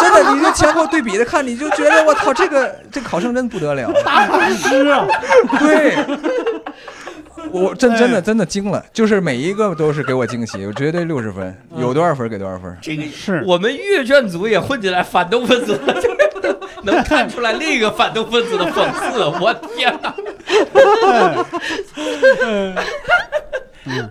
C: 真的，你就前后对比的看，你就觉得我操，这个这考生真不得了，
A: 是啊，
C: 对，我真真
B: 哎
C: 的真的惊了，就是每一个都是给我惊喜，我绝对六十分，有多少分给多少分。
B: 这个
D: 是
B: 我们阅卷组也混进来反动分子了， 就是能看出来另一个反动分子的讽 刺，我天哪！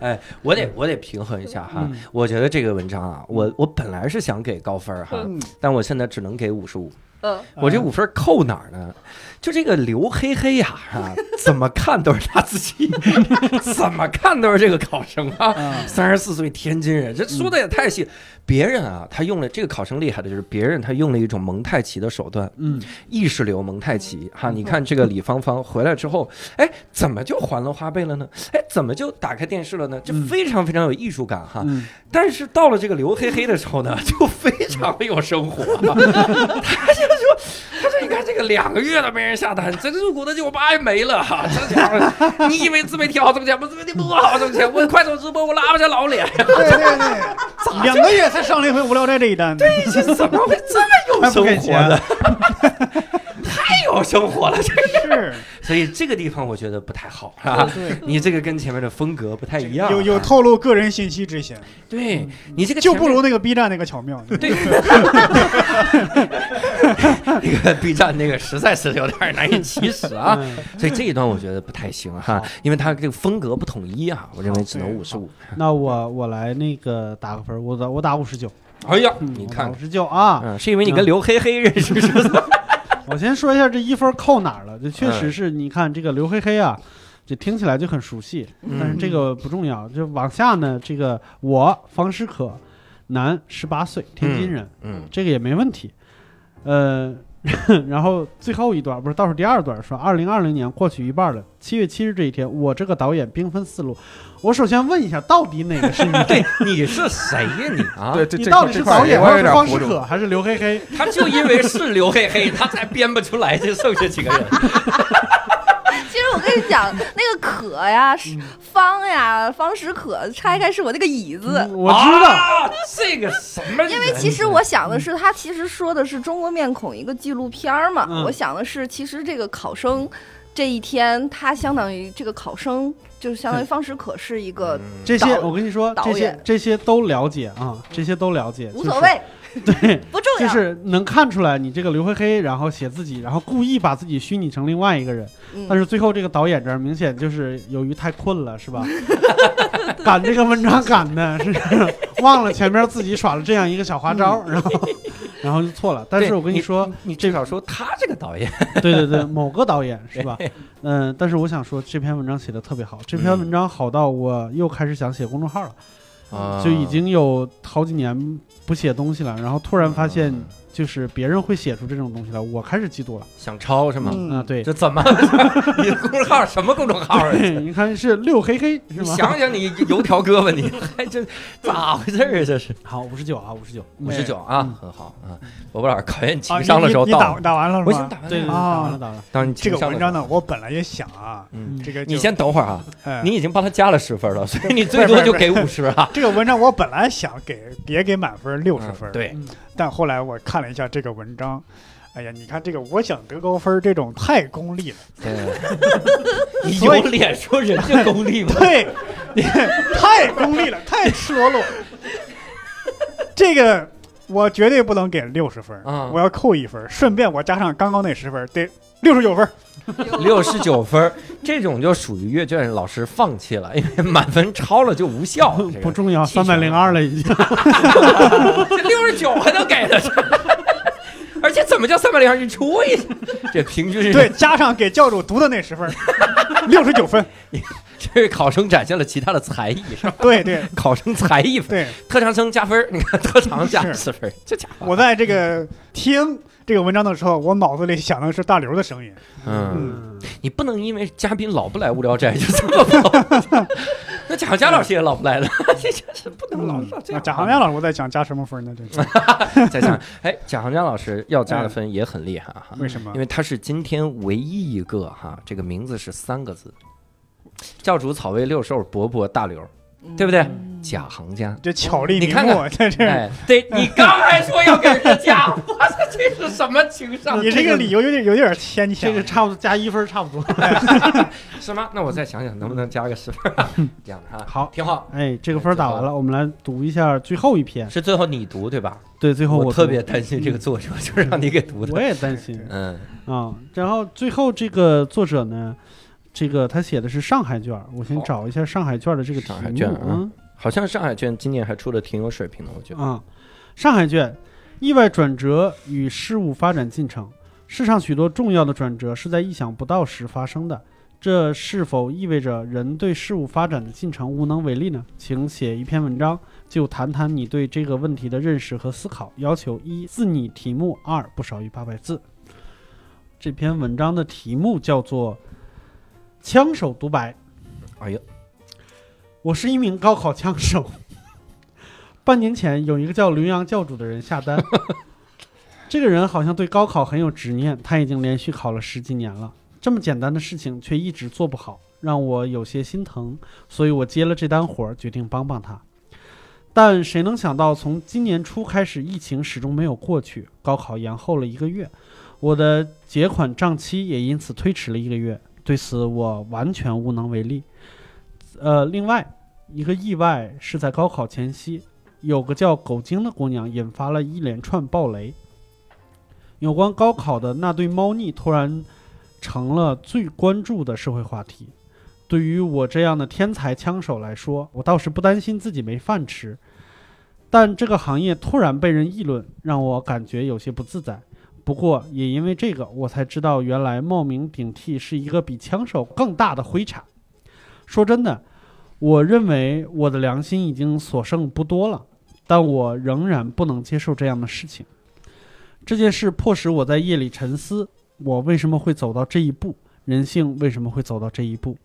B: 哎，我得我得平衡一下哈，
A: 嗯
B: 我觉得这个文章啊，我我本来是想给高分儿哈，但我现在只能给五十五。
E: 嗯，
B: 我这五分扣哪儿呢？就这个刘黑黑呀、 啊，怎么看都是他自己，怎么看都是这个考生啊，三十四岁天津人，这说的也太细。别人啊，他用了这个考生厉害的就是别人他用了一种蒙太奇的手段，
A: 嗯
B: 意识流蒙太奇哈。你看这个李芳芳回来之后，哎，怎么就还了花呗了呢？哎，怎么就打开电视了呢？这
A: 嗯
B: 非常非常有艺术感哈。
A: 嗯
B: 但是到了这个刘黑黑的时候呢，就非常的有生 活、他就说，他说你看这个两个月了没人下单，这入股的酒吧也没了哈、这家伙，你以为自媒体好挣钱吗？自媒体不好挣钱，我快手直播我拉不下老脸，
D: 对对对，两个月才上了一回无聊斋这一 单，对，
B: 这怎么会这么有
D: 不
B: 生
D: 给
B: 活
D: 钱
B: 呢？， 太有生活了，这个。
D: 是
B: 所以这个地方我觉得不太好啊，
D: 对，
B: 你这个跟前面的风格不太一样，啊
D: 有有透露个人信息之嫌，
B: 对你这个
D: 就
B: 哎前面
D: 不如那个 B 站那个巧妙。对
B: 对， 那个 B 站那个实在是有点难以启齿啊，
A: 嗯
B: 所以这一段我觉得不太行哈、因为它这个风格不统一啊，我认为只能五十五。
A: 那我我来那个打个分儿，我打我打五十九，
B: 哎呀，
A: 嗯
B: 你
A: 我打
B: 看
A: 五，十九啊，
B: 嗯，是因为你跟刘黑黑认识是吧？
A: 我先说一下这一分扣哪儿了，这确
C: 哎
B: 嗯
A: 实是你看这个刘黑黑啊，这听起来就很熟悉，
D: 嗯
B: 嗯
A: 但是这个不重要。就往下呢，这个我方诗可，男，十八岁，天津人，
B: 嗯
A: 这个也没问题。呃， 然后最后一段不是倒数第二段说，二零二零年过去一半了，七月七日这一天，我这个导演兵分四路。我首先问一下，到底哪个 是你？
B: 对，你是谁呀你啊？
C: 对，这
A: 你
C: 这
A: 到底是
C: 这块儿
A: 导演
C: 我
A: 还
C: 有
A: 是
C: 点
A: 方
C: 糊
A: 诗
C: 涂
A: 可还是刘黑黑？
B: 他就因为是刘黑黑，他才编不出来这剩下几个人。
E: 其实我跟你讲，那个可呀、是方呀、方石可拆开是我那个椅子。
A: 嗯我知道，
B: 啊、这个什么人？
E: 因为其实我想的是，他其实说的是中国面孔一个纪录片儿嘛。
A: 嗯
E: 我想的是，其实这个考生这一天，他相当于这个考生，就是相当于方石可是一个
A: 这些
E: 导
A: 我跟你说，
E: 导
A: 这些
E: 演
A: 这些都了解啊，这些都了解，
E: 无
A: 就
E: 所
A: 是
E: 谓，
A: 对，
E: 不重
A: 就
E: 要。
A: 是能看出来你这个刘黑黑，然后写自己，然后故意把自己虚拟成另外一个人，但
E: 嗯，
A: 是最后这个导演这儿明显就是由于太困了， 是吧？赶这个文章赶的是忘了前面自己耍了这样一个小花招，
E: 嗯
A: 然 后然后就错了。但是我跟 你说，，
B: 你至少说他这个导演，
A: 对对对，某个导演是吧？嗯，但是我想说这篇文章写的特别好，这篇
B: 嗯
A: 文章好到我又开始想写公众
B: 啊
A: 啊
B: 嗯
A: 号了。就已经有好几年不写东西了，然后突然发现，就是别人会写出这种东西来，我开始嫉妒了。
B: 想抄是吗？
D: 嗯
A: 啊，对，
B: 这怎么？ 你公众号什么公众号啊？
A: 对 你看是六黑黑是
B: 你
A: 吗？
B: 想想，你油条胳膊，你 还这咋回事儿啊？这是
A: 好，五十九啊，五十九，
B: 五十九啊
A: 嗯，
B: 很好啊。我把老师考验
D: 啊
B: 情商的时候
D: 你
B: 到
D: 你
B: 了
D: 打，打完了
B: 我已
D: 是
B: 经
D: 吧？
B: 打完
A: 哎对，对对
B: 了。
D: 啊
A: 打完了，打完了。
B: 当你情
D: 这个
B: 商的
D: 文
B: 时候
D: 章呢，我本来也想啊，
B: 嗯，
D: 这个就
B: 你先等会儿啊，
D: 哎
B: 你已经帮他加了十分了，所以你最
D: 不
B: 多
D: 是
B: 就
D: 不
B: 给
D: 是
B: 五十啊。
D: 这个文章我本来想给也给满分 六十分，
B: 嗯，对，
A: 嗯
D: 但后来我看了一下这个文章，哎呀，你看这个我想得高分儿这种太功利了，
B: 对你
D: 所以
B: 有脸说人 家功利吗？
D: 对，你太功利了，太赤裸裸了，这个。我绝对不能给六十分儿，
B: 嗯
D: 我要扣一分儿，顺便我加上刚刚那十分儿，得六十九分儿。
B: 六十九分儿，这种就属于阅卷老师放弃了，因为满分超了就无效。这
A: 不
B: 个
A: 重要，
B: 气
A: 三
B: 球
A: 百零二了已经。
B: 这六十九还能给的， 而且怎么叫三百零二？你除以这平均是
D: 对，加上给教主读的那十分儿，六十九分。
B: 这是考生展现了其他的才艺，是吧？
D: 对对
B: 考生才艺分，
D: 对，
B: 特长生加分儿，你看特长加
D: 是
B: 四分儿，这家伙，
D: 我在这个听这个文章的时候，我脑子里想的是大刘的声音。
B: 嗯，你不能因为嘉宾老不来无聊斋就这么报， 那贾行家老师也老不来了， 这真是不能老老这
D: 嗯那
B: 样。
D: 贾行家老师，我在想加什么分呢？这 是
B: 再想，哎，贾行家老师要加的分也很厉害哈，
D: 为什么
B: 因？为他是今天唯一一个哈，这个名字是三个字，教主草喂六兽伯伯大刘，
E: 嗯
B: 对不对？贾行家。
D: 这巧立
B: 你
D: 名
B: 看看
D: 目，在这儿，
B: 哎，对你刚还说要给人家加， 我操，这是什么情商？
D: 你这个理由有点有点牵强
A: 这。个差不多加一分儿差不多。
B: 什么？那我再想想能不能加个十分儿，啊这样的哈，
A: 好，
B: 挺好。
A: 哎，这个分儿打完了，我们来读一下最后一篇。
B: 是最后你读对吧？
A: 对，最后
B: 我
A: 读
B: 特别，担心这个作者，就让你给读
A: 我
B: 的。
A: 也担心
B: 嗯
A: 啊。然后最后这个作者呢，这个他写的是上海卷儿，我先
B: 好
A: 找一下上海卷儿的这个题
B: 上海
A: 目
B: 卷儿
A: 啊。
B: 好像上海卷今年还出的挺有水平的，我觉得。
A: 啊、上海卷意外转折与事物发展进程，世上许多重要的转折是在意想不到时发生的。这是否意味着人对事物发展的进程无能为力呢？请写一篇文章，就谈谈你对这个问题的认识和思考。要求一：自拟题目；二：不少于八百字。这篇文章的题目叫做《枪手独白》。
B: 哎呦，
A: 我是一名高考枪手。半年前，有一个叫刘洋教主的人下单。这个人好像对高考很有执念，他已经连续考了十几年了。这么简单的事情却一直做不好，让我有些心疼，所以我接了这单活儿，决定帮帮他。但谁能想到，从今年初开始，疫情始终没有过去，高考延后了一个月，我的结款账期也因此推迟了一个月。对此，我完全无能为力。呃，另外一个意外是在高考前夕，有个叫狗精的姑娘引发了一连串暴雷。有关高考的那对猫腻突然成了最关注的社会话题。对于我这样的天才枪手来说，我倒是不担心自己没饭吃，但这个行业突然被人议论，让我感觉有些不自在。不过也因为这个，我才知道原来冒名顶替是一个比枪手更大的灰产。说真的，我认为我的良心已经所剩不多了，但我仍然不能接受这样的事情。这件事迫使我在夜里沉思：我为什么会走到这一步？人性为什么会走到这一步？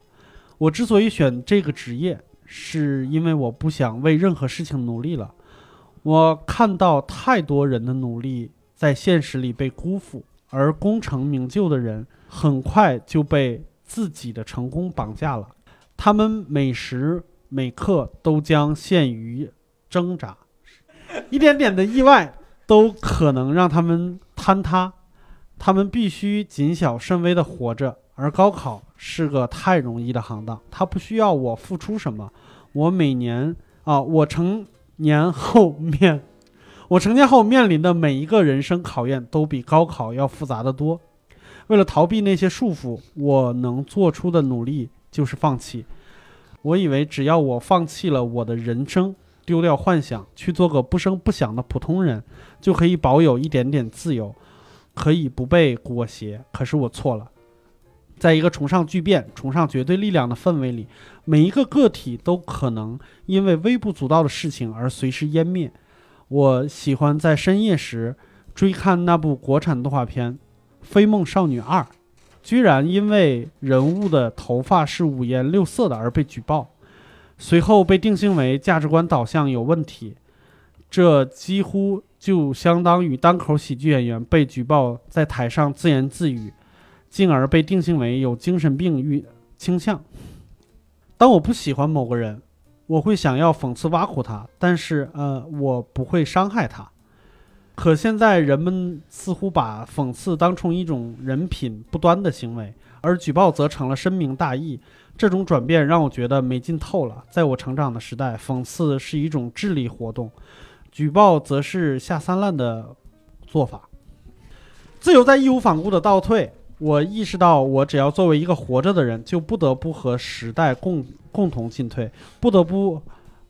A: 我之所以选这个职业，是因为我不想为任何事情努力了。我看到太多人的努力在现实里被辜负，而功成名就的人很快就被自己的成功绑架了。他们每时每刻都将陷于挣扎，一点点的意外都可能让他们坍塌。他们必须谨小慎微地活着，而高考是个太容易的行当，它不需要我付出什么。我每年啊，我成年后面， 我成年后面临的每一个人生考验都比高考要复杂的多。为了逃避那些束缚，我能做出的努力就是放弃。我以为只要我放弃了我的人生，丢掉幻想，去做个不声不响的普通人，就可以保有一点点自由，可以不被裹挟。可是我错了。在一个崇尚巨变、崇尚绝对力量的氛围里，每一个个体都可能因为微不足道的事情而随时湮灭。我喜欢在深夜时追看那部国产动画片《飞梦少女二》，居然因为人物的头发是五颜六色的而被举报，随后被定性为价值观导向有问题，这几乎就相当于单口喜剧演员被举报在台上自言自语，进而被定性为有精神病与倾向。当我不喜欢某个人，我会想要讽刺挖苦他，但是呃，我不会伤害他。可现在人们似乎把讽刺当成一种人品不端的行为，而举报则成了深明大义。这种转变让我觉得没劲透了。在我成长的时代，讽刺是一种智力活动，举报则是下三滥的做法。自由在义无反顾的倒退，我意识到，我只要作为一个活着的人，就不得不和时代共共同进退，不得不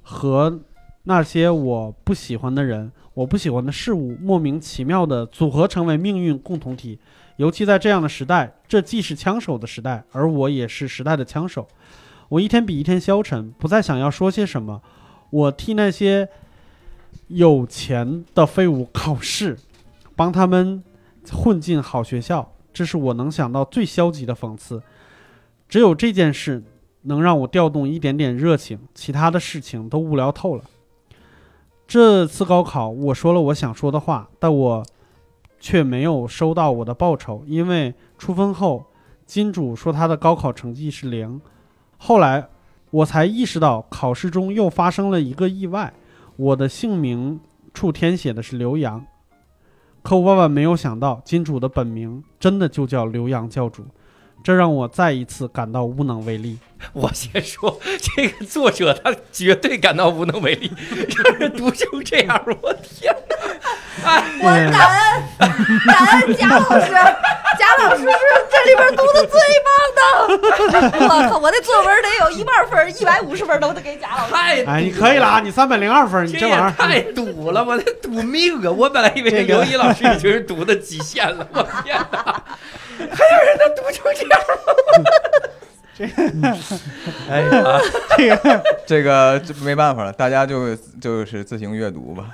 A: 和那些我不喜欢的人、我不喜欢的事物莫名其妙的组合成为命运共同体。尤其在这样的时代，这既是枪手的时代，而我也是时代的枪手。我一天比一天消沉，不再想要说些什么。我替那些有钱的废物考试，帮他们混进好学校，这是我能想到最消极的讽刺。只有这件事能让我调动一点点热情，其他的事情都无聊透了。这次高考，我说了我想说的话，但我却没有收到我的报酬，因为出分后，金主说他的高考成绩是零。后来我才意识到，考试中又发生了一个意外，我的姓名处填写的是刘洋，可我万万没有想到，金主的本名真的就叫刘洋教主，这让我再一次感到无能为力。
B: 我先说，这个作者他绝对感到无能为力，让人读成这样，我天哪！哎，
E: 我感恩感恩贾老师，贾老师是这里边读的最棒的。 我靠，我那作文得有一半分儿，一百五十分儿都得给贾老师。
B: 太
A: 哎，你可以了啊，你三百零二分，你
B: 这
A: 这
B: 也
A: 玩意儿。
B: 太赌了，我这赌命啊！我本来以为
A: 这
B: 刘
A: 个
B: 一老师已经是赌的极限了，我天哪！还有人能赌成这样？
C: 哎呀，这个这没办法了，大家就就是自行阅读吧。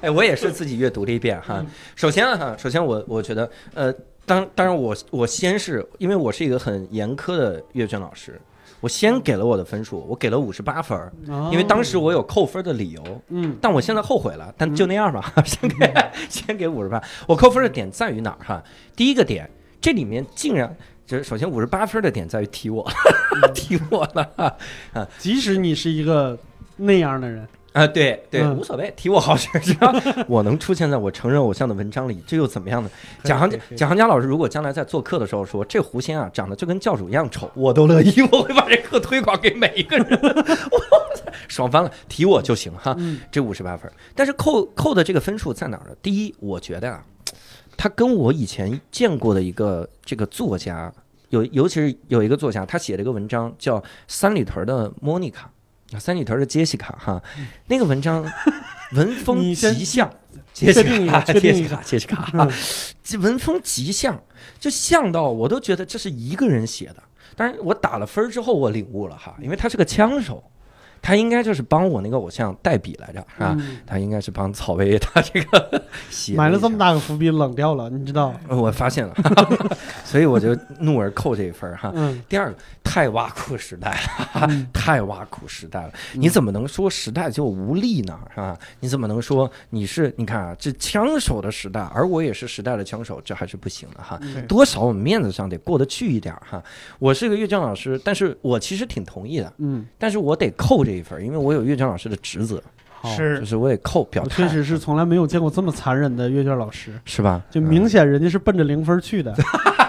B: 哎，我也是自己阅读了一遍哈。首先哈，首先我我觉得，呃，当当然我我先是因为我是一个很严苛的阅卷老师，我先给了我的分数，我给了五十八分儿，因为当时我有扣分的理由。
A: 哦嗯
B: 但我现在后悔了，但就那样吧， 先给先给五十八。我扣分的点在于哪儿哈？第一个点，这里面竟然就是首先五十八分的点在于提我， 提我了哈
A: 即使你是一个那样的人，
B: 啊，对对，
A: 嗯
B: 无所谓，提我好使，只要 我能出现在我承认偶像的文章里，这又怎么样呢？贾行家贾行家老师如果将来在做客的时候说这狐仙啊长得就跟教主一样丑， 我都乐意，我会把这课推广给每一个人，我 爽翻了，提我就行哈。
A: 嗯
B: 这五十八分儿。但是扣扣的这个分数在哪儿呢？第一，我觉得啊，他跟我以前见过的一个这个作家，有尤其是有一个作家，他写了一个文章叫《三里屯的莫妮卡》，啊，三里屯的杰西卡哈，那个文章文风
A: 你先
B: 极 像。杰
A: 确
B: 西
A: 定一
B: 卡，
A: 下确
B: 杰
A: 定
B: 西
A: 一下
B: 卡，杰西卡，
A: 嗯
B: 这文风极像，就像到我都觉得这是一个人写的。当然，我打了分儿之后，我领悟了哈，因为他是个枪手，他应该就是帮我那个偶像代笔来着，是吧？
A: 嗯
B: 他应该是帮草薇他这个 写
A: 埋了这么
B: 大，
A: 大个伏笔，冷掉了，你知道？
B: 呃我发现了， 所以我就怒而扣这一分儿哈。
A: 嗯，
B: 第二个，太挖苦时代了，
A: 嗯
B: 太挖苦时代了！你怎么能说时代就无力呢？是吧？你怎么能说你是？你看啊，这枪手的时代，而我也是时代的枪手，这还是不行的哈。
A: 嗯
B: 多少我们面子上得过得去一点儿哈。我是个阅卷老师，但是我其实挺同意的，
A: 嗯，
B: 但是我得扣这一分儿，因为我有阅卷老师的职责，
A: 好，
B: 就是是我得扣表
A: 我
B: 态
A: 确，实是从来没有见过这么残忍的阅卷老师，
B: 是吧？
A: 就
B: 嗯
A: 明啊显人家是奔着零分去的，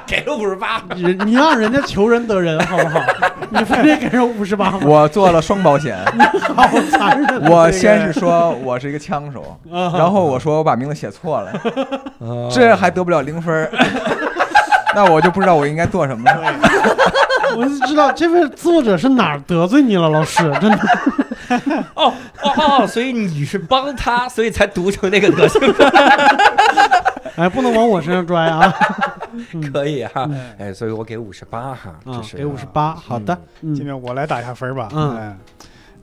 B: 给了五十八，
A: 人你让人家求人得人好不好？ 你非得给人五十八分，
C: 我做了双 保险，
A: 好残忍！啊
C: 我先是说我是一个枪手，
B: 啊
C: 然后我说我把名字写错了，
B: 哦
C: 这还得不了零分儿，那我就不知道我应该做什么了。
A: 我就知道这位作者是哪儿得罪你了，老师，真的。
B: 哦哦哦，所以你是帮他，所以才读成那个德行，
A: 哎，不能往我身上拽啊！
B: 可以哈、哎，所以我给五十八哈，
A: 嗯
B: 这，是
A: 给五十八，好的，
D: 今
A: 嗯
D: 天我来打一下分儿吧。
A: 嗯
D: 哎，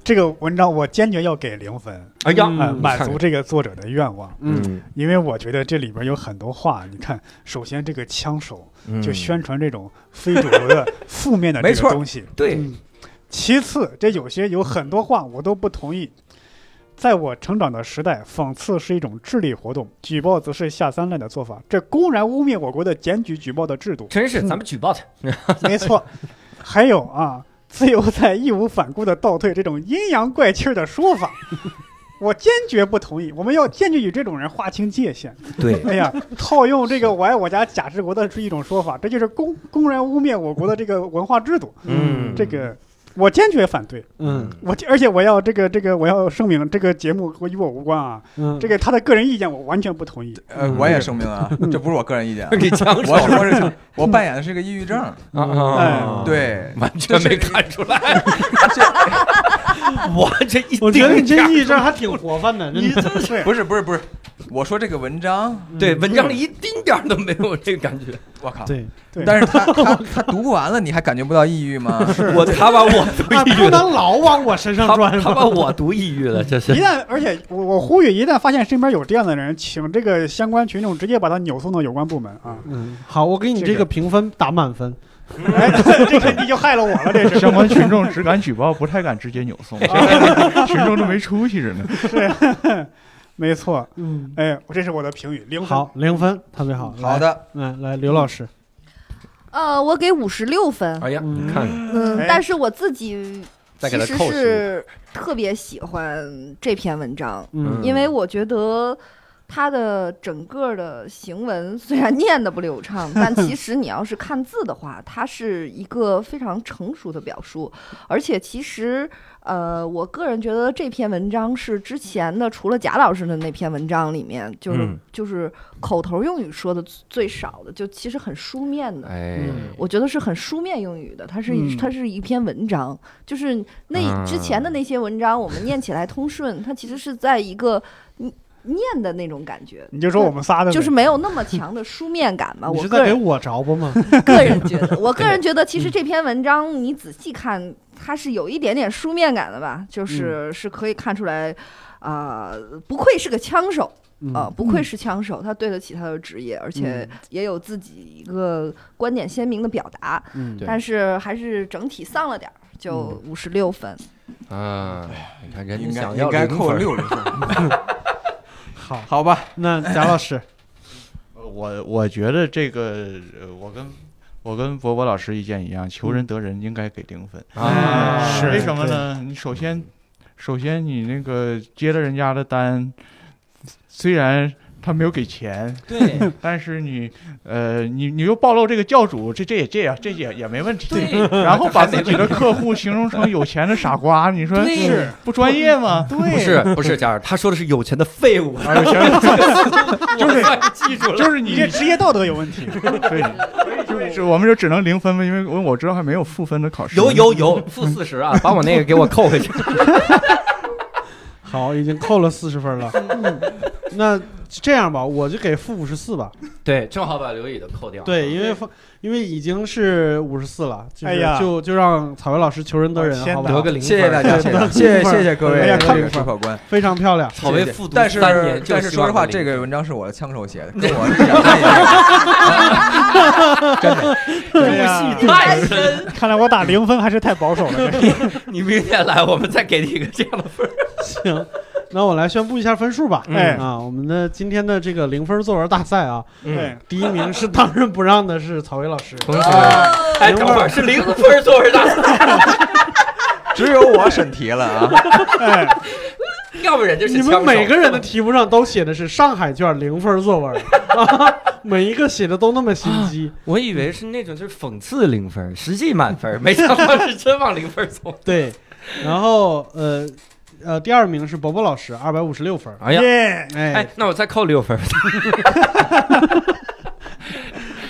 D: 这个文章我坚决要给零分，
B: 哎呀，
A: 嗯
D: 呃，
B: 你
D: 满
B: 看
D: 足
B: 看
D: 这个作者的愿望，
A: 嗯，
D: 因为我觉得这里边有很多话，你看，首先这个枪手
G: 嗯
D: 就宣传这种非主流的负面的
B: 没
D: 这
B: 错
D: 个东西，
B: 对，
A: 嗯
D: 其次，这有些有很多话我都不同意。在我成长的时代，讽刺是一种智力活动，举报则是下三滥的做法。这公然污蔑我国的检举举报的制度，
B: 真是咱们举报他，
D: 没错。还有啊，自由在义无反顾的倒退这种阴阳怪气儿的说法，我坚决不同意。我们要坚决与这种人划清界限。
G: 对，
D: 哎呀，套用这个“我爱我家贾志国”的是一种说法，这就是公公然污蔑我国的这个文化制度。
G: 嗯，
D: 这个我坚决反对。
A: 嗯
D: 我这而且我要这个这个我要声明，这个节目和与我无关啊。
A: 嗯，
D: 这个他的个人意见我完全不同意。
C: 呃，我也声明啊，这不是我个人意 见啊，
B: 你枪手
C: 我是我是我扮演的是个抑郁症，
B: 啊啊，
C: 对，
B: 完全没看出来，我这一
A: 我觉得
B: 丁
A: 你这
B: 点儿
A: 意志还挺活泛的，嗯真的
D: 对，
C: 不是不是不是，我说这个文章，
B: 对文章里一丁点儿都没有这个感觉，
C: 我靠，
A: 对，
D: 对
C: 但是他他他读不完了，你还感觉不到抑郁吗？
B: 我他把我读
A: 啊，
B: 抑郁
A: 不
B: 了，
A: 能老往我身上
B: 他
A: 转
B: 他
A: 吧。
B: 把我读抑郁了， 这是
D: 一旦而且我我呼吁，一旦发现身边有这样的人，请这个相关群众直接把他扭送到有关部门啊！
A: 嗯，好，我给你这个评分打满分。
D: 哎，这个你就害了我了，这是
F: 相关群众只敢举报，不太敢直接 扭送，群众都没出息着呢。
D: 没错。
A: 嗯，
D: 哎，这是我的评语，零分。哎
A: 好，零分，特别好。
C: 好的，
A: 来，来，来，刘老师，
E: 呃，我给五十六分，
B: 哎呀，
A: 嗯
B: 你看看
E: 嗯
D: 哎，
E: 但是我自己
B: 再给
E: 其
B: 他
E: 实
B: 扣十，
E: 是特别喜欢这篇文章，
A: 嗯
E: 因为我觉得它的整个的行文虽然念的不流畅，但其实你要是看字的话，它是一个非常成熟的表述，而且其实。呃，我个人觉得这篇文章是之前的，除了贾老师的那篇文章里面，就是、
G: 嗯
E: 就是口头用语说的最少的，就其实很书面的。
B: 哎，
A: 嗯
E: 我觉得是很书面用语的，它是一、
A: 嗯啊
E: 它是一篇文章，就是那之前的那些文章，我们念起来通顺，它其实是在一个嗯念的那种感觉，
D: 你就说我们仨的呗，
E: 就是没有那么强的书面感
A: 你
E: 吧。啊我
A: 是
E: 个
A: 在给
E: 人
A: 我着不 吗？
E: 个人觉 得，我个人觉得，其实这篇文章你仔细看，它是有一点点书面感的吧，
A: 嗯
E: 就是是可以看出来，啊、不愧是个枪手。啊，
A: 嗯，
E: 不愧是枪手，他对得起他的职业，而
D: 嗯
E: 且也有自己一个观点鲜明的表达。
A: 嗯，
B: 对
E: 但是还是整体丧了点儿，就五十六分。
B: 啊，你看人
C: 应
B: 家
C: 该
B: 想
C: 应
B: 要
C: 该
B: 零
C: 扣
B: 分
C: 六零分，
A: 好，
C: 好吧，
A: 那贾老 师，
F: 我我觉得这个，呃我跟我跟博博老师意见一样，求人得人应该给零分。
B: 啊，
A: 是
F: 为什么呢？你首先，首先你那个接了人家的单，虽然他没有给钱，
B: 对
F: 但是你，呃，你你又暴露这个教主，这这也这样，这也也没问题。
B: 对，
F: 然后把自己的客户形容成有钱的傻瓜，你说
B: 对
F: 是不专业吗？
B: 不 是不是，嘉尔，他说的是有钱的废物，
F: 啊，有钱的
B: 就是记住了，
F: 就是你
D: 你这
F: 这
D: 职业道德有问题。
F: 对，就是就是我们就只能零分吧，因为我我知道还没有负分的考 试。
B: 有有有，负四十啊，把我那个给我扣回去。
A: 好，已经扣了四十 分了。那这样吧，我就给负五十四吧。
B: 对，正好把刘乙的扣掉。
A: 对，因为负因为已经是五十四了，就
D: 哎
A: 是
D: 呀
A: 就就让草原老师求人得
D: 我
A: 人，
D: 天
A: 好吧？
D: 哪
B: 得个 零分，
C: 谢谢大家，谢谢谢谢谢谢各
D: 哎呀
C: 位
D: 看
C: 这个主考官。
A: 非常漂亮。
B: 草
C: 谢
B: 莓
C: 谢
B: 复读
C: 但是
B: 三年，
C: 但是说实话，这
B: 个
C: 个文章是我的枪手写的，跟我一点关系没有真的。
D: 对呀，
B: 太深，
D: 看来我打零分还是太保守了。这
B: 你明天来，我们再给你一个这样的分儿。
A: 行，那我来宣布一下分数吧。
B: 嗯
D: 哎，
A: 啊，我们的今天的这个零分作文大赛啊，
B: 嗯
D: 对，
A: 第一名是当仁不让的是草薇老师，
B: 同学们， 哎，等会儿是 零分作文大赛，
C: 只有我审题了啊！
D: 哎，
B: 要不然就是
A: 你
B: 枪手
A: 们每个人的题目上都写的是上海卷零分作文， 啊，每一个写的都那么心机。
B: 我以为是那种就是讽刺零分，实际满分，没想到是真往零分走。
A: 对，然后呃呃，第二名是伯伯老师，二百五十六分。
B: 哎呀，
D: 耶，
B: 哎
A: 哎，，
B: 那我再扣六分。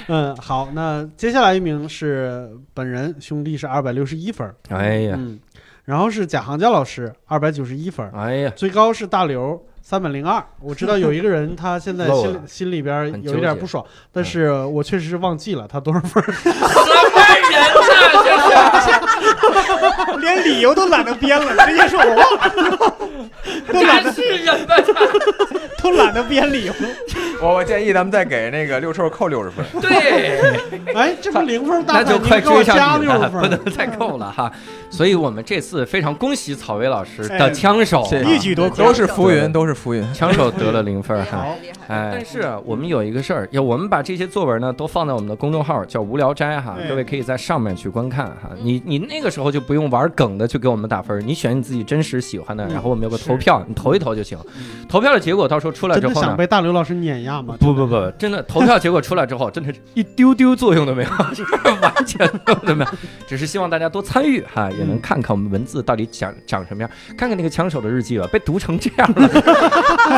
A: 嗯，好，那接下来一名是本人兄弟是二百六十一分，
B: 哎呀，
A: 嗯，然后是贾行家老师二百九十一分，
B: 哎呀，
A: 最高是大刘三百零二。我知道有一个人 他现在
B: 漏
A: 心里
B: 了
A: 心里边
B: 很
A: 有
B: 纠
A: 一点
B: 结嗯
A: 不爽，但是我确实是 忘记了他多少分儿。
B: 什么人呐？这是。
D: 连理由都懒得编了，直接说我忘了，都懒
B: 真
D: 得
B: 是人呐！
D: 都懒得编理由。
C: 我我建议咱们再给那个六臭扣六十分。
B: 对，
A: 哎，这不零分大
B: 那
A: 赛，
B: 就
A: 你
B: 快
A: 给我
B: 追
A: 加
B: 上你
A: 六
B: 了，
A: 十
B: 不
A: 分
B: 能。再扣了哈。所以我们这次非常恭喜草薇老师
D: 哎
B: 的枪手啊，
C: 谢谢
D: 一举夺魁
C: 都是浮云，都是浮云。
B: 枪手得了零分
E: 厉
B: 儿哈。
E: 害厉害。
B: 哎，但是啊我们有一个事儿，要我们把这些作文呢都放在我们的公众号，叫“无聊斋”哈，
D: 哎
B: 各位可以在上面去观看哈。你你那个时候就不用玩梗的去给我们打分儿，你选你自己真实喜欢的，
A: 嗯
B: 然后我们有个
A: 是
B: 投票，你投一投就行。投票的结果到时候出来
A: 真
B: 之
A: 的
B: 后
A: 想
B: 呢？
A: 被大刘老师碾压吗？
B: 不不不，真的投票结果出来之后，真的是一丢丢作用都没有，就是 完全作用都没有。只是希望大家多参与哈，也能看看我们文字到底长长什么样，看看那个枪手的日记吧，被读成这样了，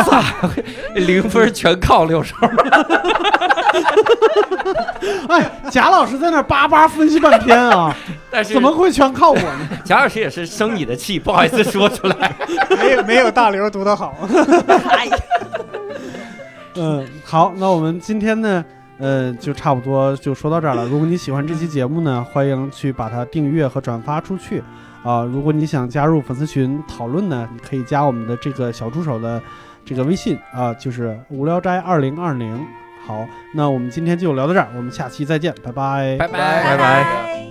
B: 咋会零分全靠六十
A: 哎，贾老师在那儿叭叭分析半 天啊，
B: 但是
A: 怎么会全靠我呢？
B: 贾老师也是生你的气，不好意思说出来。
D: 没有没有大刘读得好。
A: 嗯，好，那我们今天呢，呃，就差不多就说到这儿了。如果你喜欢这期节目呢，欢迎去把它订阅和转发出去。啊、如果你想加入粉丝群讨论呢，你可以加我们的这个小助手的这个微信啊、就是无聊斋二零二零。好，那我们今天就聊到这儿，我们下期再见，拜拜
B: 拜拜
C: 拜
E: 拜。